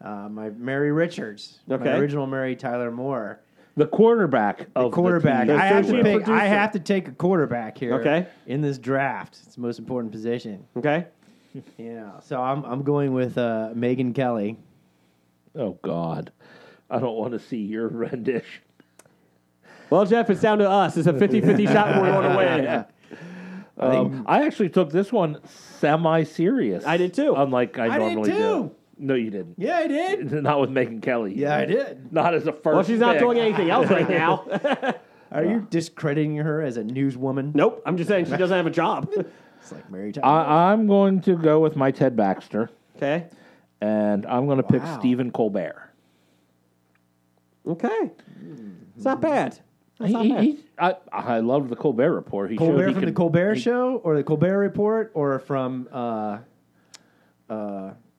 Speaker 6: uh, my Mary Richards, my
Speaker 4: Okay.
Speaker 6: original Mary Tyler Moore.
Speaker 5: The quarterback of the
Speaker 6: quarterback.
Speaker 5: team.
Speaker 6: I have to
Speaker 4: associate
Speaker 6: pick. I
Speaker 4: producer.
Speaker 6: have to take a quarterback here.
Speaker 4: Okay.
Speaker 6: In this draft, it's the most important position.
Speaker 4: Okay.
Speaker 6: Yeah. So I'm I'm going with uh, Megan Kelly.
Speaker 5: Oh God, I don't want to see your *laughs* rendition.
Speaker 4: Well, Jeff, it's down to us. It's a 50
Speaker 6: *laughs*
Speaker 4: 50 shot where we want to win.
Speaker 5: Um, I actually took this one semi serious.
Speaker 4: I did too.
Speaker 5: Unlike I,
Speaker 6: I did
Speaker 5: normally do.
Speaker 6: too.
Speaker 5: No, you didn't. *laughs*
Speaker 6: Yeah, I did.
Speaker 5: Not with Megan Kelly.
Speaker 6: Yeah, I did.
Speaker 5: Not as a first.
Speaker 4: Well, she's not
Speaker 5: pick.
Speaker 4: doing anything else right now.
Speaker 6: *laughs* Are you discrediting her as a newswoman?
Speaker 4: nope. I'm just saying she doesn't have a job.
Speaker 6: It's like Mary Tyler.
Speaker 5: I, I'm going to go with my Ted Baxter,
Speaker 4: Okay.
Speaker 5: and I'm going to pick
Speaker 6: Wow.
Speaker 5: Stephen Colbert.
Speaker 4: Okay. It's not bad. That's not
Speaker 5: He-
Speaker 4: bad.
Speaker 5: he- I, I love the Colbert Report. He showed
Speaker 6: Colbert
Speaker 5: he
Speaker 6: from
Speaker 5: could-
Speaker 6: the Colbert
Speaker 5: he-
Speaker 6: Show, or the Colbert Report, or from uh,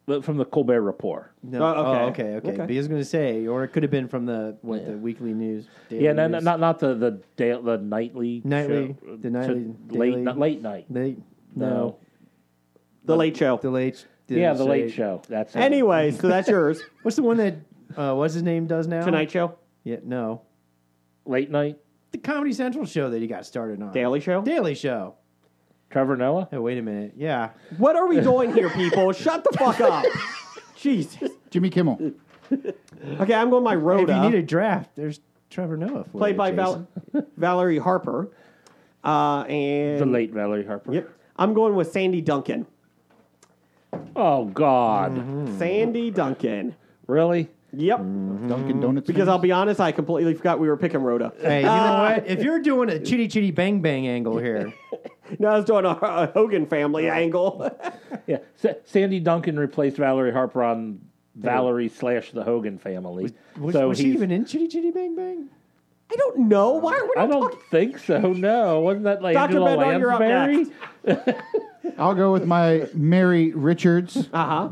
Speaker 5: but from the Colbert Report.
Speaker 6: no,
Speaker 4: Oh, okay.
Speaker 6: oh, okay, okay.
Speaker 4: Okay.
Speaker 6: But he was going to say, or it could have been from the what the weekly news. Daily
Speaker 5: Yeah, no, no,
Speaker 6: news.
Speaker 5: not not the the da- the nightly
Speaker 6: Nightly,
Speaker 5: show,
Speaker 6: the
Speaker 5: uh,
Speaker 6: nightly,
Speaker 5: to- late
Speaker 6: daily-
Speaker 5: not late night.
Speaker 6: They,
Speaker 5: No,
Speaker 6: no,
Speaker 4: the late show.
Speaker 6: the late.
Speaker 5: yeah, the late show. That's it.
Speaker 4: Anyway, so that's
Speaker 6: *laughs*
Speaker 4: yours.
Speaker 6: What's the one that uh, what's his name does now?
Speaker 4: Tonight Show,
Speaker 6: Yeah, no,
Speaker 5: late night.
Speaker 6: the Comedy Central show that he got started on.
Speaker 4: Daily Show.
Speaker 6: Daily Show.
Speaker 5: Trevor Noah.
Speaker 6: Hey, wait a minute. Yeah,
Speaker 4: What are we doing here, people? Shut the fuck up.
Speaker 6: *laughs*
Speaker 4: Jesus.
Speaker 7: Jimmy Kimmel.
Speaker 4: Okay, I'm going my
Speaker 6: if you
Speaker 4: Rhoda,
Speaker 6: need a draft, there's Trevor Noah for
Speaker 4: played
Speaker 6: you,
Speaker 4: by
Speaker 6: Jason.
Speaker 4: Val-
Speaker 5: *laughs*
Speaker 4: Valerie Harper, uh, and
Speaker 5: The late Valerie Harper.
Speaker 4: Yep, I'm going with Sandy Duncan.
Speaker 5: Oh God,
Speaker 4: Sandy Duncan.
Speaker 5: really?
Speaker 4: Yep.
Speaker 7: Dunkin' Donuts.
Speaker 4: Because I'll be honest, I completely forgot we were picking Rhoda. *laughs*
Speaker 6: Hey, you know what? If you're doing a chitty chitty bang bang angle here,
Speaker 4: No, I was doing a, a Hogan family angle. *laughs*
Speaker 5: Yeah. Sa- Sandy Duncan replaced Valerie Harper on Valerie slash the Hogan family.
Speaker 6: was,
Speaker 5: so
Speaker 6: was she
Speaker 5: he's-
Speaker 6: even in chitty chitty bang bang?
Speaker 4: I don't know. Why are we not
Speaker 5: I don't
Speaker 4: talking?
Speaker 5: think so. No, wasn't that like
Speaker 4: Dr.
Speaker 5: Angela
Speaker 4: Bednar, you're up
Speaker 5: Lansbury?
Speaker 4: next.
Speaker 7: I'll go with my
Speaker 5: *laughs*
Speaker 7: Mary Richards,
Speaker 4: Uh huh.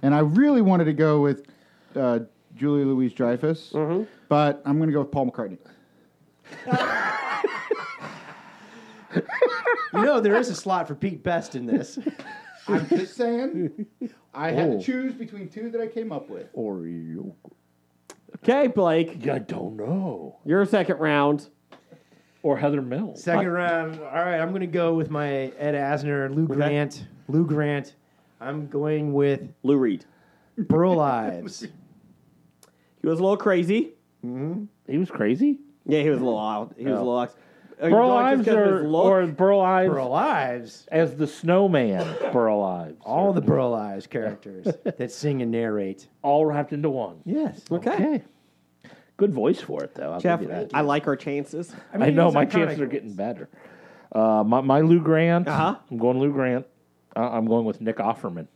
Speaker 7: and I really wanted to go with uh, Julie Louise Dreyfus,
Speaker 5: Mm-hmm.
Speaker 7: but I'm going to go with
Speaker 5: *laughs*
Speaker 7: Paul McCartney.
Speaker 6: You know there is a slot for Pete Best in this.
Speaker 7: I'm just saying, I had
Speaker 5: Oh.
Speaker 7: to choose between two that I came up with.
Speaker 5: Or you?
Speaker 4: Okay, Blake,
Speaker 5: I don't know.
Speaker 4: your second round.
Speaker 5: Or Heather Mills.
Speaker 6: Second round. All right, I'm going to go with my Ed Asner, Lou Grant, Lou Grant. I'm going with
Speaker 4: Lou Reed.
Speaker 6: Burl Ives.
Speaker 4: He was a little crazy.
Speaker 5: He was crazy.
Speaker 4: Yeah, he was a little wild. He was a
Speaker 5: Oh.
Speaker 4: little. Ox- Are you
Speaker 5: Burl
Speaker 4: going
Speaker 5: Ives
Speaker 4: just 'cause of his
Speaker 5: or,
Speaker 4: look?
Speaker 5: or Burl Ives
Speaker 6: Burl Ives.
Speaker 5: as the snowman. Burl Ives.
Speaker 6: All the Burl Ives characters that sing and narrate.
Speaker 5: all wrapped into one.
Speaker 6: Yes.
Speaker 4: Okay.
Speaker 5: Good voice for it though. I'll
Speaker 4: Jeff,
Speaker 5: give you that.
Speaker 4: I like our chances.
Speaker 5: I, know
Speaker 6: he's
Speaker 5: my
Speaker 6: iconic.
Speaker 5: chances are getting better. Uh, my, my Lou Grant.
Speaker 4: Uh-huh.
Speaker 5: I'm going Lou Grant. Uh, I'm going with Nick Offerman.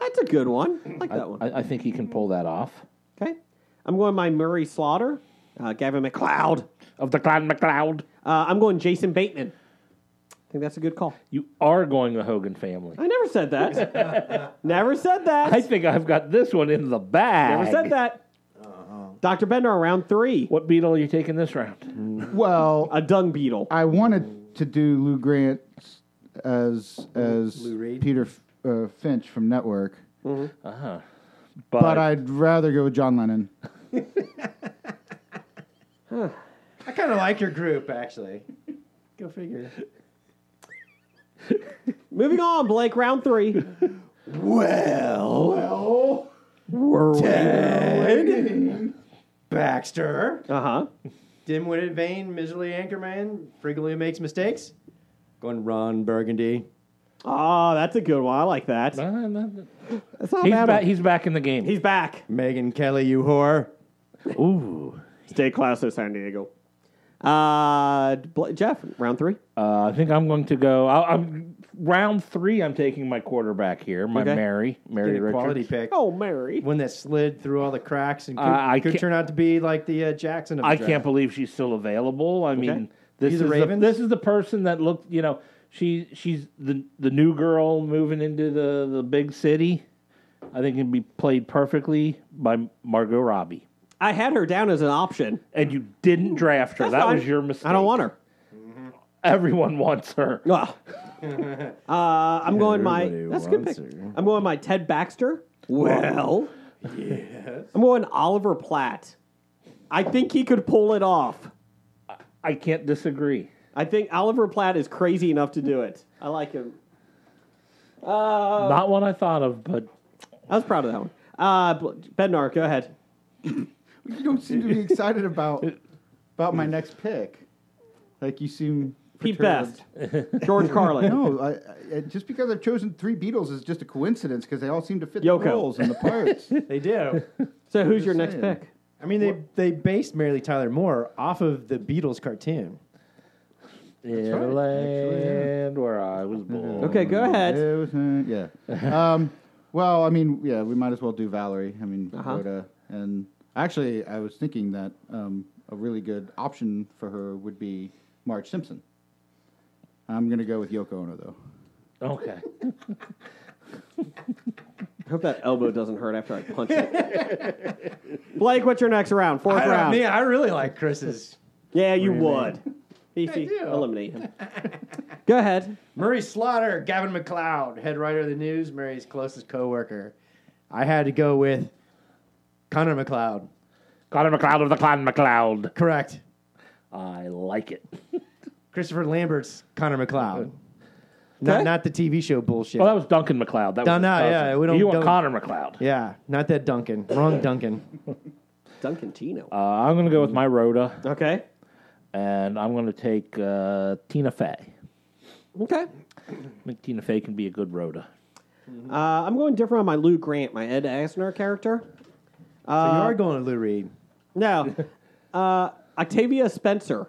Speaker 4: That's a good one. I like that one.
Speaker 5: I, I think he can pull that off.
Speaker 4: okay. I'm going my Murray Slaughter, uh, Gavin McLeod.
Speaker 5: Of the Clan McLeod.
Speaker 4: Uh, I'm going Jason Bateman. I think that's a good call.
Speaker 5: You are going the Hogan family.
Speaker 4: I never said that.
Speaker 5: *laughs*
Speaker 4: never said that.
Speaker 5: I think I've got this one in the bag.
Speaker 4: never said that. Dr. Bender, round three,
Speaker 5: Uh-huh. What beetle are you taking this round?
Speaker 7: Well,
Speaker 4: a dung beetle.
Speaker 7: I wanted to do Lou Grant as as
Speaker 6: Lou Reed?
Speaker 7: Peter F- uh, Finch from Network,
Speaker 5: But, *laughs*
Speaker 7: but I'd rather go with
Speaker 6: *laughs*
Speaker 7: John Lennon.
Speaker 6: I kind of like your group, actually. Go figure.
Speaker 4: Moving on, Blake, round three.
Speaker 6: Well, Ted Baxter,
Speaker 4: Uh huh.
Speaker 6: dimwitted, vain, miserly anchorman, frequently makes mistakes. Going Ron Burgundy.
Speaker 4: Oh, that's a good one. I like that.
Speaker 5: Uh, no, no.
Speaker 4: That's not
Speaker 5: he's,
Speaker 4: bad.
Speaker 5: ba-
Speaker 4: one.
Speaker 5: he's back in the game.
Speaker 4: he's back.
Speaker 6: Megan Kelly, you whore.
Speaker 5: Ooh.
Speaker 4: Stay classy, San Diego. Uh, Bl- Jeff, round three.
Speaker 5: Uh, I think I'm going to go. I, I'm round three. I'm taking my quarterback here, my
Speaker 4: Okay.
Speaker 5: Mary, Mary
Speaker 6: Get a
Speaker 5: Richards.
Speaker 6: quality pick.
Speaker 4: Oh, Mary.
Speaker 6: One that slid through all the cracks and could,
Speaker 5: I- I
Speaker 6: could
Speaker 5: can't-
Speaker 6: turn out to be like the uh, Jackson. Of the
Speaker 5: I
Speaker 6: draft.
Speaker 5: can't believe she's still available. I mean, this
Speaker 6: He's
Speaker 5: is
Speaker 6: a
Speaker 5: the,
Speaker 6: Ravens?
Speaker 5: this is the person that looked. You know, she she's the the new girl moving into the the big city. I think it'd be played perfecly by Margot Robbie.
Speaker 4: I had her down as an option.
Speaker 5: And you didn't draft her.
Speaker 4: That's
Speaker 5: that
Speaker 4: fine.
Speaker 5: was your mistake.
Speaker 4: I don't want her.
Speaker 5: Everyone wants her.
Speaker 4: *laughs* Ugh. uh, I'm going my.
Speaker 6: Everybody
Speaker 4: That's a good pick.
Speaker 6: wants her.
Speaker 4: I'm going my Ted Baxter. Well, yes. I'm going Oliver Platt. I think he could pull it off.
Speaker 5: I can't disagree.
Speaker 4: I think Oliver Platt is crazy enough to do it. I like him. Uh,
Speaker 5: Not one I thought of, but
Speaker 4: I was proud of that one. Uh, Bl- Bednar, go ahead.
Speaker 7: You don't seem to be excited about about my next pick. Like you seem
Speaker 4: Pete
Speaker 7: perturbed.
Speaker 4: Best, George Carlin.
Speaker 7: No, I, I, just because I've chosen three Beatles is just a coincidence because they all seem to fit
Speaker 4: Yoko.
Speaker 7: the roles and
Speaker 4: *laughs*
Speaker 7: the parts.
Speaker 6: They do.
Speaker 4: So who's your next
Speaker 7: saying.
Speaker 4: pick?
Speaker 6: I mean, they they based Mary Tyler Moore off of the Beatles cartoon.
Speaker 5: in
Speaker 7: right,
Speaker 5: a
Speaker 7: actually, yeah.
Speaker 5: land where I was born.
Speaker 4: Mm-hmm. Okay, go ahead.
Speaker 7: It was, uh, yeah. Um, well, I mean, yeah, we might as well do Valerie. I mean,
Speaker 4: Uh-huh.
Speaker 7: Rhoda. And actually, I was thinking that um, a really good option for her would be Marge Simpson. I'm going to go with Yoko Ono, though.
Speaker 5: Okay.
Speaker 4: I hope that elbow doesn't hurt after I punch it. *laughs* Blake, what's your next round? Fourth round.
Speaker 6: I really like Chris's.
Speaker 4: Yeah, you would. Easy.
Speaker 6: do.
Speaker 4: Eliminate *laughs* him. Go ahead.
Speaker 6: Murray Slaughter, Gavin McLeod, head writer of the news, Murray's closest coworker. I had to go with Connor McLeod.
Speaker 5: Connor McLeod of the Clan McLeod.
Speaker 6: Correct.
Speaker 5: I like it.
Speaker 6: Christopher Lambert's Connor McLeod.
Speaker 4: Okay.
Speaker 6: Not, not the TV show bullshit.
Speaker 5: Well, that was Duncan McLeod. That
Speaker 6: No,
Speaker 5: was his
Speaker 6: no,
Speaker 5: cousin.
Speaker 6: yeah, we don't-
Speaker 5: you want
Speaker 6: don't-
Speaker 5: Connor McLeod.
Speaker 6: yeah, not that Duncan. Wrong Duncan.
Speaker 4: Duncan Tino.
Speaker 5: Uh, I'm going to go with my Rhoda,
Speaker 4: okay.
Speaker 5: and I'm going to take uh, Tina Fey.
Speaker 4: Okay.
Speaker 5: I think Tina Fey can be a good Rhoda.
Speaker 4: Uh, I'm going different on my Lou Grant, my Ed Asner character. Uh,
Speaker 6: so you are going to Lou Reed.
Speaker 4: No. uh, Octavia Spencer.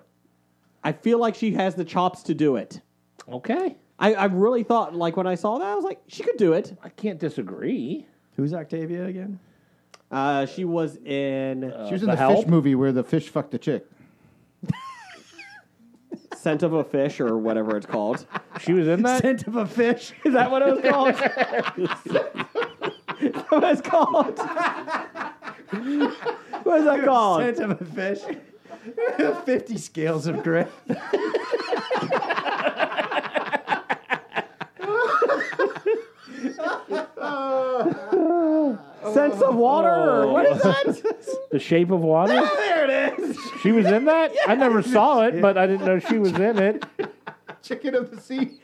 Speaker 4: I feel like she has the chops to do it.
Speaker 5: Okay.
Speaker 4: I, I really thought, like, when I saw that, I was like, she could do it.
Speaker 5: I can't disagree.
Speaker 6: Who's Octavia again?
Speaker 4: Uh, she was in
Speaker 5: Uh,
Speaker 7: She was in
Speaker 5: The
Speaker 7: the,
Speaker 5: Help?
Speaker 7: fish movie where the fish fucked the chick.
Speaker 4: Scent of a Fish or whatever it's called. *laughs*
Speaker 5: She was in *laughs* that?
Speaker 6: Scent of a fish.
Speaker 4: Is that what it was called? Is that what it's called? *laughs* what is that called? *laughs*
Speaker 6: Scent of a fish. *laughs* Fifty scales of gray.
Speaker 4: Sense of water?
Speaker 5: Oh.
Speaker 4: or What *laughs* is that?
Speaker 5: the Shape of Water?
Speaker 6: *laughs* There it is.
Speaker 5: She was
Speaker 4: *laughs*
Speaker 5: in that? I never saw it, but I didn't know she was in it.
Speaker 7: Chicken of the *laughs* sea.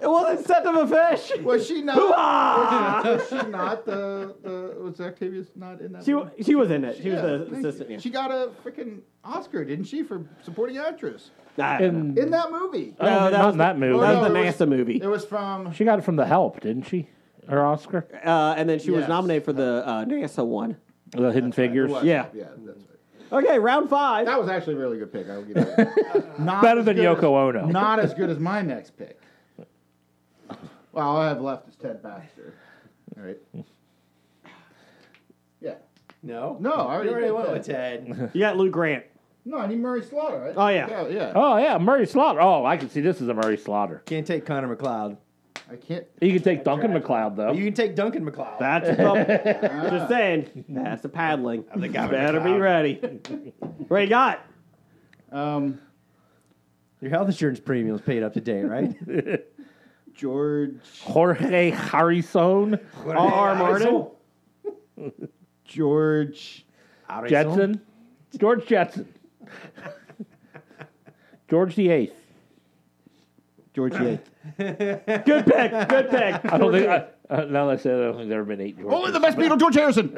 Speaker 4: It wasn't scent of a fish.
Speaker 7: Was she not? was, she not the, the? Was Octavia's not in that?
Speaker 4: She,
Speaker 7: movie?
Speaker 4: she was in it. She was
Speaker 7: Yeah,
Speaker 4: the
Speaker 7: thank you.
Speaker 4: assistant. Yeah.
Speaker 7: She got a freaking Oscar, didn't she, for supporting actress
Speaker 4: I don't know.
Speaker 5: In,
Speaker 7: in that movie?
Speaker 5: no,
Speaker 4: that
Speaker 5: not
Speaker 4: was
Speaker 5: in that
Speaker 4: that
Speaker 5: movie.
Speaker 4: was
Speaker 7: no,
Speaker 4: the
Speaker 7: it was-
Speaker 4: NASA movie.
Speaker 7: It was from.
Speaker 5: she got it from The Help, didn't she? Her Oscar?
Speaker 4: Uh, and then she was
Speaker 7: Yes.
Speaker 4: nominated for the uh, NASA one.
Speaker 5: The Hidden Figures?
Speaker 7: What?
Speaker 4: Yeah.
Speaker 7: yeah, that's right.
Speaker 4: Okay, round five.
Speaker 7: That was actually a really good pick. I will give you
Speaker 4: *laughs*
Speaker 7: that. Not
Speaker 5: Better
Speaker 7: as
Speaker 5: than
Speaker 7: good
Speaker 5: Yoko
Speaker 7: as-
Speaker 5: Ono.
Speaker 7: Not as good as my next pick. Well, all I have left is Ted Baxter. All right. Yeah.
Speaker 6: No.
Speaker 7: No, I already,
Speaker 6: You already
Speaker 7: did
Speaker 6: went
Speaker 7: that.
Speaker 6: with Ted.
Speaker 4: You got Lou Grant.
Speaker 7: No, I need Murray Slaughter. Right?
Speaker 4: Oh, yeah.
Speaker 7: yeah, yeah.
Speaker 5: Oh, yeah, Murray Slaughter. Oh, I can see this is a Murray Slaughter.
Speaker 6: Can't take Connor McLeod.
Speaker 7: I can't.
Speaker 5: You can take Duncan McLeod, though.
Speaker 6: You can take Duncan McLeod.
Speaker 4: That's
Speaker 5: *laughs*
Speaker 4: the, just saying. That's the paddling. You
Speaker 6: I'm
Speaker 4: better be
Speaker 6: proud.
Speaker 4: ready. What you got?
Speaker 7: Um,
Speaker 6: Your health insurance premium is paid up to date, right?
Speaker 7: George
Speaker 5: Jorge Harrison,
Speaker 4: R.R. Martin.
Speaker 7: George
Speaker 5: Jetson, George Jetson, George the Eighth.
Speaker 7: George Yates.
Speaker 4: Good pick. Good pick.
Speaker 5: I don't think. I, uh, now that I said, it, I don't think there have been eight. Georges.
Speaker 7: Only the best Beatle, George *laughs* Harrison.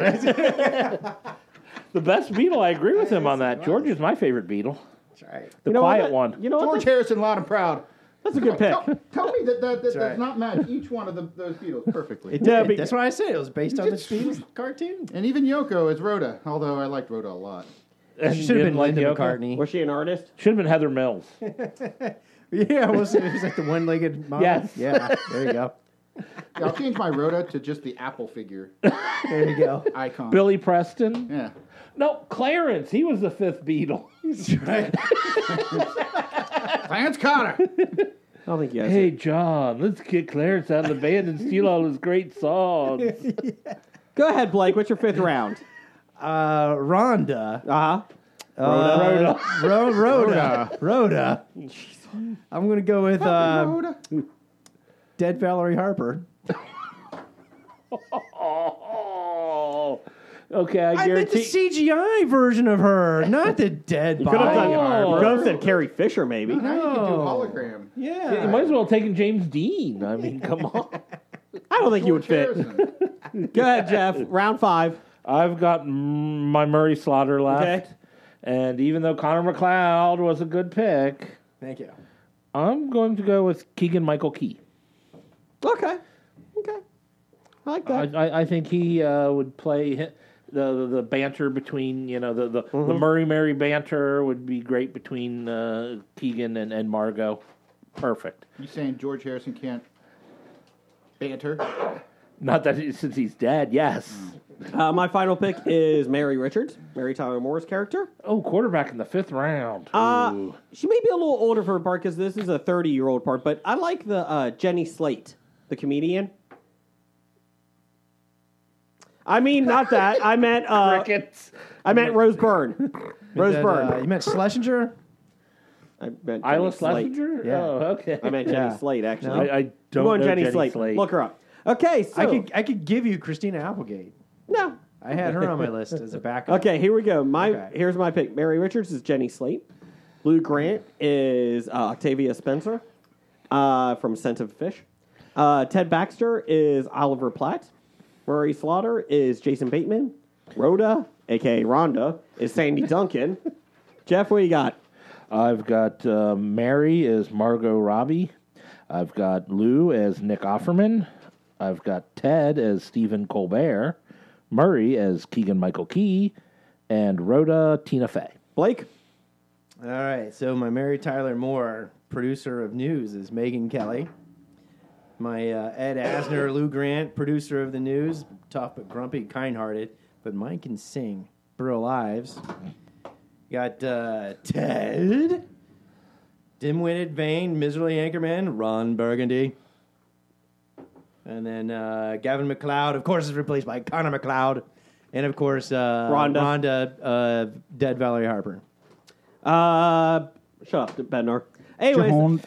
Speaker 5: The best Beatle. I agree with him on that. George is my favorite Beatle,
Speaker 6: That's right.
Speaker 5: the
Speaker 4: You know
Speaker 5: quiet
Speaker 4: what?
Speaker 5: one.
Speaker 4: You know what?
Speaker 7: George Harrison, loud and proud.
Speaker 4: That's a good pick.
Speaker 7: Tell, tell me that that, that does
Speaker 6: right.
Speaker 7: not match each one of the, those
Speaker 4: *laughs*
Speaker 7: Beatles perfectly.
Speaker 6: It
Speaker 4: Yeah,
Speaker 6: did.
Speaker 4: be-
Speaker 6: That's why I said it was based on the
Speaker 7: just-
Speaker 6: Beatles cartoon.
Speaker 7: and even Yoko is Rhoda, although I liked Rhoda a lot.
Speaker 5: And
Speaker 6: She
Speaker 5: you
Speaker 6: should have
Speaker 5: didn't
Speaker 6: been
Speaker 5: like
Speaker 6: Linda
Speaker 5: Yoko?
Speaker 6: McCartney.
Speaker 4: Was she an artist?
Speaker 5: Should have been Heather Mills.
Speaker 6: *laughs* Yeah, was it? Was that the one-legged model?
Speaker 5: Yes.
Speaker 6: Yeah. There you go.
Speaker 7: *laughs* Yeah, I'll change my Rhoda to just the Apple figure
Speaker 6: There you go.
Speaker 7: icon.
Speaker 5: Billy Preston.
Speaker 7: Yeah.
Speaker 5: No, Clarence. He was the fifth Beatle.
Speaker 7: Clarence Cotter.
Speaker 4: I don't think he has
Speaker 5: Hey
Speaker 4: it.
Speaker 5: John, let's get Clarence out of the band and steal all his great songs.
Speaker 4: Go ahead, Blake. What's your fifth round?
Speaker 6: Uh, Rhonda.
Speaker 4: Uh huh.
Speaker 6: Rhoda. Ro- Rhoda. Rhoda. I'm gonna go with uh,
Speaker 7: Rhoda.
Speaker 6: Dead Valerie Harper.
Speaker 5: Oh, okay. I
Speaker 6: I meant the
Speaker 5: guarantee.
Speaker 6: CGI version of her, not the dead
Speaker 4: Could have
Speaker 6: body.
Speaker 4: done.
Speaker 5: Oh.
Speaker 4: You could have said Carrie Fisher, maybe.
Speaker 7: Now you can do
Speaker 6: No.
Speaker 7: a hologram.
Speaker 6: Yeah.
Speaker 5: you might as well have taken James Dean. I mean, *laughs* come on.
Speaker 4: I don't think you would fit.
Speaker 7: Harrison.
Speaker 4: Go ahead, Jeff. Round five.
Speaker 5: I've got m- my Murray Slaughter left,
Speaker 4: Okay.
Speaker 5: and even though Connor McLeod was a good pick,
Speaker 6: Thank you.
Speaker 5: I'm going to go with Keegan Michael Key.
Speaker 4: Okay. Okay. I like
Speaker 5: I,
Speaker 4: that.
Speaker 5: I, I think he uh, would play hi- the, the the banter between you know the the, the
Speaker 4: Mm-hmm.
Speaker 5: Murray Mary banter would be great between uh, Keegan and and Margot. Perfect.
Speaker 7: You saying George Harrison can't banter?
Speaker 5: Not that he, since he's dead, yes.
Speaker 4: Uh, my final pick is Mary Richards, Mary Tyler Moore's character.
Speaker 5: Oh, quarterback in the fifth round.
Speaker 4: Uh,
Speaker 5: Ooh.
Speaker 4: she may be a little older for her part because this is a 30 year old part, but I like the uh, Jenny Slate, the comedian. I mean, not that. I meant uh,
Speaker 5: Crickets.
Speaker 4: I meant Rose
Speaker 6: *laughs*
Speaker 4: Byrne. Rose
Speaker 6: That,
Speaker 4: Byrne.
Speaker 6: uh, you meant Schlesinger?
Speaker 4: I meant Jenny
Speaker 5: Isla
Speaker 4: Slate.
Speaker 5: Schlesinger?
Speaker 6: Yeah.
Speaker 5: Oh, okay.
Speaker 4: I
Speaker 5: *laughs*
Speaker 4: meant Jenny
Speaker 6: Yeah.
Speaker 4: Slate, actually.
Speaker 5: I, I don't
Speaker 4: Come on,
Speaker 5: know
Speaker 4: Jenny, Slate. Look her up. Okay, so.
Speaker 6: I could I could give you Christina Applegate.
Speaker 4: no.
Speaker 6: I had her on my list as a backup.
Speaker 4: Okay, here we go. My
Speaker 6: Okay.
Speaker 4: Here's my pick. Mary Richards is Jenny Slate. Lou Grant is uh, Octavia Spencer uh, from Scent of Fish. Uh, Ted Baxter is Oliver Platt. Murray Slaughter is Jason Bateman. Rhoda, a.k.a. Rhonda, is Sandy Duncan. Jeff, what you got?
Speaker 5: I've got uh, Mary as Margot Robbie. I've got Lou as Nick Offerman. I've got Ted as Stephen Colbert. Murray as Keegan Michael Key. And Rhoda Tina Fey.
Speaker 4: Blake?
Speaker 6: All right. So my Mary Tyler Moore, producer of news, is Megan Kelly. My uh, Ed Asner, Lou Grant, producer of the news, tough but grumpy, kind-hearted, but mine can sing. Burl Ives. Got uh, Ted, dim-witted, vain, miserly anchorman, Ron Burgundy. And then uh, Gavin McLeod, of course, is replaced by Connor McLeod. And, of course, uh,
Speaker 4: Rhonda.
Speaker 6: Rhonda uh, Dead Valerie Harper.
Speaker 4: Uh, shut up, Bednar. Anyways,
Speaker 8: John,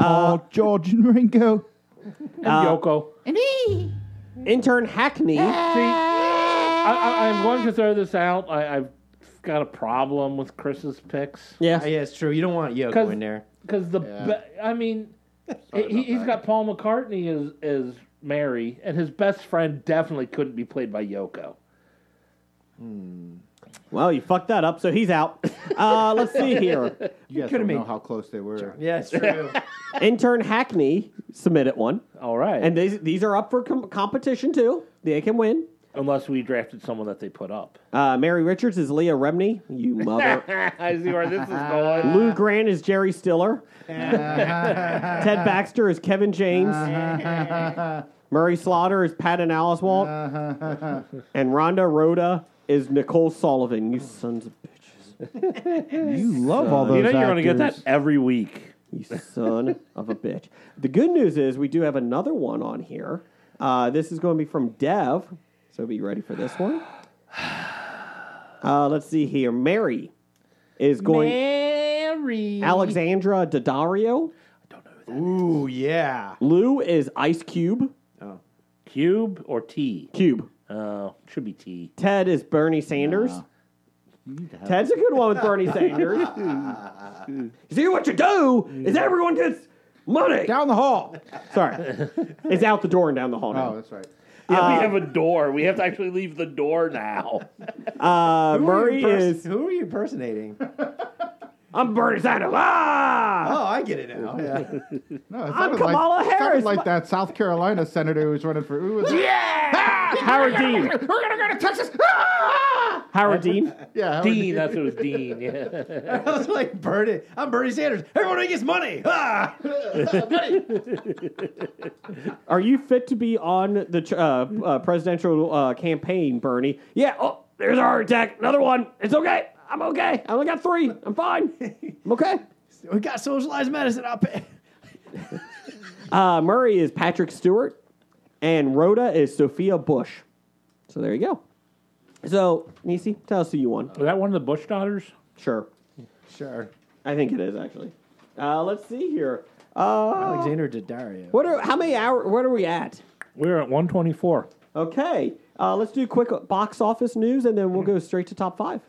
Speaker 8: oh, George and Ringo.
Speaker 5: And Yoko.
Speaker 4: intern Hackney.
Speaker 5: I, I, I'm going to throw this out. I, I've got a problem with Chris's picks.
Speaker 4: Yeah.
Speaker 6: Oh, yeah, it's true. You don't want Yoko
Speaker 5: 'Cause-
Speaker 6: in there.
Speaker 5: Because the, be- I mean, he, he's got Paul McCartney as as Mary, and his best friend definitely couldn't be played by Yoko.
Speaker 4: Well, you fucked that up, so he's out. Uh, let's see here.
Speaker 7: You
Speaker 6: coulda
Speaker 7: guys don't know
Speaker 6: made-
Speaker 7: how close they were.
Speaker 6: Yeah, it's true.
Speaker 4: Intern Hackney submitted one,
Speaker 5: All right,
Speaker 4: and these these are up for com- competition too. They can win.
Speaker 5: unless we drafted someone that they put up.
Speaker 4: Uh, Mary Richards is Leah Remney. You mother.
Speaker 5: *laughs* I see where this is going.
Speaker 4: Lou Grant is Jerry Stiller. Ted Baxter is Kevin James. Murray Slaughter is Patton Oswalt. and Rhonda Rhoda is Nicole Sullivan. You sons of bitches.
Speaker 8: You love all those
Speaker 5: you know you're going to
Speaker 8: actors.
Speaker 5: get that every week.
Speaker 4: You son of a bitch. The good news is we do have another one on here. Uh, this is going to be from Dev, so be ready for this one. Uh, let's see here. Mary is going
Speaker 5: Mary.
Speaker 4: Alexandra Daddario.
Speaker 6: Ooh, yeah.
Speaker 4: Lou is Ice Cube.
Speaker 5: Cube or T?
Speaker 4: Cube.
Speaker 5: Uh, should be T.
Speaker 4: Ted is Bernie Sanders. Ted's a good one with
Speaker 6: *laughs*
Speaker 4: Bernie Sanders. see what you do is everyone gets money.
Speaker 7: Down the hall.
Speaker 4: Sorry, it's out the door and down the hall. Now.
Speaker 7: Oh, that's right.
Speaker 5: Yeah, we have a door. We have to actually leave the door now. *laughs*
Speaker 4: Uh,
Speaker 6: Who are
Speaker 4: Murray
Speaker 6: you imperson-
Speaker 4: is
Speaker 6: Who are you impersonating?
Speaker 4: I'm Bernie Sanders. Ah!
Speaker 6: Oh, I get it now. Yeah.
Speaker 7: No, it
Speaker 4: I'm
Speaker 7: sounded
Speaker 4: Kamala
Speaker 7: like, it sounded
Speaker 4: Harris.
Speaker 7: like that South Carolina senator who's running for. Who was it? Ah!
Speaker 4: Howard Dean.
Speaker 7: We're gonna go to Texas. Ah!
Speaker 4: Howard Dean.
Speaker 7: Yeah, Howard
Speaker 5: Dean, that's what it was Dean. Yeah.
Speaker 6: *laughs* I was like, Bernie, I'm Bernie Sanders. Everyone who gets money. Ah!
Speaker 4: Are you fit to be on the tr- uh, uh, presidential uh, campaign, Bernie? Yeah. Oh, there's a heart attack. Another one. It's okay. I'm okay. I only got three. I'm fine. I'm okay.
Speaker 6: We got socialized medicine. I'll pay.
Speaker 4: Uh, Murray is Patrick Stewart, and Rhoda is Sophia Bush. So there you go. So Nisi, tell us who you won.
Speaker 5: *laughs* Was that one of the Bush daughters?
Speaker 4: Sure.
Speaker 6: Sure.
Speaker 4: I think it is actually. Uh, let's see here. Uh,
Speaker 6: Alexander Daddario.
Speaker 4: what are how many hour? What are we at?
Speaker 5: We were at 124.
Speaker 4: Okay. Uh, let's do quick box office news, and then we'll go straight to top five.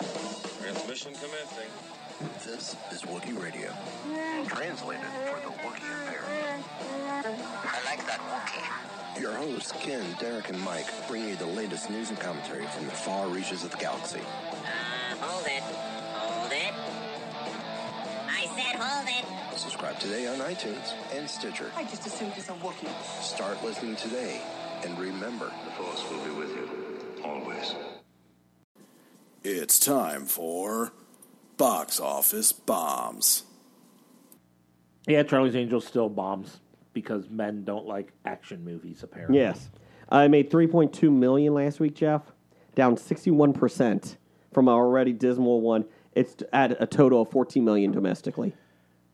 Speaker 9: Transmission commencing.
Speaker 3: This is Wookiee Radio. Translated for the Wookiee impaired. I like that Wookiee. Your hosts, Ken, Derek, and Mike, bring you the latest news and commentary from the far reaches of the galaxy.
Speaker 10: Hold it. Hold it. I said hold it.
Speaker 3: Subscribe today on iTunes and Stitcher.
Speaker 10: I just assumed it's a Wookiee.
Speaker 3: Start listening today. And remember, the Force will be with you. Always.
Speaker 11: It's time for Box Office Bombs.
Speaker 5: Yeah, Charlie's Angels still bombs because men don't like action movies, apparently.
Speaker 4: Yes. I made 3.2 million last week, Jeff, down 61% from our already dismal one. It's at a total of 14 million domestically.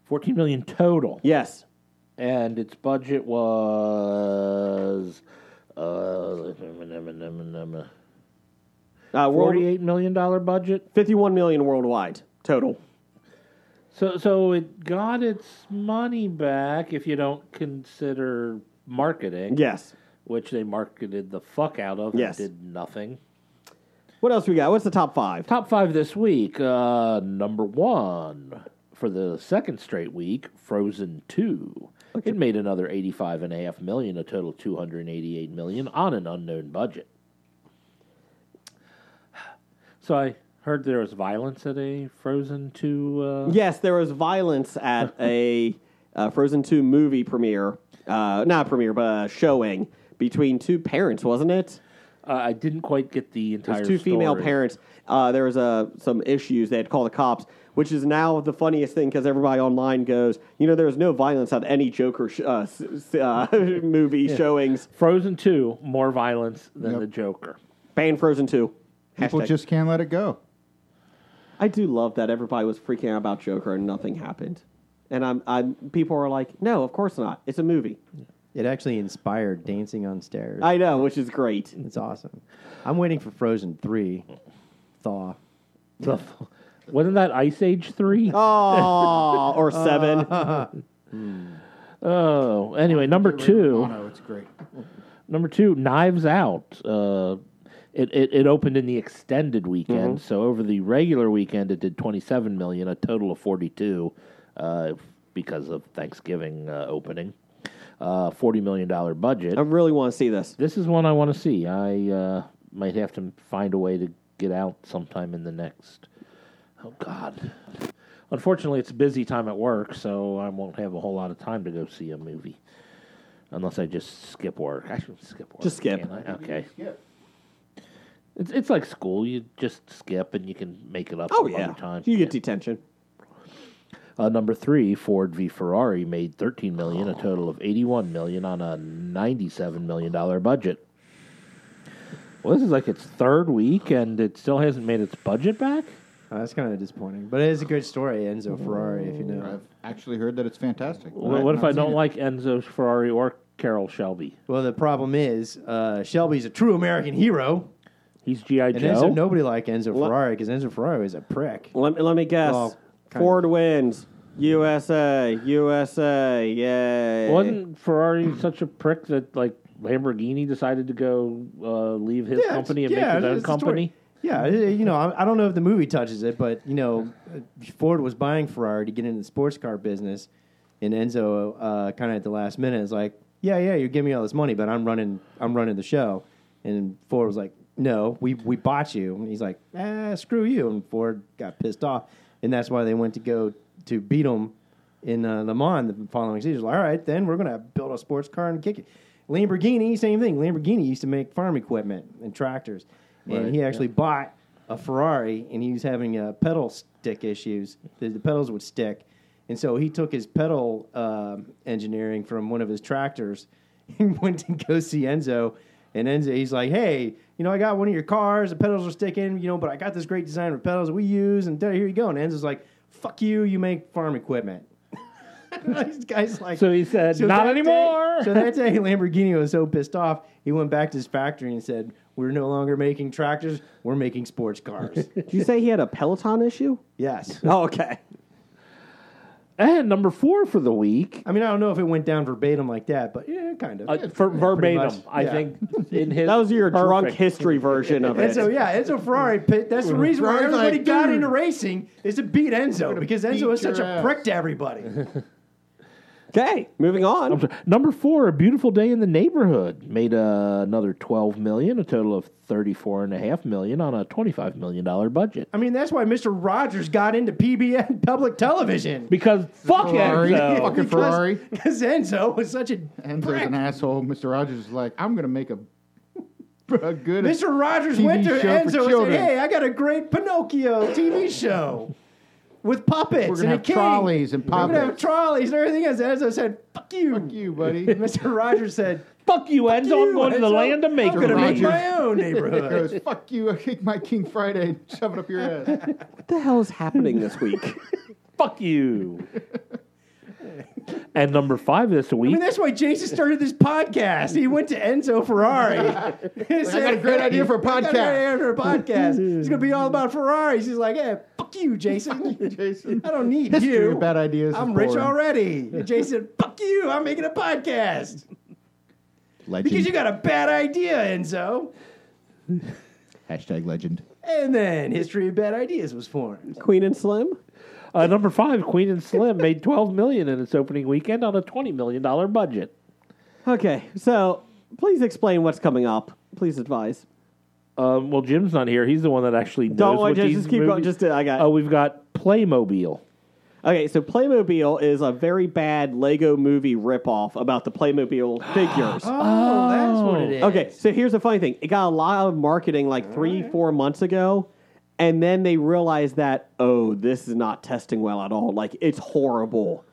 Speaker 5: 14 million total.
Speaker 4: Yes.
Speaker 5: And its budget was. Uh,
Speaker 4: Uh, world,
Speaker 5: $48 million dollar budget.
Speaker 4: 51 million worldwide total.
Speaker 5: So, so it got its money back if you don't consider marketing,
Speaker 4: Yes.
Speaker 5: which they marketed the fuck out of. and
Speaker 4: Yes.
Speaker 5: did nothing.
Speaker 4: What else we got? What's the top five?
Speaker 5: Top five this week. Uh, number one for the second straight week, Frozen Two. It made another eighty-five and a half million, a total two hundred eighty-eight million on an unknown budget. So I heard there was violence at a Frozen Two. Uh,
Speaker 4: Yes, there was violence at a uh, Frozen 2 movie premiere. Uh, not premiere, but a showing between two parents, wasn't it?
Speaker 5: uh, I didn't quite get the entire.
Speaker 4: There's two female
Speaker 5: story.
Speaker 4: parents. Uh, there was uh, some issues. They had called the cops, which is now the funniest thing because everybody online goes, you know, there was no violence at any Joker sh- uh, s- s- uh, *laughs* movie showings.
Speaker 5: Frozen 2, more violence than the Joker.
Speaker 4: Ban Frozen 2.
Speaker 7: People
Speaker 4: Hashtag.
Speaker 7: just can't let it go.
Speaker 4: I do love that everybody was freaking out about Joker and nothing happened. And I'm, I'm, people are like, no, of course not. It's a movie.
Speaker 6: It actually inspired Dancing on Stairs.
Speaker 4: I know, which is great.
Speaker 6: it's awesome. I'm waiting for Frozen 3 Thaw.
Speaker 5: The, wasn't that Ice Age 3? Oh.
Speaker 4: Oh, or seven.
Speaker 5: anyway, number
Speaker 7: Oh
Speaker 5: two.
Speaker 7: no, it's great.
Speaker 5: Number two, Knives Out. Uh, it, it, it opened in the extended weekend, so over the regular weekend, it did 27 million, a total of 42 uh, because of Thanksgiving uh, opening. Uh, $40 million budget.
Speaker 4: I really want to see this.
Speaker 5: This is one I want to see. I uh, might have to find a way to get out sometime in the next. Oh God! Unfortunately, it's a busy time at work, so I won't have a whole lot of time to go see a movie, unless I just skip work. I should skip work.
Speaker 4: Just skip.
Speaker 5: can't I? Okay. It's it's like school. You just skip, and you can make it up.
Speaker 4: Oh,
Speaker 5: some
Speaker 4: yeah.
Speaker 5: Other time.
Speaker 4: You get detention.
Speaker 5: Uh, number three, Ford v Ferrari made thirteen million, a total of eighty-one million on a ninety-seven million dollar budget. Well, this is like its third week, and it still hasn't made its budget back.
Speaker 6: Oh, that's kind of disappointing, but it is a good story, Enzo Ferrari, if you know.
Speaker 7: I've actually heard that it's fantastic.
Speaker 5: Well, what if I don't like Enzo Ferrari or Carol Shelby?
Speaker 6: Well, the problem is uh, Shelby's a true American hero,
Speaker 5: He's GI
Speaker 6: and
Speaker 5: Joe.
Speaker 6: Enzo, nobody liked Enzo Ferrari because Enzo Ferrari is a prick.
Speaker 4: Let me, let me guess.
Speaker 6: Well, kind
Speaker 4: Ford wins. USA, USA, yay.
Speaker 5: Wasn't Ferrari *clears throat* such a prick that like Lamborghini decided to go uh, leave his
Speaker 6: Yeah,
Speaker 5: company and
Speaker 6: it's- yeah,
Speaker 5: make his own
Speaker 6: it's a story.
Speaker 5: company?
Speaker 6: Yeah, it- you know, I, I don't know if the movie touches it, but you know, Ford was buying Ferrari to get into the sports car business, and Enzo, uh, kind of at the last minute, is like, "Yeah, yeah, you give me all this money, but I'm running, I'm running the show," and Ford was like, "No, we we bought you," and he's like, "Ah, screw you," and Ford got pissed off. and that's why they went to go to beat them in uh, Le Mans the following season. All right, then we're going to build a sports car and kick it. Lamborghini, same thing. Lamborghini used to make farm equipment and tractors, and he actually bought a Ferrari, and he was having uh, pedal stick issues. The, the pedals would stick, and so he took his pedal um engineering from one of his tractors *laughs* and went to go see Enzo. And Enzo, he's like, hey, you know, I got one of your cars. The pedals are sticking, you know, but I got this great design with pedals that we use. And there, here you go. And Enzo's like, fuck you. You make farm equipment. *laughs* this guy's like,
Speaker 5: So he said, "Not
Speaker 6: that day-
Speaker 5: anymore."
Speaker 6: so that day, Lamborghini was so pissed off, he went back to his factory and said, we're no longer making tractors. We're making sports cars.
Speaker 5: *laughs*
Speaker 4: Did you say he had a Peloton issue?
Speaker 6: yes.
Speaker 4: Oh, okay.
Speaker 5: And number four for the week,
Speaker 6: I mean, I don't know if it went down verbatim like that, but yeah, kind of.
Speaker 5: uh, for verbatim,
Speaker 6: much,
Speaker 5: I
Speaker 6: yeah.
Speaker 5: think
Speaker 6: *laughs*
Speaker 5: in his
Speaker 4: That was your drunk
Speaker 5: perfect-
Speaker 4: history version of it.
Speaker 6: Enzo, yeah, Enzo Ferrari. Pit, that's the reason why
Speaker 7: Ferrari's
Speaker 6: everybody
Speaker 7: like,
Speaker 6: got
Speaker 7: "Dude,
Speaker 6: into racing is to beat Enzo because
Speaker 7: beat
Speaker 6: Enzo is such
Speaker 7: your
Speaker 6: a
Speaker 7: ass."
Speaker 6: prick to everybody.
Speaker 4: Okay, moving on.
Speaker 5: I'm sorry. Number four, a beautiful day in the neighborhood made uh, another 12 million, a total of 34 and a half million on a 25 million dollar budget.
Speaker 6: I mean, that's why Mister Rogers got into PBN *laughs* public television
Speaker 5: Because fuck
Speaker 7: Ferrari.
Speaker 5: Enzo.
Speaker 6: *laughs*
Speaker 7: Fucking Ferrari.
Speaker 6: because Enzo was such a
Speaker 7: Enzo's
Speaker 6: prick.
Speaker 7: an asshole. Mr. Rogers is like, I'm going to make a, *laughs* a good.
Speaker 6: Mr. Rogers
Speaker 7: TV
Speaker 6: went to
Speaker 7: show for
Speaker 6: Enzo and
Speaker 7: children.
Speaker 6: said, "Hey, I got a great Pinocchio TV show with
Speaker 7: We're
Speaker 6: puppets
Speaker 7: going
Speaker 6: and
Speaker 7: to
Speaker 6: a
Speaker 7: have
Speaker 6: king.
Speaker 7: trolleys and
Speaker 6: We're gonna have
Speaker 7: pop.
Speaker 6: trolleys and everything else." Enzo said, "Fuck you,
Speaker 7: Fuck you,
Speaker 6: *laughs*
Speaker 7: buddy.
Speaker 6: Mr. Rogers said,
Speaker 5: Fuck you, Enzo. I'm
Speaker 6: "You,
Speaker 5: going to the
Speaker 6: Enzo,
Speaker 5: land of
Speaker 6: I'm gonna make
Speaker 5: maker.
Speaker 6: my own neighborhood."
Speaker 7: goes, fuck you, I kick my King Friday and shove it up your
Speaker 6: *laughs*
Speaker 7: ass.
Speaker 4: What the hell is happening this
Speaker 5: *laughs*
Speaker 4: week?
Speaker 5: Fuck you. and number five this
Speaker 6: I
Speaker 5: week.
Speaker 6: mean, that's why Jason started this podcast. He went to Enzo
Speaker 7: *laughs*
Speaker 6: Ferrari.
Speaker 7: I got a great idea for a
Speaker 6: I got a great
Speaker 7: podcast."
Speaker 6: idea for a podcast. It's going to be all about Ferraris. He's like, hey, fuck you,
Speaker 7: *laughs*
Speaker 6: Jason.
Speaker 7: Jason.
Speaker 6: I don't need
Speaker 7: History
Speaker 6: you.
Speaker 7: of bad ideas. is
Speaker 6: I'm rich
Speaker 7: boring. *laughs*
Speaker 6: already. And Jason, fuck you. I'm making a podcast.
Speaker 8: Legend.
Speaker 6: Because you got a bad idea, Enzo.
Speaker 8: Hashtag legend.
Speaker 6: And then History of Bad Ideas was formed.
Speaker 4: Queen and Slim?
Speaker 5: Uh, number five, Queen and Slim made twelve million in its opening weekend on a twenty million dollar budget.
Speaker 4: Okay, so please explain what's coming up. Please advise.
Speaker 5: Um, well, Jim's not here. He's the one that actually knows
Speaker 4: Don't worry,
Speaker 5: what
Speaker 4: just-
Speaker 5: these
Speaker 4: just keep going.
Speaker 5: movies-
Speaker 4: Just, uh, I got-
Speaker 5: Oh, we've got Playmobil.
Speaker 4: Okay, so Playmobil is a very bad Lego movie ripoff about the Playmobil
Speaker 5: *gasps*
Speaker 4: figures. *gasps*
Speaker 6: Oh, that's what it is.
Speaker 4: Okay, so here's the funny thing. It got a lot of marketing like three, four months ago, and then they realized that, oh, this is not testing well at all. Like, it's horrible.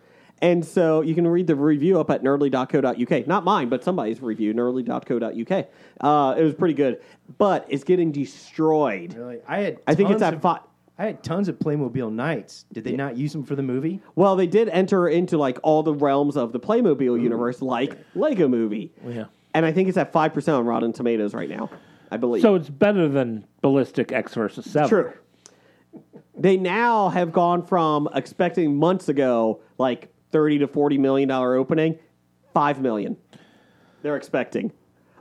Speaker 4: And so you can read the review up at nerdly.co.uk. Not mine, but somebody's review, nerdly.co.uk. Uh, it was pretty good, but it's getting destroyed.
Speaker 6: Really? I, had
Speaker 4: I think it's
Speaker 6: tons
Speaker 4: at
Speaker 6: of-
Speaker 4: five.
Speaker 6: I had tons of Playmobil nights. Did they not use them for the movie?
Speaker 4: Well, they did enter into like all the realms of the Playmobil
Speaker 6: Mm-hmm.
Speaker 4: universe, like Lego Movie.
Speaker 5: Yeah.
Speaker 4: And I think it's at five percent on Rotten Tomatoes right now. I believe.
Speaker 5: So it's better than Ballistic X versus Seven.
Speaker 4: True. They now have gone from expecting months ago like thirty to forty million dollar opening, five million. They're expecting.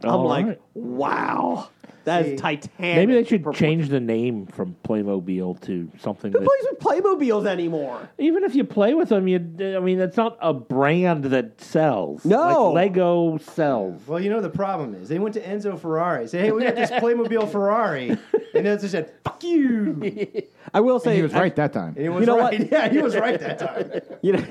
Speaker 4: I'm
Speaker 5: All
Speaker 4: like,
Speaker 5: right.
Speaker 4: wow, that is titanic.
Speaker 5: Maybe they should
Speaker 4: proportion.
Speaker 5: change the name from Playmobil to something.
Speaker 4: Who
Speaker 5: That,
Speaker 4: plays with Playmobiles anymore?
Speaker 5: even if you play with them, you, I mean, it's not a brand that sells.
Speaker 4: No.
Speaker 5: Like Lego sells.
Speaker 6: Well, you know the problem is they went to Enzo Ferrari. Say, hey, we got this *laughs* Playmobil Ferrari, and Enzo said, "Fuck you." And
Speaker 5: *laughs*
Speaker 4: I will say
Speaker 7: He was
Speaker 4: I-
Speaker 7: right that time.
Speaker 6: he was
Speaker 4: You know
Speaker 6: right.
Speaker 4: what?
Speaker 6: Yeah, he was right that time.
Speaker 4: You know,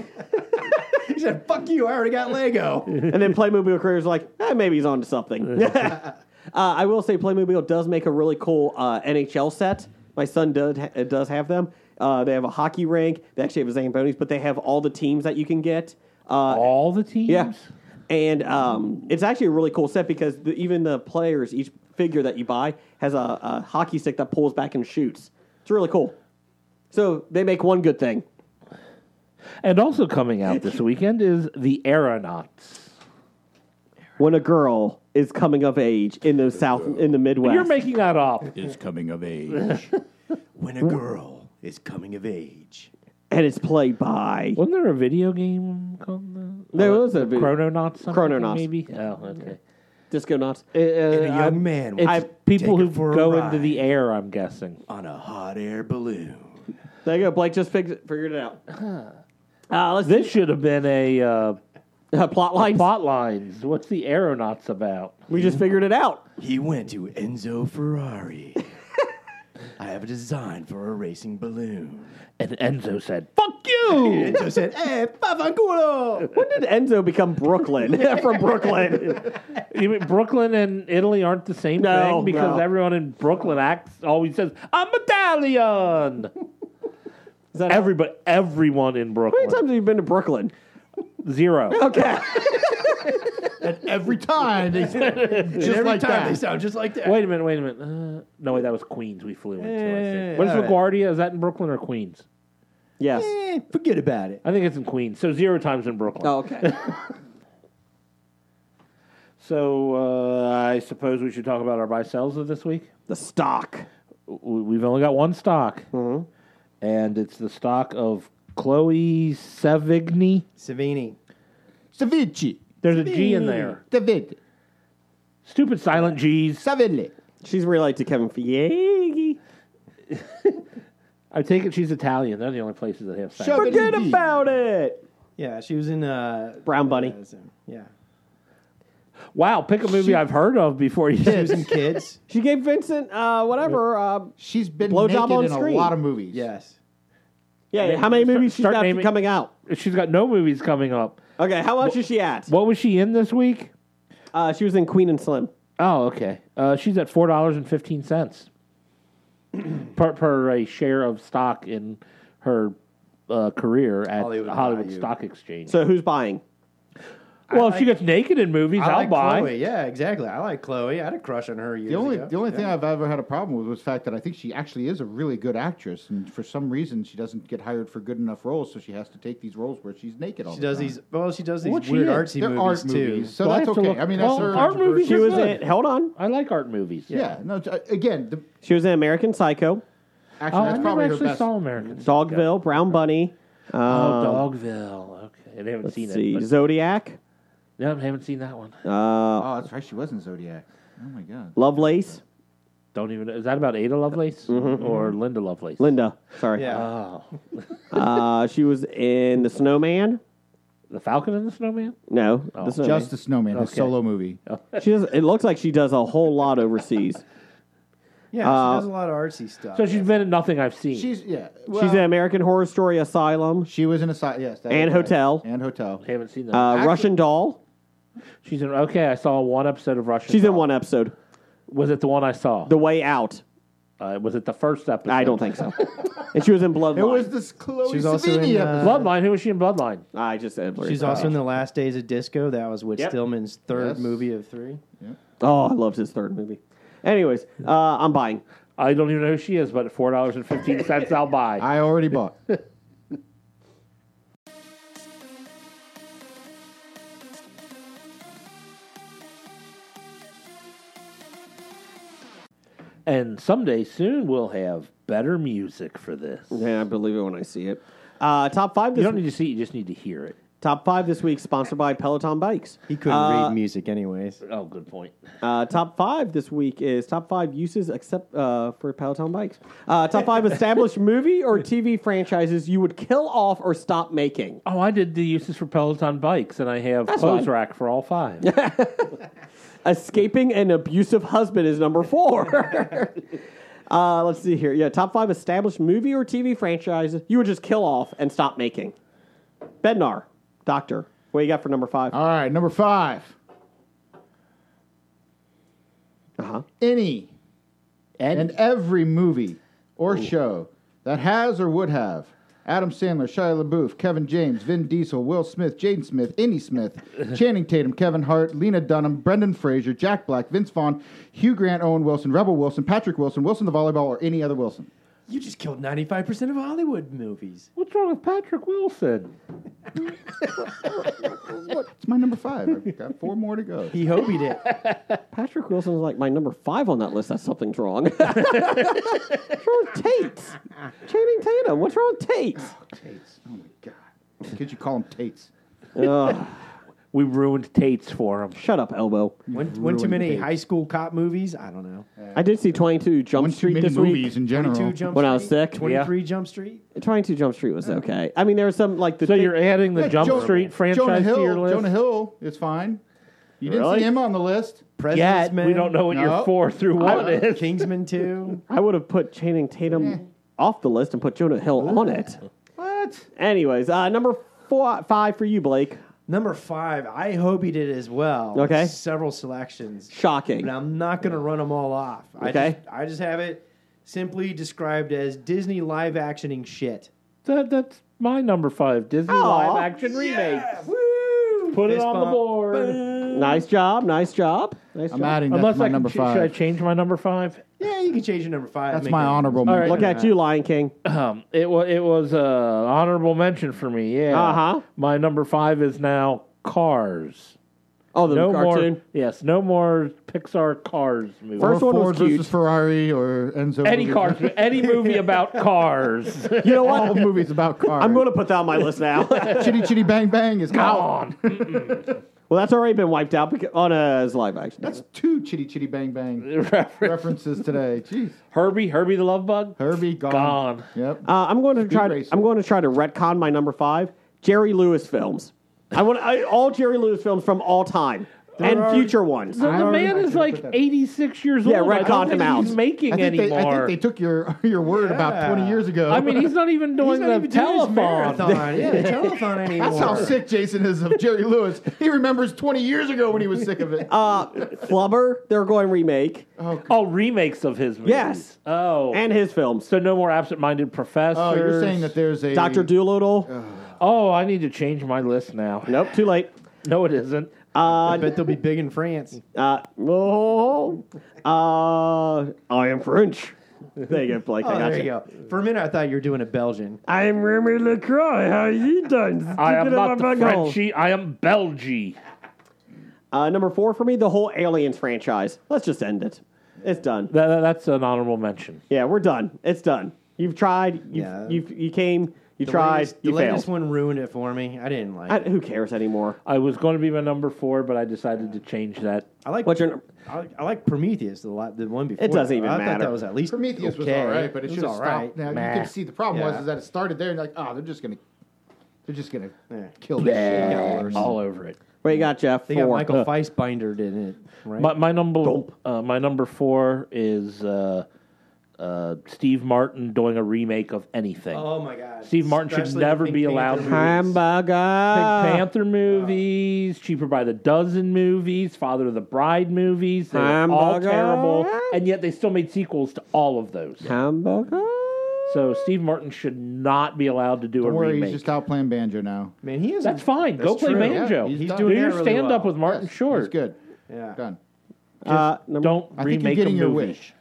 Speaker 6: He said, "Fuck you! I already got *laughs* Lego."
Speaker 4: and then Playmobil creators are like, eh, maybe he's onto something. *laughs* uh, I will say Playmobil does make a really cool uh, NHL set. My son does, ha- does have them. Uh, they have a hockey rink. They actually have a Zambonis, but they have all the teams that you can get. Uh,
Speaker 5: All the teams.
Speaker 4: yeah. And um, it's actually a really cool set because the, even the players, each figure that you buy has a, a hockey stick that pulls back and shoots. It's really cool. So they make one good thing.
Speaker 5: And also coming out this weekend is the Aeronauts.
Speaker 4: When a girl is coming of age in the south, in the Midwest,
Speaker 5: You're making that up.
Speaker 8: Is coming of age.
Speaker 6: when a girl is coming of age,
Speaker 4: and it's played by
Speaker 5: Wasn't there a video game called that?
Speaker 4: There was a video-
Speaker 5: Chrononauts. something,
Speaker 4: Chrononauts. Uh,
Speaker 5: maybe. Oh, okay.
Speaker 4: Disco Nuts.
Speaker 6: and a young man
Speaker 5: It's
Speaker 6: will
Speaker 5: people
Speaker 6: take
Speaker 5: who
Speaker 6: it for a
Speaker 5: go
Speaker 6: ride
Speaker 5: into the air. I'm guessing.
Speaker 6: on a hot air balloon.
Speaker 4: There you go. Blake just fig- figured it out. Uh, let's
Speaker 5: This should have been a uh,
Speaker 4: uh, plot lines.
Speaker 5: plot lines. What's the Aeronauts about?
Speaker 4: We just figured it out.
Speaker 6: He went to Enzo Ferrari. I I have a design for a racing balloon.
Speaker 5: And Enzo said, "Fuck you."
Speaker 6: Enzo said, "Eh, "Hey, Pavanculo!"
Speaker 4: When did Enzo become
Speaker 5: *laughs*
Speaker 4: Brooklyn *laughs* from Brooklyn?
Speaker 5: *laughs* You mean Brooklyn and Italy aren't the same
Speaker 4: No,
Speaker 5: thing because
Speaker 4: no.
Speaker 5: everyone in Brooklyn acts always says, "I'm *laughs* Italian."
Speaker 4: Is that
Speaker 5: Everybody, everyone
Speaker 4: How many
Speaker 5: in Brooklyn,
Speaker 4: times have you been to Brooklyn?
Speaker 5: zero. *laughs*
Speaker 4: Okay.
Speaker 7: Every time they just like that.
Speaker 6: sound just like that.
Speaker 5: Wait a minute, wait a minute. Uh, no, wait, that was Queens we flew into. I think. What is
Speaker 6: all right.
Speaker 5: LaGuardia? Is that in Brooklyn or Queens?
Speaker 4: yes.
Speaker 6: Eh, forget about it.
Speaker 5: I think it's in Queens. So zero times in Brooklyn.
Speaker 4: Oh, okay.
Speaker 5: So uh, I suppose we should talk about our buy sells of this week.
Speaker 4: the stock.
Speaker 5: We- We've only got one stock, and it's the stock of Chloe Sevigny.
Speaker 6: Savini.
Speaker 7: Savici.
Speaker 5: There's a G in there.
Speaker 7: David.
Speaker 5: Stupid silent G's.
Speaker 7: Savilli.
Speaker 4: She's related to Kevin Feige.
Speaker 5: *laughs* I take it she's Italian. They're the only places that have silent.
Speaker 7: Shovin'
Speaker 4: Forget
Speaker 7: D.
Speaker 4: about it.
Speaker 6: Yeah, she was in uh,
Speaker 4: Brown Bunny.
Speaker 6: uh, so- yeah,
Speaker 5: Wow, pick a movie I've heard of before you
Speaker 6: she was in
Speaker 5: did.
Speaker 6: Kids.
Speaker 4: She gave Vincent uh, whatever. Uh,
Speaker 7: She's been
Speaker 4: Blowjob
Speaker 7: naked
Speaker 4: on
Speaker 7: in
Speaker 4: screen.
Speaker 7: a lot of movies.
Speaker 6: Yes.
Speaker 4: yeah, how many
Speaker 5: Start-
Speaker 4: movies she's
Speaker 5: start
Speaker 4: got
Speaker 5: naming-
Speaker 4: coming out?
Speaker 5: She's got no movies coming up.
Speaker 4: Okay, how much is she at?
Speaker 5: What was she in this week?
Speaker 4: Uh, she was in Queen and Slim.
Speaker 5: Oh, okay. Uh, she's at four dollars and fifteen cents *clears throat* per per a share of stock in her uh, career at
Speaker 6: Hollywood
Speaker 5: Hollywood,
Speaker 6: value.
Speaker 5: Stock Exchange.
Speaker 4: So who's buying?
Speaker 5: well, if she gets naked in movies,
Speaker 6: I
Speaker 5: I'll
Speaker 6: like
Speaker 5: buy.
Speaker 6: Chloe. Yeah, exactly. I like Chloe. I had a crush on her years
Speaker 7: The only
Speaker 6: ago.
Speaker 7: the only thing I've ever had a problem with was the fact that I think she actually is a really good actress, and for some reason she doesn't get hired for good enough roles, so she has to take these roles where she's naked all
Speaker 6: she
Speaker 7: the
Speaker 6: does
Speaker 7: time.
Speaker 6: these. Well, she does these
Speaker 5: What she
Speaker 6: weird
Speaker 5: is,
Speaker 6: artsy
Speaker 7: They're
Speaker 6: movies
Speaker 7: art
Speaker 6: too.
Speaker 7: movies, so
Speaker 5: Do I
Speaker 7: that's
Speaker 5: have to
Speaker 7: okay.
Speaker 5: look-
Speaker 7: I mean, that's
Speaker 5: well,
Speaker 7: her
Speaker 5: art movies
Speaker 4: She
Speaker 5: are
Speaker 4: was
Speaker 5: good.
Speaker 4: in. Hold on.
Speaker 5: I like art movies.
Speaker 7: Yeah, no. t- Again, the,
Speaker 4: She was in American Psycho,
Speaker 7: actually,
Speaker 5: Oh, I
Speaker 7: that's
Speaker 5: never
Speaker 7: probably her
Speaker 5: actually
Speaker 7: best.
Speaker 5: saw American.
Speaker 4: Dogville, Brown Bunny. Um,
Speaker 5: Oh, Dogville. Okay, they haven't
Speaker 4: let's
Speaker 5: seen
Speaker 4: see,
Speaker 5: it. but-
Speaker 4: Zodiac,
Speaker 5: No, I haven't seen that one.
Speaker 4: uh,
Speaker 7: Oh, that's right. She was in Zodiac. Oh my god.
Speaker 4: Lovelace,
Speaker 5: Don't even. Is that about Ada Lovelace
Speaker 4: Mm-hmm,
Speaker 5: or Linda Lovelace?
Speaker 4: Linda. Sorry.
Speaker 6: Yeah.
Speaker 5: Oh,
Speaker 4: Uh, she was in The Snowman.
Speaker 5: the Falcon and the Snowman.
Speaker 4: No,
Speaker 5: Oh.
Speaker 4: The Snowman.
Speaker 7: Just the Snowman, his
Speaker 5: Okay.
Speaker 7: solo movie.
Speaker 4: She does, it looks like she does a whole lot
Speaker 5: *laughs*
Speaker 4: overseas.
Speaker 6: yeah,
Speaker 4: Uh,
Speaker 6: she does a lot of artsy stuff.
Speaker 5: So she's been in nothing I've seen.
Speaker 7: She's yeah.
Speaker 4: She's
Speaker 7: well,
Speaker 4: in American Horror Story Asylum,
Speaker 7: She was in a side. Yes. that
Speaker 4: And
Speaker 7: is right.
Speaker 4: Hotel.
Speaker 7: And hotel.
Speaker 5: I haven't seen that.
Speaker 4: uh, Russian Doll.
Speaker 5: She's in. Okay, I saw one episode of Russian.
Speaker 4: She's in
Speaker 5: Doll.
Speaker 4: one episode,
Speaker 5: Was it the one I saw?
Speaker 4: The Way Out.
Speaker 5: uh, was it the first episode?
Speaker 4: I don't
Speaker 5: *laughs*
Speaker 4: think so. and she was in Bloodline.
Speaker 7: It was this Chloe
Speaker 6: She's also in,
Speaker 7: Sevigny
Speaker 6: uh,
Speaker 7: episode.
Speaker 5: Bloodline. Who was she in Bloodline?
Speaker 4: I just said
Speaker 6: She's also in the Last Days of Disco. That was Whit
Speaker 5: Yep.
Speaker 6: Stillman's third
Speaker 7: Yes.
Speaker 6: movie of three.
Speaker 4: Oh, I loved his third movie. Anyways, uh, I'm buying.
Speaker 5: I don't even know who she is, but at four dollars and fifteen cents, I'll buy.
Speaker 7: I already bought.
Speaker 5: and someday soon we'll have better music for this. You
Speaker 4: Yeah, I believe it when I see it. Uh, top five. This
Speaker 5: don't need to see; it, you just need to hear it.
Speaker 4: top five this week, sponsored by Peloton Bikes.
Speaker 6: He couldn't
Speaker 4: Uh,
Speaker 6: read music, anyways.
Speaker 5: Oh, good point.
Speaker 4: Uh, top five this week is top five uses except uh, for Peloton bikes. Uh, top five established movie or TV franchises you would kill off or stop making.
Speaker 5: Oh, I did the uses for Peloton bikes, and I have clothes
Speaker 4: fine.
Speaker 5: rack for all
Speaker 7: *laughs*
Speaker 5: five.
Speaker 4: Escaping an abusive husband is number four. uh, let's see here. Yeah, top five established movie or TV franchises you would just kill off and stop making. Bednar, Doctor. What you got for number five?
Speaker 7: All right, number five.
Speaker 4: Uh-huh.
Speaker 7: Any and every movie or show that has or would have Adam Sandler, Shia LaBeouf, Kevin James, Vin Diesel, Will Smith, Jaden Smith, Innie
Speaker 4: *laughs*
Speaker 7: Smith, Channing Tatum, Kevin Hart, Lena Dunham, Brendan Fraser, Jack Black, Vince Vaughn, Hugh Grant, Owen Wilson, Rebel Wilson, Patrick Wilson, Wilson the volleyball, or any
Speaker 4: *laughs*
Speaker 7: other Wilson.
Speaker 6: You just killed ninety five percent of Hollywood movies.
Speaker 5: What's wrong with Patrick Wilson?
Speaker 7: What? It's my number five. I've got four more to go.
Speaker 6: He hobied it.
Speaker 4: Patrick Wilson is like my number five on that list. That's something's wrong. *laughs* what's wrong with Tate? Channing Tatum. What's wrong with Tate?
Speaker 7: Tates. Oh my God. Could you call him Tates?
Speaker 4: Ugh,
Speaker 5: We ruined Tate's for him.
Speaker 4: shut up, elbow.
Speaker 6: One, one too many
Speaker 7: Ruined it.
Speaker 6: high school cop movies. I don't know.
Speaker 4: I did see 22 Jump
Speaker 7: One too
Speaker 4: Street
Speaker 7: many
Speaker 4: this
Speaker 7: movies
Speaker 4: week.
Speaker 7: in general.
Speaker 6: Twenty two Jump
Speaker 4: When I was
Speaker 6: Street.
Speaker 4: sick,
Speaker 6: Twenty
Speaker 5: yeah.
Speaker 6: three Jump Street.
Speaker 4: 22 Jump Street was okay. I mean, there was some like the
Speaker 5: So
Speaker 4: thing-
Speaker 5: you're adding the
Speaker 7: Yeah,
Speaker 5: Jump
Speaker 7: Jonah-
Speaker 5: Street franchise
Speaker 7: Jonah Hill,
Speaker 5: to your list?
Speaker 7: Jonah Hill is fine. You didn't
Speaker 4: Really?
Speaker 7: see him on the list.
Speaker 6: President's Men.
Speaker 5: we don't know what your
Speaker 7: No.
Speaker 5: four through one
Speaker 6: Uh,
Speaker 5: is.
Speaker 4: *laughs*
Speaker 6: Kingsman 2.
Speaker 4: I would have put Channing Tatum off the list and put Jonah Hill
Speaker 5: Ah.
Speaker 4: on it.
Speaker 7: What?
Speaker 4: Anyways, uh, number four, five for you, Blake.
Speaker 6: Number five, I hobied it as well.
Speaker 4: Okay.
Speaker 6: Several selections.
Speaker 4: Shocking.
Speaker 6: But I'm not going to run them all off. I
Speaker 4: Okay.
Speaker 6: just, I just have it simply described as Disney live actioning shit.
Speaker 5: That, that's my number five Disney
Speaker 4: Aw.
Speaker 5: live action remake. Put it
Speaker 6: Fist
Speaker 5: on the
Speaker 6: bump.
Speaker 5: board.
Speaker 4: Nice job. Nice job. Nice
Speaker 7: I'm
Speaker 4: job.
Speaker 7: adding that
Speaker 5: Unless
Speaker 7: to my
Speaker 5: I can
Speaker 7: number
Speaker 5: ch- should I
Speaker 7: five.
Speaker 5: change my number five?
Speaker 6: Yeah, you can change your number five.
Speaker 8: That's
Speaker 6: Make
Speaker 8: my
Speaker 6: it-
Speaker 8: honorable
Speaker 5: All
Speaker 8: mention.
Speaker 5: right.
Speaker 4: Look at you, Lion King.
Speaker 5: Um, it was it was a honorable mention for me. Yeah.
Speaker 4: Uh-huh.
Speaker 5: My number five is now Cars.
Speaker 4: Oh, the
Speaker 5: No
Speaker 4: cartoon.
Speaker 5: more. Yes. No more Pixar Cars movie.
Speaker 4: First
Speaker 7: or
Speaker 4: one was
Speaker 7: Ford
Speaker 4: cute.
Speaker 7: versus Ferrari or Enzo.
Speaker 5: any
Speaker 7: versus-
Speaker 4: *laughs*
Speaker 5: cars, any movie about cars.
Speaker 4: You know what?
Speaker 7: *laughs* All
Speaker 5: *laughs*
Speaker 7: movies about cars.
Speaker 4: I'm going to put that on my list now. well,
Speaker 7: Chitty Chitty Bang Bang is
Speaker 5: Come
Speaker 7: out.
Speaker 5: on.
Speaker 4: that's already been wiped out because, on a as live action.
Speaker 7: That's two Chitty Chitty
Speaker 5: *laughs*
Speaker 7: Bang Bang references today. Jeez,
Speaker 5: Herbie, Herbie the Love Bug.
Speaker 7: Herbie gone.
Speaker 5: Gone.
Speaker 7: Yep.
Speaker 4: Uh, I'm going to try. To,
Speaker 7: racer.
Speaker 4: I'm going to try to retcon my number five, Jerry Lewis films. I want I, all Jerry Lewis films from all time and
Speaker 7: are-
Speaker 4: future ones.
Speaker 5: The, the
Speaker 7: already-
Speaker 5: man
Speaker 7: I
Speaker 5: is
Speaker 7: should've
Speaker 5: like
Speaker 7: put that-
Speaker 5: 86 years
Speaker 4: Yeah,
Speaker 5: old. I
Speaker 4: retcon
Speaker 5: don't think
Speaker 4: him out.
Speaker 5: He's
Speaker 7: I
Speaker 5: making
Speaker 7: think, they, I
Speaker 5: anymore.
Speaker 7: think they took your *laughs* your word about 20 years ago.
Speaker 5: I mean, he's not even doing
Speaker 6: He's not
Speaker 5: the
Speaker 6: even doing his
Speaker 4: *laughs*
Speaker 5: telethon.
Speaker 8: *laughs*
Speaker 6: marathon. yeah, the telethon anymore.
Speaker 7: *laughs* that's how sick Jason is of Jerry Lewis. He remembers 20 years ago when he was sick
Speaker 5: *laughs*
Speaker 7: of it.
Speaker 4: Uh, Flubber, they're going remake
Speaker 5: Oh, remakes of his movies.
Speaker 4: Yes.
Speaker 5: Oh.
Speaker 4: and his films.
Speaker 5: so no more absent-minded professors.
Speaker 7: oh, you're saying that there's a
Speaker 4: Doctor Doolittle.
Speaker 5: Oh, I need to change my list now. *laughs*
Speaker 4: nope, too late.
Speaker 5: No, it isn't.
Speaker 6: I bet they'll be big in France.
Speaker 4: Uh, oh, uh, I am French. There you go, Blake. I
Speaker 6: Oh,
Speaker 4: got
Speaker 6: there you go. For a minute, I thought you were doing a Belgian.
Speaker 4: I am Remy LaCroix. How you doing?
Speaker 5: I am
Speaker 4: Sticking
Speaker 5: not
Speaker 4: up my
Speaker 5: the
Speaker 4: bung hole.
Speaker 5: Frenchie. I am Belgie.
Speaker 4: Uh, number four for me, the whole Aliens franchise. Let's just end it. It's done.
Speaker 5: That, that- that's an honorable mention.
Speaker 4: Yeah, we're done. It's done. You've tried. You've,
Speaker 6: Yeah.
Speaker 4: you've you came. You
Speaker 6: The
Speaker 4: tried.
Speaker 6: latest,
Speaker 4: you
Speaker 6: the
Speaker 4: failed.
Speaker 6: latest one ruined it for me. I didn't like
Speaker 4: I,
Speaker 6: it.
Speaker 4: who cares anymore?
Speaker 5: I was going to be my number four, but I decided to change that.
Speaker 6: I like
Speaker 4: What's your num-
Speaker 6: I, I like Prometheus the lot the one before.
Speaker 4: It doesn't
Speaker 6: that.
Speaker 4: even
Speaker 6: I
Speaker 4: matter.
Speaker 6: Thought that was at least
Speaker 7: Prometheus was
Speaker 6: okay.
Speaker 7: all right, but it,
Speaker 6: was
Speaker 7: should have
Speaker 6: all
Speaker 7: stopped.
Speaker 6: right.
Speaker 7: Now
Speaker 6: Meh.
Speaker 7: you can see the problem was
Speaker 6: Yeah.
Speaker 7: is that it started there and like, oh, they're just gonna, they're just gonna
Speaker 6: Yeah.
Speaker 7: kill this shit. Yeah.
Speaker 5: All over it.
Speaker 4: What you got, Jeff?
Speaker 6: They got
Speaker 4: Four. Uh,
Speaker 5: *laughs*
Speaker 6: Michael Feisbinder in it, right?
Speaker 5: My, my number uh, my number four is uh, uh, Steve Martin doing a remake of anything.
Speaker 6: oh my god!
Speaker 5: Steve Martin should never
Speaker 6: the
Speaker 5: be
Speaker 6: Pink
Speaker 5: allowed
Speaker 6: Panther
Speaker 5: to-
Speaker 6: movies.
Speaker 5: Pink
Speaker 4: Hamburger.
Speaker 5: Panther movies, Cheaper by the Dozen movies, Father of the Bride movies. They were all
Speaker 4: Hamburger.
Speaker 5: terrible, and yet they still made sequels to all of those.
Speaker 4: Hamburger.
Speaker 5: So Steve Martin should not be allowed to do
Speaker 7: Don't
Speaker 5: a
Speaker 7: worry,
Speaker 5: remake.
Speaker 7: he's just out playing banjo now.
Speaker 6: Man, he is.
Speaker 5: That's fine. Go
Speaker 6: That's
Speaker 5: play
Speaker 6: true.
Speaker 5: banjo.
Speaker 7: Yeah, he's
Speaker 5: he's
Speaker 7: done.
Speaker 5: doing
Speaker 6: doing
Speaker 5: do your
Speaker 6: that really
Speaker 5: stand up
Speaker 6: well.
Speaker 5: with Martin
Speaker 7: Yes,
Speaker 5: Short.
Speaker 7: he's good.
Speaker 6: Yeah.
Speaker 7: Done.
Speaker 4: Uh, number,
Speaker 5: Don't
Speaker 7: I think you're
Speaker 5: remake a
Speaker 7: getting
Speaker 5: movie.
Speaker 7: your wish.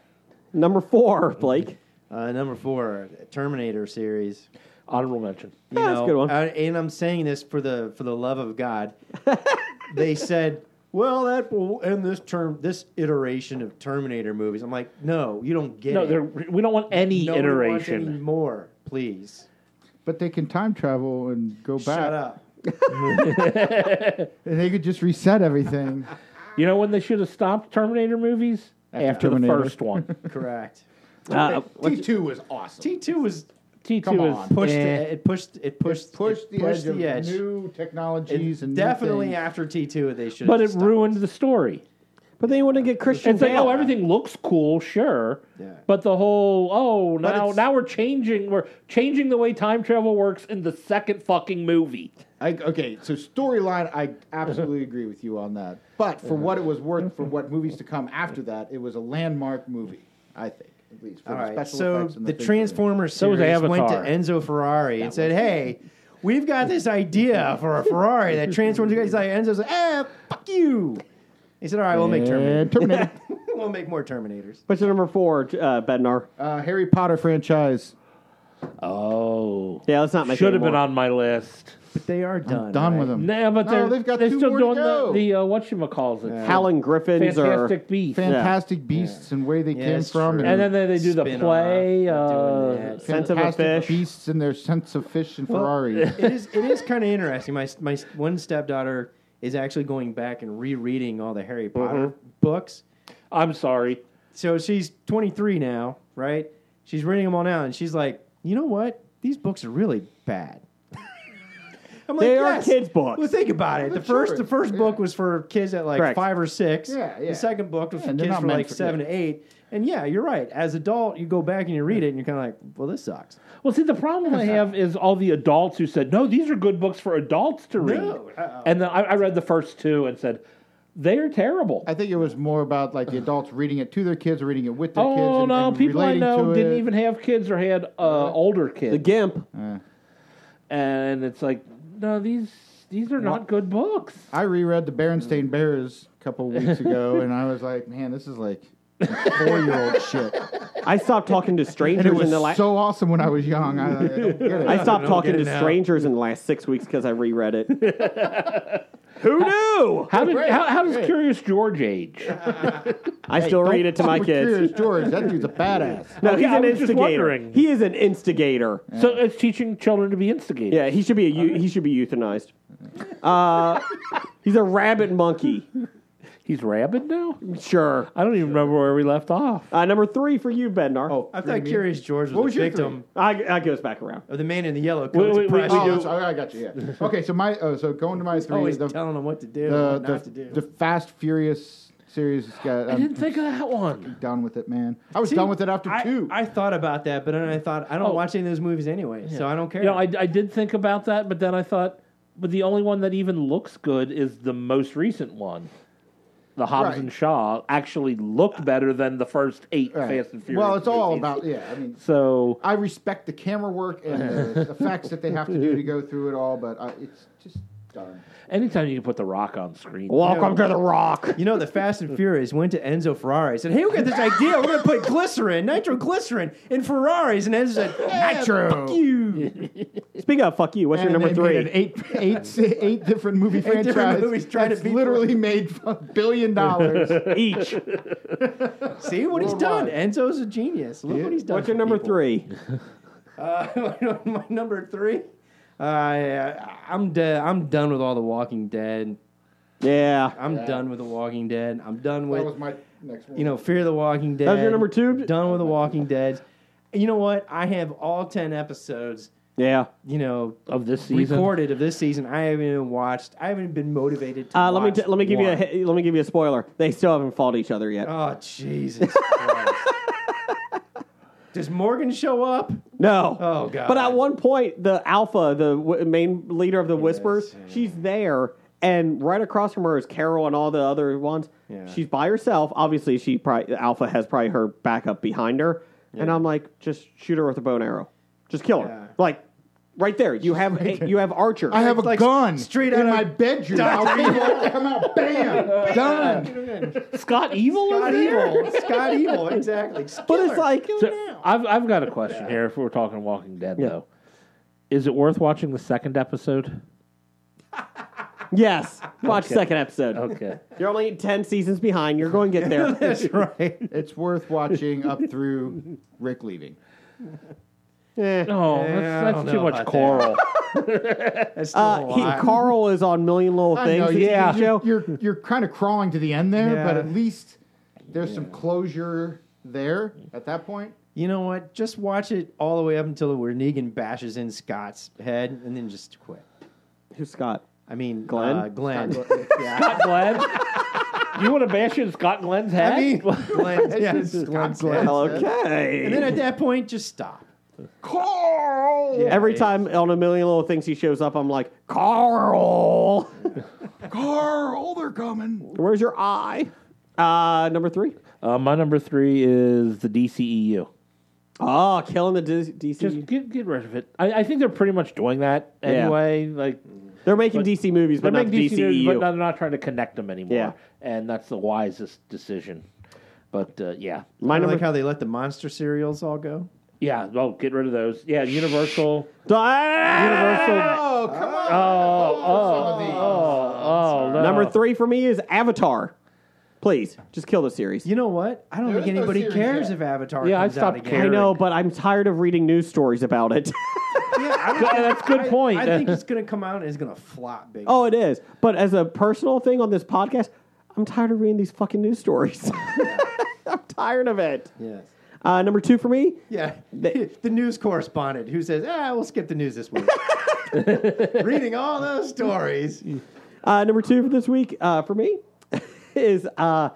Speaker 4: number four, Blake.
Speaker 6: Uh, number four, Terminator series.
Speaker 5: Honorable mention.
Speaker 6: You
Speaker 4: Yeah,
Speaker 6: know,
Speaker 4: that's a good one.
Speaker 6: I- and I'm saying this for the for the love of
Speaker 5: *laughs*
Speaker 6: God. they said, "Well, that will end this term, this iteration of Terminator movies." I'm like, "No, you don't get
Speaker 5: No,
Speaker 6: it.
Speaker 5: there, we don't want any
Speaker 6: No one wants
Speaker 5: iteration.
Speaker 6: any more, please."
Speaker 7: But they can time travel and go back.
Speaker 6: Shut up.
Speaker 7: And they could just
Speaker 6: *laughs*
Speaker 7: reset everything.
Speaker 5: You know when they should have stopped Terminator movies? After,
Speaker 7: Terminator.
Speaker 5: the first one.
Speaker 6: Correct.
Speaker 4: Uh,
Speaker 7: T two was
Speaker 6: *laughs*
Speaker 7: awesome.
Speaker 6: T two was
Speaker 5: T2
Speaker 7: Come
Speaker 5: is
Speaker 7: on.
Speaker 6: pushed.
Speaker 5: eh.
Speaker 6: It pushed. It pushed.
Speaker 7: Pushed the
Speaker 6: pushed
Speaker 7: edge of
Speaker 6: the edge.
Speaker 7: new
Speaker 6: It
Speaker 7: technologies and new
Speaker 6: definitely
Speaker 7: things.
Speaker 6: after T two, they should.
Speaker 5: but it ruined the story.
Speaker 4: but they want to get Christian.
Speaker 5: It's like,
Speaker 4: Bale.
Speaker 5: oh, everything looks cool, sure.
Speaker 6: Yeah.
Speaker 5: But the whole oh now
Speaker 6: it's-
Speaker 5: now we're changing we're changing the way time travel works in the second fucking movie.
Speaker 7: I, okay, so storyline, I absolutely agree with you on that. But for what it was worth, for what movies to come after that, it was a landmark movie. I think, at least for
Speaker 6: All
Speaker 7: the
Speaker 6: right.
Speaker 7: special
Speaker 6: So
Speaker 7: effects and
Speaker 6: the
Speaker 7: things
Speaker 6: Transformers
Speaker 5: So was
Speaker 6: series went to
Speaker 5: Avatar.
Speaker 6: Enzo Ferrari and said, "Hey, we've got this idea for a Ferrari that transforms." You guys like Enzo's like, "Eh, fuck you." He said, "All right, we'll
Speaker 7: they
Speaker 6: make
Speaker 7: did.
Speaker 6: Terminator.
Speaker 7: And Terminator,
Speaker 6: *laughs* we'll make more Terminators."
Speaker 4: What's your number four, uh, Bednar?
Speaker 7: *laughs* uh, Harry Potter franchise.
Speaker 5: Oh.
Speaker 4: Yeah, let's not make.
Speaker 5: Should have
Speaker 4: it
Speaker 5: been on my list.
Speaker 6: But they are done.
Speaker 7: Done
Speaker 6: right?
Speaker 7: with them.
Speaker 5: Nah, but
Speaker 7: No,
Speaker 5: they're,
Speaker 7: they've got
Speaker 5: they're
Speaker 7: two
Speaker 5: still
Speaker 7: more to
Speaker 5: doing the,
Speaker 7: go.
Speaker 5: the uh, whatchamacallit.
Speaker 4: Howling Griffins
Speaker 5: Fantastic
Speaker 4: or
Speaker 5: Beasts.
Speaker 7: Fantastic Beasts and where they
Speaker 6: Yeah,
Speaker 7: came
Speaker 6: it's
Speaker 7: from,
Speaker 6: true.
Speaker 5: and then they, they do the
Speaker 6: Spin-off,
Speaker 5: play.
Speaker 6: they're
Speaker 5: Uh,
Speaker 6: doing that.
Speaker 4: Sense of a
Speaker 7: Fantastic
Speaker 4: Fish.
Speaker 7: Beasts and their sense of fish and Ferrari.
Speaker 6: it is it is kind of interesting. My my one stepdaughter is actually going back and rereading all the Harry Potter books.
Speaker 5: I'm sorry.
Speaker 6: So she's 23 now, right? She's reading them all now, and she's like, you know what? These books are really bad. *laughs* I'm
Speaker 4: They are
Speaker 6: yes.
Speaker 4: kids' books.
Speaker 6: Well, think about it. The
Speaker 7: For
Speaker 6: first, the
Speaker 7: children.
Speaker 6: first book was for kids at like
Speaker 4: Correct.
Speaker 6: five or six.
Speaker 7: Yeah, yeah.
Speaker 6: The second book was
Speaker 7: Yeah,
Speaker 6: for
Speaker 7: they're
Speaker 6: kids
Speaker 7: not
Speaker 6: from
Speaker 7: meant
Speaker 6: like
Speaker 7: for-
Speaker 6: seven to eight. And yeah, you're right. As adult, you go back and you read it, and you're kind of like, well, this sucks.
Speaker 5: Well, see, the problem I have is all the adults who said, no, these are good books for adults to read.
Speaker 6: No, uh-uh.
Speaker 5: And then I, I read the first two and said, they are terrible.
Speaker 7: I think it was more about like the adults reading it to their kids or reading it with their kids.
Speaker 5: oh,
Speaker 7: and-
Speaker 5: no.
Speaker 7: and
Speaker 5: people I
Speaker 7: relating
Speaker 5: know
Speaker 7: to
Speaker 5: didn't
Speaker 7: it.
Speaker 5: even have kids or had uh, older
Speaker 4: The
Speaker 5: kids.
Speaker 4: Gimp.
Speaker 5: and it's like, no, these these are not good books.
Speaker 7: I reread the Berenstain Bears a couple weeks ago, and I was like, man, this is like four year old shit.
Speaker 4: I stopped talking to strangers
Speaker 7: And it was
Speaker 4: in the last.
Speaker 7: so awesome when I was young. I, I don't get it.
Speaker 4: I stopped
Speaker 6: don't
Speaker 4: talking
Speaker 6: get
Speaker 4: to
Speaker 6: it now.
Speaker 4: strangers in the last six weeks because I reread it. Who knew?
Speaker 5: How, did, how, how does Curious George age?
Speaker 4: I still read it to my
Speaker 7: Fuck with Curious
Speaker 4: kids.
Speaker 7: George, that dude's a badass.
Speaker 4: No, he's
Speaker 5: Okay, I
Speaker 4: an
Speaker 5: was just
Speaker 4: instigator.
Speaker 5: wondering.
Speaker 4: He is an instigator.
Speaker 5: So it's teaching children to be instigators.
Speaker 4: Yeah, he should be a eu- he should be euthanized. Uh, he's a rabbit monkey.
Speaker 5: He's rabid now?
Speaker 4: Sure.
Speaker 5: I don't even remember where we left off.
Speaker 4: Uh, number three for you, Bednar. Oh,
Speaker 6: I thought Curious George was,
Speaker 7: What was
Speaker 6: the
Speaker 7: your
Speaker 6: victim
Speaker 4: I, I goes back around.
Speaker 6: of the man in the yellow
Speaker 5: Wait,
Speaker 6: coat's
Speaker 5: wait, wait,
Speaker 6: oppression.
Speaker 7: Oh, that's- I got you. Yeah. Okay, so my oh, so going to my three.
Speaker 6: Always
Speaker 7: the,
Speaker 6: telling them what to do,
Speaker 7: the,
Speaker 6: and what
Speaker 7: the,
Speaker 6: not to do.
Speaker 7: the Fast Furious series. has Got,
Speaker 5: I didn't
Speaker 7: I'm
Speaker 5: think of that one.
Speaker 7: done with it, man. I was done with it after
Speaker 6: I,
Speaker 7: two.
Speaker 6: I thought about that, but then I thought I don't watch any of those movies anyway, so I don't care.
Speaker 5: You know, I, I did think about that, but then I thought, but the only one that even looks good is the most recent one. The Hobbs
Speaker 7: Right.
Speaker 5: and Shaw actually looked better than the first eight
Speaker 7: Right.
Speaker 5: Fast and Furious.
Speaker 7: well, it's all
Speaker 5: movies.
Speaker 7: about yeah. I mean,
Speaker 5: So
Speaker 7: I respect the camera work and the effects that they have to do to go through it all, but I, it's just done.
Speaker 5: anytime you can put The Rock on screen,
Speaker 4: Welcome to the Rock.
Speaker 6: You know, the Fast and Furious went to Enzo Ferrari. Said, "Hey, we got this idea. We're going to put glycerin, nitroglycerin, in Ferraris." And Enzo said, "Nitro." Fuck you.
Speaker 4: Speaking of fuck you, what's your
Speaker 7: And
Speaker 4: number
Speaker 7: they
Speaker 4: three?
Speaker 7: made an eight, eight,
Speaker 6: *laughs*
Speaker 7: eight different movie
Speaker 6: different
Speaker 7: franchises.
Speaker 6: movies trying to
Speaker 7: that's
Speaker 6: beat
Speaker 7: literally made a billion
Speaker 6: *laughs*
Speaker 7: dollars.
Speaker 4: Each.
Speaker 6: See what he's done. Enzo's a genius. Look what he's done.
Speaker 4: What's your
Speaker 6: for
Speaker 4: number
Speaker 6: people.
Speaker 4: three?
Speaker 6: Uh, *laughs* my number three. Uh, I- I'm dead. I'm done with all the Walking Dead.
Speaker 4: Yeah.
Speaker 6: I'm done with the Walking Dead. I'm done with
Speaker 7: that was my next one.
Speaker 6: you know Fear the Walking Dead.
Speaker 4: was your number two?
Speaker 6: Done with the Walking Dead. You know what? I have all ten episodes.
Speaker 4: Yeah.
Speaker 6: You know,
Speaker 5: of this season.
Speaker 6: recorded of this season. I haven't even watched. I haven't been motivated to.
Speaker 4: Uh, let me
Speaker 6: watch
Speaker 4: t- let me give you a
Speaker 6: one.
Speaker 4: he- let me give you a spoiler. They still haven't fought each other yet.
Speaker 6: Oh Jesus! Christ.
Speaker 4: *laughs*
Speaker 6: Does Morgan show up?
Speaker 4: no.
Speaker 6: Oh, God.
Speaker 4: But at one point, the Alpha, the w- main leader of the Whispers, she's there, and right across from her is Carol and all the other ones.
Speaker 6: Yeah.
Speaker 4: She's by herself. Obviously, she probably Alpha has probably her backup behind her, and I'm like, just shoot her with a bow and arrow, just kill her,
Speaker 6: Yeah.
Speaker 4: like right there. You have you have Archer.
Speaker 7: I have a
Speaker 6: like
Speaker 7: gun
Speaker 6: straight
Speaker 7: in
Speaker 6: outta
Speaker 7: my bedroom. I'll be able to come out,
Speaker 6: *laughs*
Speaker 7: bam, done.
Speaker 5: Scott Evil. is
Speaker 6: Scott
Speaker 5: there?
Speaker 6: Evil. Scott Evil. Exactly.
Speaker 4: but it's like
Speaker 5: So, I've I've got a question here. If we're talking Walking Dead, though, is it worth watching the second episode?
Speaker 4: yes, watch
Speaker 5: Okay.
Speaker 4: second episode.
Speaker 5: Okay.
Speaker 4: You're only ten seasons behind. You're going to get there.
Speaker 6: That's right.
Speaker 7: It's worth watching up through Rick leaving.
Speaker 5: No,
Speaker 6: Yeah, I
Speaker 5: Oh, that's,
Speaker 6: don't
Speaker 5: that's
Speaker 6: know
Speaker 5: too much
Speaker 6: about that.
Speaker 5: coral.
Speaker 6: That's still
Speaker 4: Uh,
Speaker 6: a
Speaker 4: he,
Speaker 6: lot.
Speaker 4: Carl is on Million Little
Speaker 7: I
Speaker 4: Things.
Speaker 7: know,
Speaker 4: the
Speaker 7: you-
Speaker 4: TV
Speaker 7: you-
Speaker 4: show.
Speaker 7: You're, you're kind of crawling to the end there, but
Speaker 6: Yeah.
Speaker 7: at least there's some closure there at that point.
Speaker 6: You know what? Just watch it all the way up until where Negan bashes in Scott's head, and then just quit.
Speaker 4: Who's Scott?
Speaker 6: I mean,
Speaker 4: Glenn?
Speaker 6: uh, Glenn.
Speaker 4: *laughs*
Speaker 6: yeah.
Speaker 5: Scott Glenn. *laughs* you want to bash in Scott Glenn's head?
Speaker 6: I mean,
Speaker 7: *laughs*
Speaker 6: Glenn. Yeah, Scott's Glenn.
Speaker 4: Okay.
Speaker 6: And then at that point, just stop.
Speaker 7: Carl!
Speaker 6: Yeah,
Speaker 4: Every
Speaker 6: it-
Speaker 4: time on a million little things he shows up, I'm like, Carl,
Speaker 7: Carl, they're coming.
Speaker 4: where's your eye? Uh, number three.
Speaker 5: Uh, my number three is the E DCEU.
Speaker 4: Oh, killing the D- DC.
Speaker 5: Just get, get rid of it. I, I think they're pretty much doing that anyway. Like
Speaker 4: they're making
Speaker 5: but-
Speaker 4: DC movies,
Speaker 5: they're
Speaker 4: but not E
Speaker 5: making DC,
Speaker 4: DCEU.
Speaker 5: movies, E but they're not trying to connect them anymore.
Speaker 4: Yeah.
Speaker 5: And that's the wisest decision. But uh, yeah,
Speaker 4: My
Speaker 6: I
Speaker 4: number.
Speaker 6: like how they let the monster cereals all go.
Speaker 5: yeah. Well, get rid of those. Yeah, Universal.
Speaker 4: Ah! Universal.
Speaker 7: Oh, come on.
Speaker 5: Oh no.
Speaker 4: Number three for me is Avatar. Please, just kill the series.
Speaker 6: You know what? I don't
Speaker 7: There
Speaker 6: think
Speaker 7: is no
Speaker 6: anybody
Speaker 7: series
Speaker 6: cares
Speaker 7: yet.
Speaker 6: if Avatar
Speaker 5: Yeah, I
Speaker 6: comes out
Speaker 5: stopped
Speaker 6: again.
Speaker 5: caring.
Speaker 4: I know, but I'm tired of reading news stories about it. *laughs*
Speaker 6: Yeah,
Speaker 5: *laughs*
Speaker 6: *laughs* I don't-
Speaker 5: that's a good
Speaker 6: I-
Speaker 5: point. *laughs*
Speaker 6: I, think it's going to come out and it's going to flop big.
Speaker 4: oh, it is. But as a personal thing on this podcast, I'm tired of reading these fucking news stories. *laughs* I'm tired of it.
Speaker 6: *laughs* Yes.
Speaker 4: Uh, number two for me,
Speaker 6: Yeah.
Speaker 4: They-
Speaker 6: *laughs*
Speaker 5: *laughs*
Speaker 6: the news correspondent who says, ah, we'll skip the news this week. reading all those stories.
Speaker 4: Uh, number two for this week uh, for me *laughs* is uh,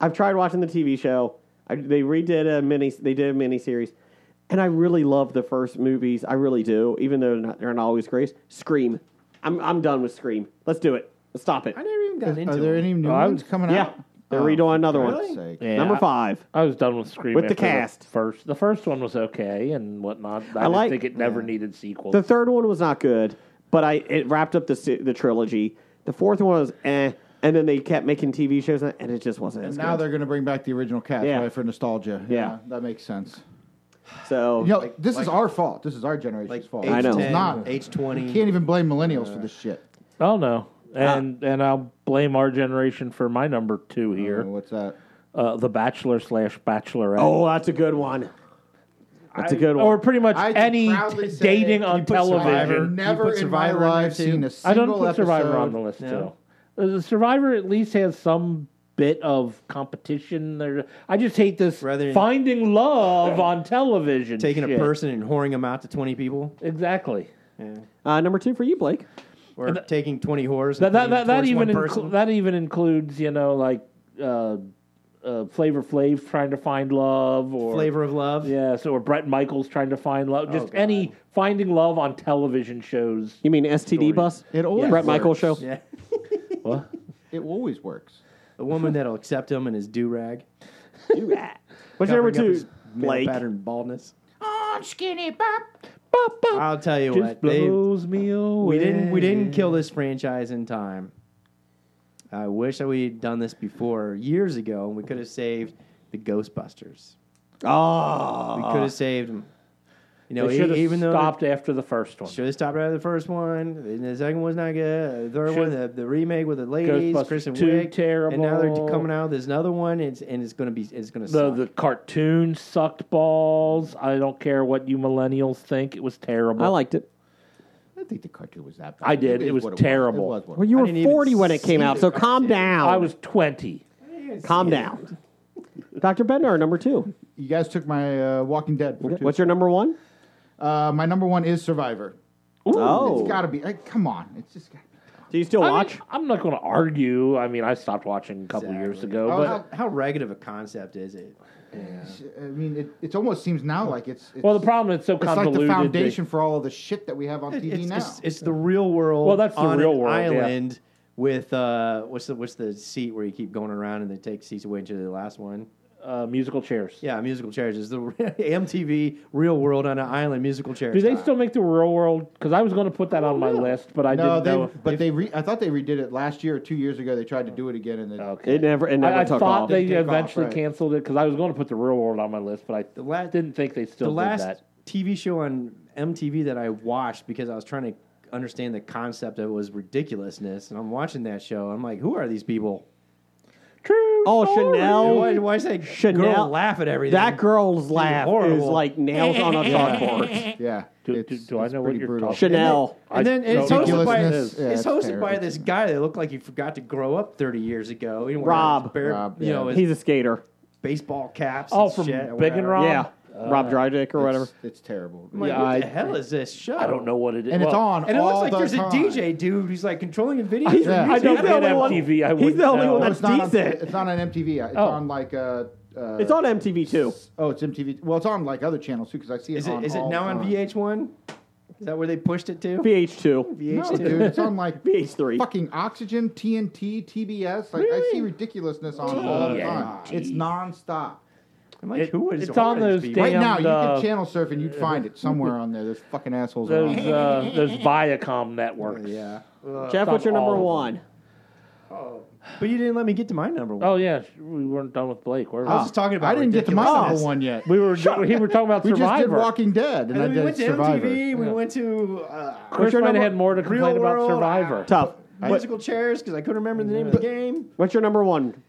Speaker 4: I've tried watching the TV show. I, they redid a mini. They did a mini series, and I really love the first movies. I really do, even though they're not, they're not always great. Scream. I'm I'm done with Scream. Let's do it. Let's stop it.
Speaker 6: I never even got into
Speaker 7: Are there
Speaker 6: it.
Speaker 7: any new
Speaker 5: I'm-
Speaker 7: ones coming
Speaker 4: Yeah,
Speaker 7: out?
Speaker 4: they're redoing another
Speaker 7: Oh, for
Speaker 4: one.
Speaker 7: God's sake.
Speaker 5: Yeah,
Speaker 4: Number
Speaker 5: I-
Speaker 4: five.
Speaker 5: I was done with Scream
Speaker 4: With the
Speaker 5: after
Speaker 4: cast.
Speaker 5: first, the first one was okay and whatnot. I, just
Speaker 4: like-
Speaker 5: think it never needed sequels.
Speaker 4: The third one was not good, but I it wrapped up the se- the trilogy. The fourth one was eh, and then they kept making TV shows, and it just wasn't as
Speaker 7: And now
Speaker 4: good.
Speaker 7: they're going to bring back the original cast,
Speaker 4: Yeah.
Speaker 7: right, for nostalgia.
Speaker 4: Yeah.
Speaker 7: that makes sense.
Speaker 4: So
Speaker 7: You know, this is our fault. This is our generation's
Speaker 6: Like
Speaker 7: fault.
Speaker 6: age
Speaker 4: I know.
Speaker 7: It's
Speaker 6: 10,
Speaker 7: not.
Speaker 6: age 20.
Speaker 7: You can't even blame millennials for this shit.
Speaker 5: oh no,
Speaker 4: Ah.
Speaker 5: and and I'll blame our generation for my number two
Speaker 7: I
Speaker 5: here,
Speaker 7: don't know What's that?
Speaker 5: uh, the Bachelor slash Bachelorette.
Speaker 4: oh, that's a good one. That's a good one.
Speaker 5: Or pretty much
Speaker 7: I can
Speaker 5: any
Speaker 7: proudly
Speaker 5: t-
Speaker 7: say
Speaker 5: dating
Speaker 7: you
Speaker 5: on
Speaker 7: put Survivor.
Speaker 5: television.
Speaker 6: You
Speaker 7: Never
Speaker 6: put
Speaker 7: in my
Speaker 6: Survivor in
Speaker 7: life
Speaker 6: there, too?
Speaker 7: seen a single
Speaker 5: I don't put Survivor
Speaker 7: episode.
Speaker 5: on the list
Speaker 6: No.
Speaker 5: too. Uh, The Survivor at least has some bit of competition. There, I just hate this
Speaker 6: Rather than-
Speaker 5: finding love on television.
Speaker 6: Taking a
Speaker 5: shit.
Speaker 6: person and whoring them out to 20 people
Speaker 5: exactly.
Speaker 4: uh, number two for you, Blake.
Speaker 6: or taking 20 whores.
Speaker 5: That
Speaker 6: and
Speaker 5: that, that,
Speaker 6: putting
Speaker 5: that
Speaker 6: towards one
Speaker 5: even inclu-
Speaker 6: person.
Speaker 5: that even includes you know like uh, uh, Flavor Flav trying to find love or
Speaker 6: flavor of love.
Speaker 5: Yes, or Brett Michaels trying to find love.
Speaker 7: Oh,
Speaker 5: Just any finding love on television shows.
Speaker 4: You mean STD bus?
Speaker 7: It always
Speaker 4: Brett Michaels
Speaker 7: works.
Speaker 4: show.
Speaker 6: Yeah.
Speaker 5: What?
Speaker 7: It always works.
Speaker 6: A woman that'll accept him and his do rag.
Speaker 4: What's your number two, Blake?
Speaker 6: pattern baldness.
Speaker 5: Bop, bop,
Speaker 6: I'll tell you
Speaker 5: just
Speaker 6: what. They,
Speaker 5: blows me away.
Speaker 6: we didn't we didn't kill this franchise in time. I wish that we had done this before years ago and we could have saved the Ghostbusters.
Speaker 4: Oh,
Speaker 6: We could have saved them. You know,
Speaker 5: Ah. They
Speaker 6: e-
Speaker 5: should have
Speaker 6: even though
Speaker 5: stopped after the first one.
Speaker 6: Should have stopped after the first one. and The second one's not good. The third
Speaker 5: Should-
Speaker 6: one, the, the remake with the ladies,
Speaker 5: Ghostbusters
Speaker 6: Kristen
Speaker 5: two,
Speaker 6: Wiig, And now they're
Speaker 5: terrible.
Speaker 6: coming out with this another one. It's and it's gonna be it's gonna
Speaker 5: The
Speaker 6: suck.
Speaker 5: the cartoon sucked balls. I don't care what you millennials think. It was terrible.
Speaker 4: I liked it.
Speaker 7: I don't think the cartoon was that bad.
Speaker 5: I did.
Speaker 7: is
Speaker 5: It was
Speaker 7: what
Speaker 5: terrible.
Speaker 7: It was what it
Speaker 4: Well, you were
Speaker 6: didn't even
Speaker 4: 40 when it
Speaker 6: see
Speaker 4: came out,
Speaker 6: the
Speaker 4: so calm down.
Speaker 5: I was twenty.
Speaker 4: calm down. Dr. Bednar, number two.
Speaker 7: You guys took my uh, Walking Dead. For two.
Speaker 4: What's your number one?
Speaker 7: Uh, my number one is Survivor.
Speaker 4: oh,
Speaker 7: It's got to be. Like, come on. It's just got to
Speaker 4: do you still
Speaker 5: I
Speaker 4: watch?
Speaker 5: am not going to argue. I mean, I stopped watching a couple years ago,
Speaker 7: Oh,
Speaker 5: but
Speaker 6: how, how ragged of a concept is it?
Speaker 7: be. I mean, it, it almost seems now like it's. it's
Speaker 5: well, the problem it's so
Speaker 7: It's like
Speaker 5: convoluted.
Speaker 7: the
Speaker 5: that-
Speaker 7: foundation for all of the shit that we have on
Speaker 6: It-
Speaker 7: TV
Speaker 6: it's,
Speaker 7: now.
Speaker 6: it's, it's the real world.
Speaker 5: Well, that's the
Speaker 6: on
Speaker 5: real
Speaker 6: an
Speaker 5: world, yeah.
Speaker 6: island with uh, what's the what's the seat where you keep going around and they take seats away into the last one.
Speaker 5: uh, musical chairs.
Speaker 6: Yeah, musical chairs is the *laughs* MTV real world on an island musical chairs.
Speaker 5: Do they
Speaker 6: time.
Speaker 5: still make the real world? Because I was going to put that on my list, but I
Speaker 7: no,
Speaker 5: didn't
Speaker 7: they,
Speaker 5: know.
Speaker 7: but they. Re, I thought they redid it last year or two years ago. They tried to do it again, and then
Speaker 5: Oh.
Speaker 4: It never, it never
Speaker 5: I, I
Speaker 4: took
Speaker 5: thought
Speaker 4: off.
Speaker 5: they
Speaker 7: Didn't take off,
Speaker 5: eventually
Speaker 7: right.
Speaker 5: canceled it because I was going to put the real world on my list, but I
Speaker 6: last-
Speaker 5: didn't think they still
Speaker 6: the last
Speaker 5: did that.
Speaker 6: TV show on MTV that I watched because I was trying to understand the concept of it was ridiculousness, and I'm watching that show. I'm like, who are these people?
Speaker 5: True.
Speaker 4: oh,
Speaker 5: story.
Speaker 6: And why,
Speaker 4: Chanel.
Speaker 6: why is that
Speaker 4: Chanel-
Speaker 6: girl laugh at everything?
Speaker 4: That girl's laugh is
Speaker 6: horrible.
Speaker 4: like nails on a chalkboard.
Speaker 7: yeah.
Speaker 5: Do,
Speaker 7: it's-
Speaker 5: do, do I
Speaker 7: it's
Speaker 5: know what
Speaker 7: pretty
Speaker 5: you're
Speaker 7: brutal.
Speaker 5: talking
Speaker 4: Chanel.
Speaker 6: and then
Speaker 5: I
Speaker 6: it's
Speaker 5: don't know
Speaker 6: hosted,
Speaker 5: what
Speaker 6: by,
Speaker 5: it
Speaker 7: is.
Speaker 6: it's
Speaker 7: Yeah, it's
Speaker 6: hosted
Speaker 7: terrible.
Speaker 6: by this guy that looked like he forgot to grow up 30 years ago. He wore
Speaker 4: Rob.
Speaker 6: his bare-
Speaker 7: Rob,
Speaker 6: you know,
Speaker 7: yeah.
Speaker 6: his
Speaker 4: He's a skater.
Speaker 6: baseball caps.
Speaker 5: Oh,
Speaker 6: and
Speaker 5: from
Speaker 6: shit or
Speaker 5: Big and
Speaker 6: whatever.
Speaker 5: Rob? Uh,
Speaker 4: yeah. Rob Drydick or whatever.
Speaker 7: It's, it's terrible.
Speaker 6: I'm like,
Speaker 5: Yeah,
Speaker 6: what
Speaker 5: I-
Speaker 6: the hell is this show?
Speaker 5: I don't know what it is.
Speaker 7: and it's
Speaker 5: Well,
Speaker 7: on.
Speaker 6: And it looks
Speaker 7: all
Speaker 6: like
Speaker 7: the
Speaker 6: there's
Speaker 7: time.
Speaker 6: a DJ dude who's like controlling a video.
Speaker 4: He's-
Speaker 6: for
Speaker 7: Yeah.
Speaker 6: music.
Speaker 5: I don't
Speaker 4: He's the
Speaker 5: get
Speaker 4: only one-
Speaker 5: MTV. I
Speaker 4: he's
Speaker 5: wouldn't
Speaker 4: the only
Speaker 5: know.
Speaker 4: one
Speaker 7: No,
Speaker 4: that's
Speaker 7: it's not on-
Speaker 4: decent.
Speaker 7: it's not on MTV. It's on like uh, uh,
Speaker 4: *laughs* It's on MTV too.
Speaker 7: Oh, it's MTV. Well, it's on like other channels too because I see it.
Speaker 6: Is it,
Speaker 7: on
Speaker 6: is it
Speaker 7: all
Speaker 6: now
Speaker 7: the
Speaker 6: on
Speaker 7: time.
Speaker 6: VH1? Is that where they pushed it to?
Speaker 4: VH2,
Speaker 7: No, dude, it's on like
Speaker 4: VH3.
Speaker 7: fucking Oxygen, TNT, TBS. Like I see ridiculousness on all the time. It's nonstop.
Speaker 6: I'm like,
Speaker 5: It-
Speaker 6: who is
Speaker 5: it's
Speaker 6: who
Speaker 5: on
Speaker 6: are these
Speaker 5: those
Speaker 6: people?
Speaker 5: damn-
Speaker 7: Right now, you
Speaker 5: uh,
Speaker 7: can channel surf and you'd find it somewhere on there. There's fucking assholes.
Speaker 5: Those
Speaker 7: around.
Speaker 5: uh, those Viacom networks.
Speaker 6: Yeah.
Speaker 4: Jeff, what's your
Speaker 5: on all
Speaker 4: number
Speaker 5: of them.
Speaker 4: one?
Speaker 6: But you didn't let me get to my number one.
Speaker 5: Oh yeah, sh- we weren't done with Blake. Where
Speaker 6: I
Speaker 5: were
Speaker 6: was just talking about
Speaker 7: I didn't get to my
Speaker 6: ridiculousness.
Speaker 7: number one yet.
Speaker 5: we? we were we were talking about
Speaker 7: We just did
Speaker 5: Survivor.
Speaker 7: Walking Dead, and,
Speaker 6: And
Speaker 7: I
Speaker 6: then we
Speaker 7: did
Speaker 6: went to
Speaker 7: Survivor.
Speaker 6: MTV. We went to uh,
Speaker 5: Chris
Speaker 4: your
Speaker 5: might have
Speaker 4: number-
Speaker 5: had more to complain about
Speaker 6: World,
Speaker 5: Survivor.
Speaker 4: Tough. What,
Speaker 6: musical chairs because I couldn't remember the name of the game.
Speaker 4: what's your number one?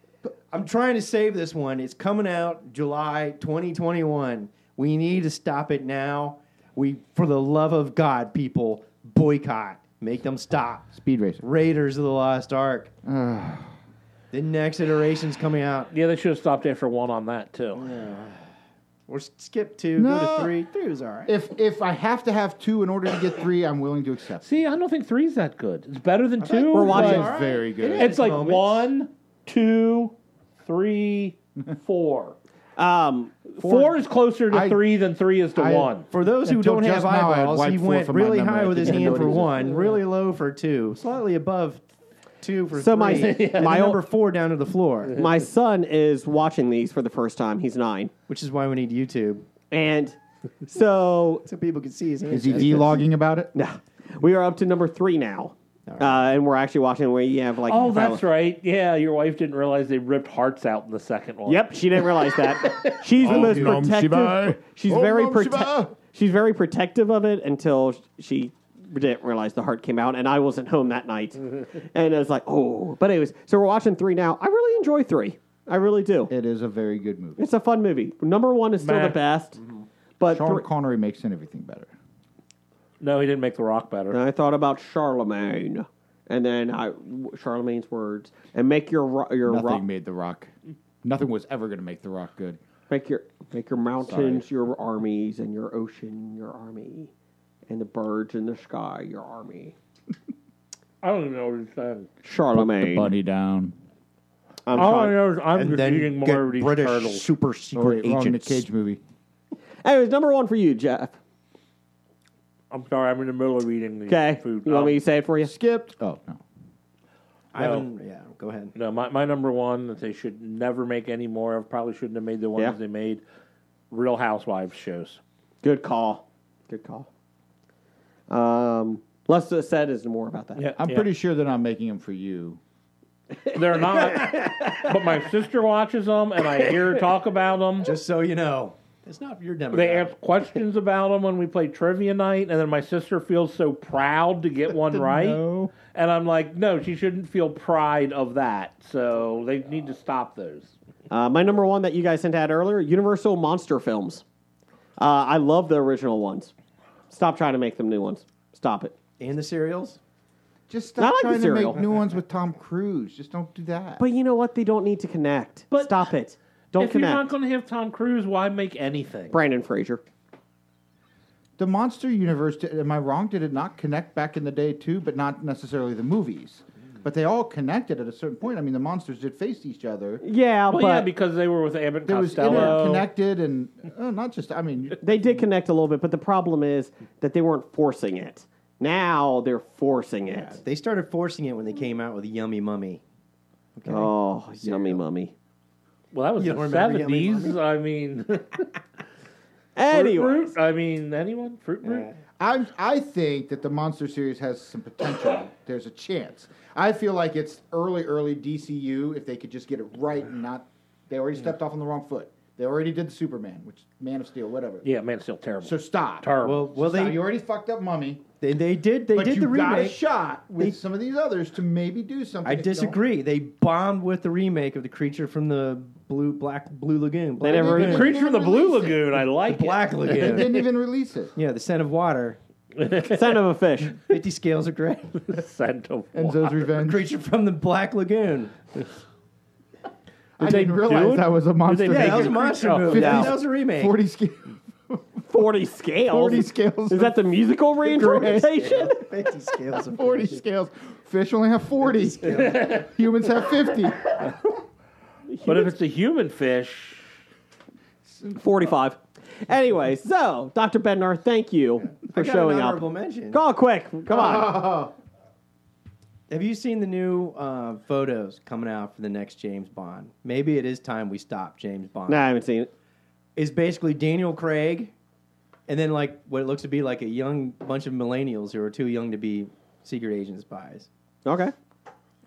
Speaker 6: I'm trying to save this one. It's coming out July 2021. We need to stop it now. We, for the love of God, people, boycott. Make them stop.
Speaker 7: Speed Racer.
Speaker 6: Raiders of the Lost
Speaker 7: *sighs*
Speaker 6: Ark. the next iteration's coming out.
Speaker 5: Yeah, they should have stopped after one on that too.
Speaker 6: Or s- skip two, go
Speaker 7: No.
Speaker 6: to three. Three was all right.
Speaker 7: If if I have to have two in order to get three, I'm willing to accept.
Speaker 5: See, I don't think three's that good. It's better than two.
Speaker 4: We're watching-
Speaker 5: but
Speaker 7: It's very good.
Speaker 5: It's like
Speaker 6: Moments.
Speaker 5: one, two,
Speaker 7: *laughs*
Speaker 5: three, four.
Speaker 4: Um,
Speaker 5: Four is closer to
Speaker 7: I-
Speaker 5: three than three is to
Speaker 7: I-
Speaker 5: one.
Speaker 6: For those who
Speaker 7: Until
Speaker 6: don't have
Speaker 7: just now, I had
Speaker 6: eyeballs,
Speaker 7: wiped
Speaker 6: he
Speaker 7: four
Speaker 6: went
Speaker 7: from my
Speaker 6: really
Speaker 7: memory.
Speaker 6: high
Speaker 7: I
Speaker 6: with his
Speaker 7: didn't
Speaker 6: hand
Speaker 7: know it
Speaker 6: for
Speaker 7: existed.
Speaker 6: one, really low for two, slightly above two for
Speaker 4: So my-
Speaker 6: three.
Speaker 7: *laughs*
Speaker 6: and
Speaker 4: my
Speaker 6: then
Speaker 4: ol-
Speaker 6: number four down to the floor,
Speaker 4: my son is watching these for the first time. He's nine,
Speaker 6: which is why we need YouTube
Speaker 4: and so *laughs*
Speaker 6: so people can see his hand.
Speaker 7: Is he vlogging about it?
Speaker 4: no, we are up to number three now, uh, and we're actually watching where you have like
Speaker 5: Oh, that's right. Yeah, your wife didn't realize they ripped hearts out in the second one.
Speaker 4: Yep, she didn't realize that.
Speaker 8: *laughs*
Speaker 4: She's the most
Speaker 8: Om Shiva.
Speaker 4: protective. She's
Speaker 8: Om
Speaker 4: very
Speaker 8: Om
Speaker 4: protective.
Speaker 8: Shiva.
Speaker 4: She's very protective of it until she didn't realize the heart came out, and I wasn't home that
Speaker 8: *laughs*
Speaker 4: night. and I was like, oh, but anyways, so we're watching three now. I really enjoy three. I really do.
Speaker 7: It is a very good movie.
Speaker 4: It's a fun movie. Number one is still
Speaker 5: Meh.
Speaker 4: the best,
Speaker 8: Mm-hmm.
Speaker 4: but
Speaker 7: Sean
Speaker 4: three-
Speaker 7: Connery makes everything better.
Speaker 5: No, he didn't make The Rock better.
Speaker 4: and I thought about Charlemagne, and then I Charlemagne's words, and make your ro- your
Speaker 8: Nothing
Speaker 4: rock,
Speaker 8: made The Rock. Nothing was ever going to make The Rock good.
Speaker 4: Make your make your mountains your armies and your ocean your army, and the birds in the sky your army.
Speaker 5: I don't even know what he's saying.
Speaker 4: Charlemagne.
Speaker 8: Bunny down.
Speaker 4: I'm
Speaker 5: All I
Speaker 4: sorry.
Speaker 5: know is I'm
Speaker 6: And
Speaker 5: just eating
Speaker 6: then
Speaker 5: more of
Speaker 6: get
Speaker 5: these
Speaker 6: British
Speaker 5: turtles.
Speaker 6: super
Speaker 7: Oh,
Speaker 6: secret
Speaker 7: wait, wrong Nick
Speaker 6: agents.
Speaker 7: Cage movie.
Speaker 4: Anyways, number one for you, Jeff.
Speaker 5: I'm sorry, I'm in the middle of eating the
Speaker 4: Okay,
Speaker 5: food.
Speaker 4: you want
Speaker 5: Um,
Speaker 4: me to say it for you?
Speaker 7: Skipped. Oh no.
Speaker 6: I haven't. Yeah, go ahead.
Speaker 5: No, my, my number one that they should never make any more of, probably shouldn't have made the ones
Speaker 4: Yeah.
Speaker 5: they made, Real Housewives shows.
Speaker 4: Good call. Good call. Um, less said is more about that.
Speaker 5: Yeah,
Speaker 8: I'm pretty sure they're not making them for you.
Speaker 5: *laughs* They're not. but my sister watches them, and I hear her talk about them.
Speaker 6: Just so you know, it's not your demographic.
Speaker 5: they ask questions about them when we play trivia night, and then my sister feels so proud to get one right.
Speaker 8: No.
Speaker 5: And I'm like, no, she shouldn't feel pride of that. So they need to stop those.
Speaker 4: Uh, my number one that you guys sent out earlier: Universal monster films. Uh, I love the original ones. Stop trying to make them new ones. Stop it.
Speaker 6: and the cereals.
Speaker 7: Just
Speaker 4: I
Speaker 7: stop
Speaker 4: like the
Speaker 7: trying to
Speaker 4: cereal.
Speaker 7: make new ones with Tom Cruise. Just don't do that.
Speaker 4: But you know what? They don't need to connect.
Speaker 5: But-
Speaker 4: Stop it. Don't
Speaker 5: if
Speaker 4: connect.
Speaker 5: you're not going to have Tom Cruise, why make anything?
Speaker 4: Brandon Fraser.
Speaker 7: the Monster Universe, did- am I wrong? Did it not connect back in the day too? But not necessarily the movies. But they all connected at a certain point. I mean, the monsters did face each other.
Speaker 4: Yeah,
Speaker 5: Well,
Speaker 4: but
Speaker 5: yeah, because they were with Abbott
Speaker 7: There was
Speaker 5: Costello.
Speaker 7: interconnected and uh, not just. I mean,
Speaker 4: they did connect a little bit. But the problem is that they weren't forcing it. Now they're forcing it.
Speaker 6: They started forcing it when they came out with Yummy Mummy.
Speaker 4: Oh, yummy mummy.
Speaker 5: Well, that was
Speaker 6: You
Speaker 5: the
Speaker 6: don't remember Yummy
Speaker 5: seventies. I mean, *laughs* Fruit
Speaker 4: Anyway,
Speaker 5: Brute? I mean, anyone Fruit Brute?
Speaker 7: I I think that the Monster series has some potential. There's a chance. I feel like it's early, early DCU. If they could just get it right and not, they already stepped off on the wrong foot. They already did the Superman, which Man of Steel, whatever.
Speaker 5: Yeah, man, it's still terrible.
Speaker 7: So stop.
Speaker 5: terrible.
Speaker 6: Well, well,
Speaker 7: Stop.
Speaker 6: they,
Speaker 7: you already fucked up Mummy.
Speaker 6: they they did they
Speaker 7: but
Speaker 6: did
Speaker 7: you
Speaker 6: the
Speaker 7: got a
Speaker 6: remake.
Speaker 7: shot with
Speaker 6: They-
Speaker 7: some of these others to maybe do something.
Speaker 6: I
Speaker 7: if you don't-
Speaker 6: disagree. They bombed with the remake of the creature from the blue black blue lagoon. Black
Speaker 4: never-
Speaker 6: Lagoon.
Speaker 5: the Creature from the Blue Lagoon. I like *laughs*
Speaker 6: black
Speaker 7: They *laughs*
Speaker 6: lagoon.
Speaker 7: didn't even release it.
Speaker 6: yeah, the scent of water.
Speaker 4: son of a fish.
Speaker 6: Fifty scales of gray.
Speaker 5: it. Scent of
Speaker 7: Enzo's
Speaker 5: water.
Speaker 7: Revenge.
Speaker 6: creature from the black lagoon.
Speaker 7: I
Speaker 5: they
Speaker 7: didn't realize
Speaker 5: do it?
Speaker 7: that was a monster.
Speaker 5: they
Speaker 6: Yeah,
Speaker 5: make
Speaker 6: that was
Speaker 5: it
Speaker 6: a monster
Speaker 5: creature-
Speaker 6: movie.
Speaker 4: Yeah.
Speaker 6: That was a remake.
Speaker 7: Forty scale.
Speaker 4: Forty scales.
Speaker 7: 40 scales.
Speaker 4: Is that the musical reinterpretation?
Speaker 6: Fifty scales of
Speaker 7: Forty scales. Fish only have
Speaker 6: *laughs*
Speaker 7: forty. Humans have fifty.
Speaker 5: But if it's a human fish,
Speaker 4: Forty-five. Anyway, so Dr. Bednar, thank you for
Speaker 6: I got
Speaker 4: showing
Speaker 6: an
Speaker 4: up.
Speaker 6: honorable mention.
Speaker 4: Go quick. Come on.
Speaker 6: Have you seen the new uh, photos coming out for the next James Bond? Maybe it is time we stop James Bond.
Speaker 4: No, I haven't seen it.
Speaker 6: is basically Daniel Craig, and then like what it looks to be like a young bunch of millennials who are too young to be secret agent spies.
Speaker 4: Okay.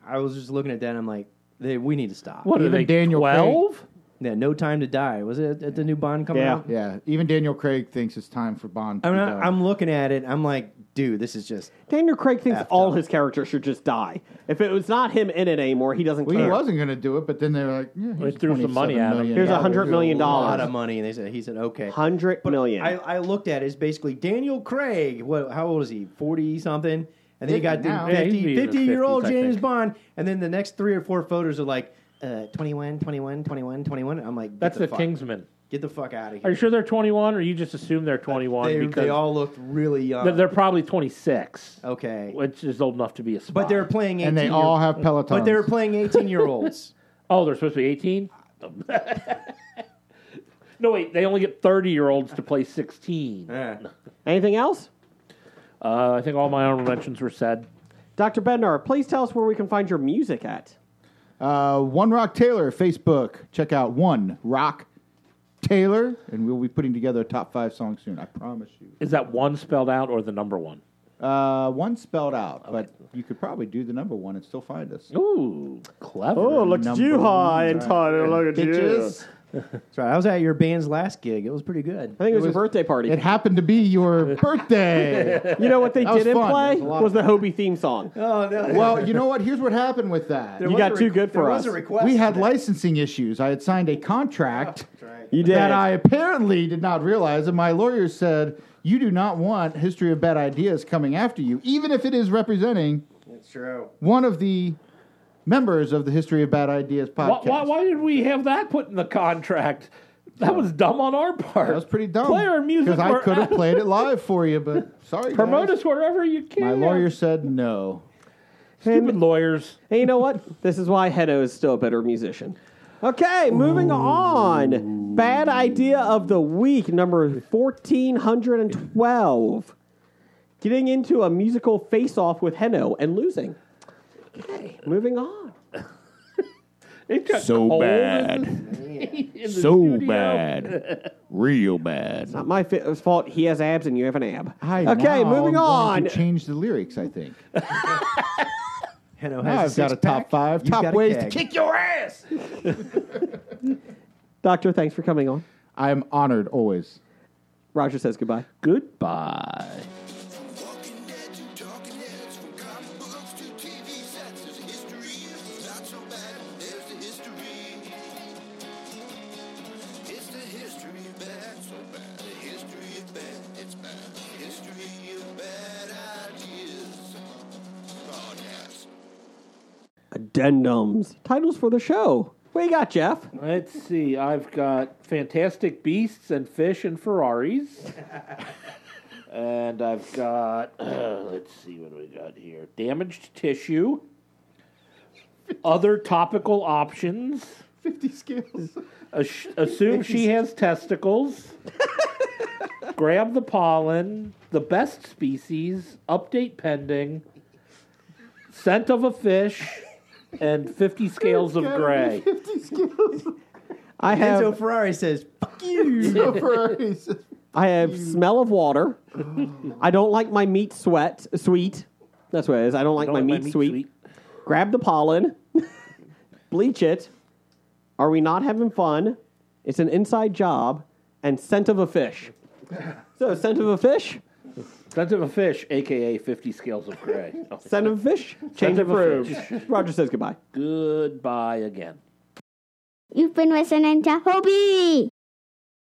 Speaker 6: I was just looking at that. and I'm like, they, we need to stop.
Speaker 5: what are
Speaker 7: Even
Speaker 5: they?
Speaker 7: Daniel Craig.
Speaker 5: Twelve?
Speaker 6: Yeah, no time to die. Was it at the new Bond coming
Speaker 4: Yeah.
Speaker 6: out?
Speaker 7: Yeah, even Daniel Craig thinks it's time for Bond. To
Speaker 6: I'm
Speaker 7: be
Speaker 6: not,
Speaker 7: done.
Speaker 6: I'm looking at it. I'm like, dude, this is just.
Speaker 4: Daniel Craig thinks
Speaker 6: Effed
Speaker 4: all
Speaker 6: up.
Speaker 4: his characters should just die. If it was not him in it anymore, he doesn't
Speaker 7: well,
Speaker 4: care.
Speaker 7: he wasn't going to do it, but then they're like, yeah, here's
Speaker 5: threw some money
Speaker 7: $27
Speaker 5: at him.
Speaker 7: million
Speaker 4: Here's
Speaker 7: dollars.
Speaker 4: $100 million.
Speaker 6: A lot of money, and they said he said okay.
Speaker 4: Hundred million.
Speaker 6: I, I looked at it, it's basically Daniel Craig. What? How old is he? Forty something. And then you got
Speaker 7: 50 now.
Speaker 6: the
Speaker 7: Yeah,
Speaker 6: 50,
Speaker 5: he'd be in his
Speaker 6: 50 year old
Speaker 5: 50s, I
Speaker 6: James
Speaker 5: think.
Speaker 6: Bond. And then the next three or four photos are like uh, 21, 21, 21, 21. I'm like, get
Speaker 5: That's
Speaker 6: the
Speaker 5: the
Speaker 6: fuck.
Speaker 5: Kingsman.
Speaker 6: Get the fuck out of
Speaker 5: Are
Speaker 6: here.
Speaker 5: you sure they're 21, or you just assume they're 21
Speaker 6: They,
Speaker 5: because
Speaker 6: they all looked really young.
Speaker 5: they're, they're probably 26,
Speaker 6: okay,
Speaker 5: which is old enough to be a spy.
Speaker 6: but they were playing. 18
Speaker 7: And they
Speaker 6: year-
Speaker 7: all have Pelotons.
Speaker 6: But they were playing eighteen-year-olds.
Speaker 5: oh, they're supposed to be 18. *laughs* no, wait, they only get 30 year olds to play 16.
Speaker 7: Uh-huh.
Speaker 4: Anything else?
Speaker 5: Uh, I think all my honorable mentions were said.
Speaker 4: Dr. Bednar, please tell us where we can find your music at.
Speaker 7: Uh, One Rock Taylor Facebook. Check out One Rock Taylor, and we'll be putting together a top five song soon. I promise you.
Speaker 5: Is that one spelled out or the number one?
Speaker 7: Uh, one spelled out, but you could probably do the number one and still find us.
Speaker 5: Ooh, clever.
Speaker 6: Oh,
Speaker 4: look
Speaker 7: at you, high and
Speaker 4: tired. Look at
Speaker 7: Bitches.
Speaker 6: That's right. I was at your band's last gig. It was pretty good.
Speaker 4: I think it was, your birthday party.
Speaker 7: It happened to be
Speaker 6: *laughs*
Speaker 7: your birthday.
Speaker 4: you know what they
Speaker 7: *laughs* That was
Speaker 4: didn't
Speaker 7: fun.
Speaker 4: play
Speaker 7: It was a lot of
Speaker 4: was, the Hobie theme song.
Speaker 6: Oh no.
Speaker 7: well, you know what? Here's what happened with that.
Speaker 4: you got too good for
Speaker 6: there
Speaker 4: us.
Speaker 6: was a request.
Speaker 7: We had
Speaker 6: for that.
Speaker 7: licensing issues. I had signed
Speaker 6: *laughs*
Speaker 7: a contract
Speaker 4: you did.
Speaker 7: that I apparently did not realize, and my lawyer said, "You do not want History of Bad Ideas coming after you, even if it is representing
Speaker 6: It's true.
Speaker 7: one of the members of the History of Bad Ideas
Speaker 5: Why,
Speaker 7: podcast."
Speaker 5: why, why did we have that put in the contract? That was dumb on our part.
Speaker 7: That was pretty dumb.
Speaker 5: Play our music
Speaker 7: because I
Speaker 5: where-
Speaker 7: could have played it live for you, but sorry.
Speaker 5: *laughs* Promote
Speaker 7: guys.
Speaker 5: us wherever you can.
Speaker 7: My lawyer said no.
Speaker 5: Stupid lawyers.
Speaker 4: Hey, you know what? This is why Hedo is still a better musician. Okay, moving on. Bad idea of the week, number 1412. Getting into a musical face off with Heno and losing. Okay, moving on.
Speaker 5: It got
Speaker 8: So
Speaker 5: cold
Speaker 8: bad.
Speaker 5: in the *laughs*
Speaker 8: So
Speaker 5: studio.
Speaker 8: bad. Real bad.
Speaker 4: Not my fi- fault. He has abs and you have an ab.
Speaker 7: I
Speaker 4: okay,
Speaker 7: now
Speaker 4: moving
Speaker 7: am going
Speaker 4: on.
Speaker 7: to change the lyrics, I think.
Speaker 6: Heno
Speaker 7: Now
Speaker 6: has
Speaker 7: I've got a top
Speaker 6: six-pack.
Speaker 7: five,
Speaker 6: You've
Speaker 7: top
Speaker 6: got a
Speaker 7: ways to
Speaker 6: keg.
Speaker 7: kick your ass.
Speaker 4: Doctor, thanks for coming on.
Speaker 7: I am honored always.
Speaker 4: Roger says goodbye.
Speaker 5: Goodbye.
Speaker 3: Walking dead to talking heads, from comic books to TV sets, there's a history. If it's not so bad, there's the history. It's the history of bad, so bad. The history of bad, it's bad. The history of bad ideas. Oh, Podcast.
Speaker 4: Addendums. Titles for the show. What you got, Jeff?
Speaker 5: Let's see. I've got Fantastic Beasts and Fish and
Speaker 4: *laughs*
Speaker 5: Ferraris. and I've got, *clears throat* uh, let's see what do we got here. Damaged Tissue. Other topical options.
Speaker 7: 50 scales.
Speaker 5: Ass- assume she has
Speaker 4: *laughs*
Speaker 5: testicles. Grab the pollen. The best species. Update pending. Scent of a fish. And 50 scales of gray.
Speaker 7: 50 *laughs* scales.
Speaker 4: I have
Speaker 6: Enzo Ferrari says, "Fuck you."
Speaker 7: So Ferrari's-
Speaker 4: I have smell of water. *laughs* I don't like my meat sweat sweet. That's what it is. I don't like
Speaker 5: Don't
Speaker 4: my
Speaker 5: let
Speaker 4: meat, sweet. Grab the pollen. *laughs* Bleach it. Are we not having fun? It's an inside job. And scent of a *laughs* fish. so scent of a fish.
Speaker 5: Scent of a fish, aka 50 scales of gray. Oh,
Speaker 4: Scent of a fish. Change
Speaker 5: of a
Speaker 4: approved.
Speaker 5: fish.
Speaker 4: Roger says goodbye.
Speaker 5: Goodbye again.
Speaker 10: You've been listening to Hobie.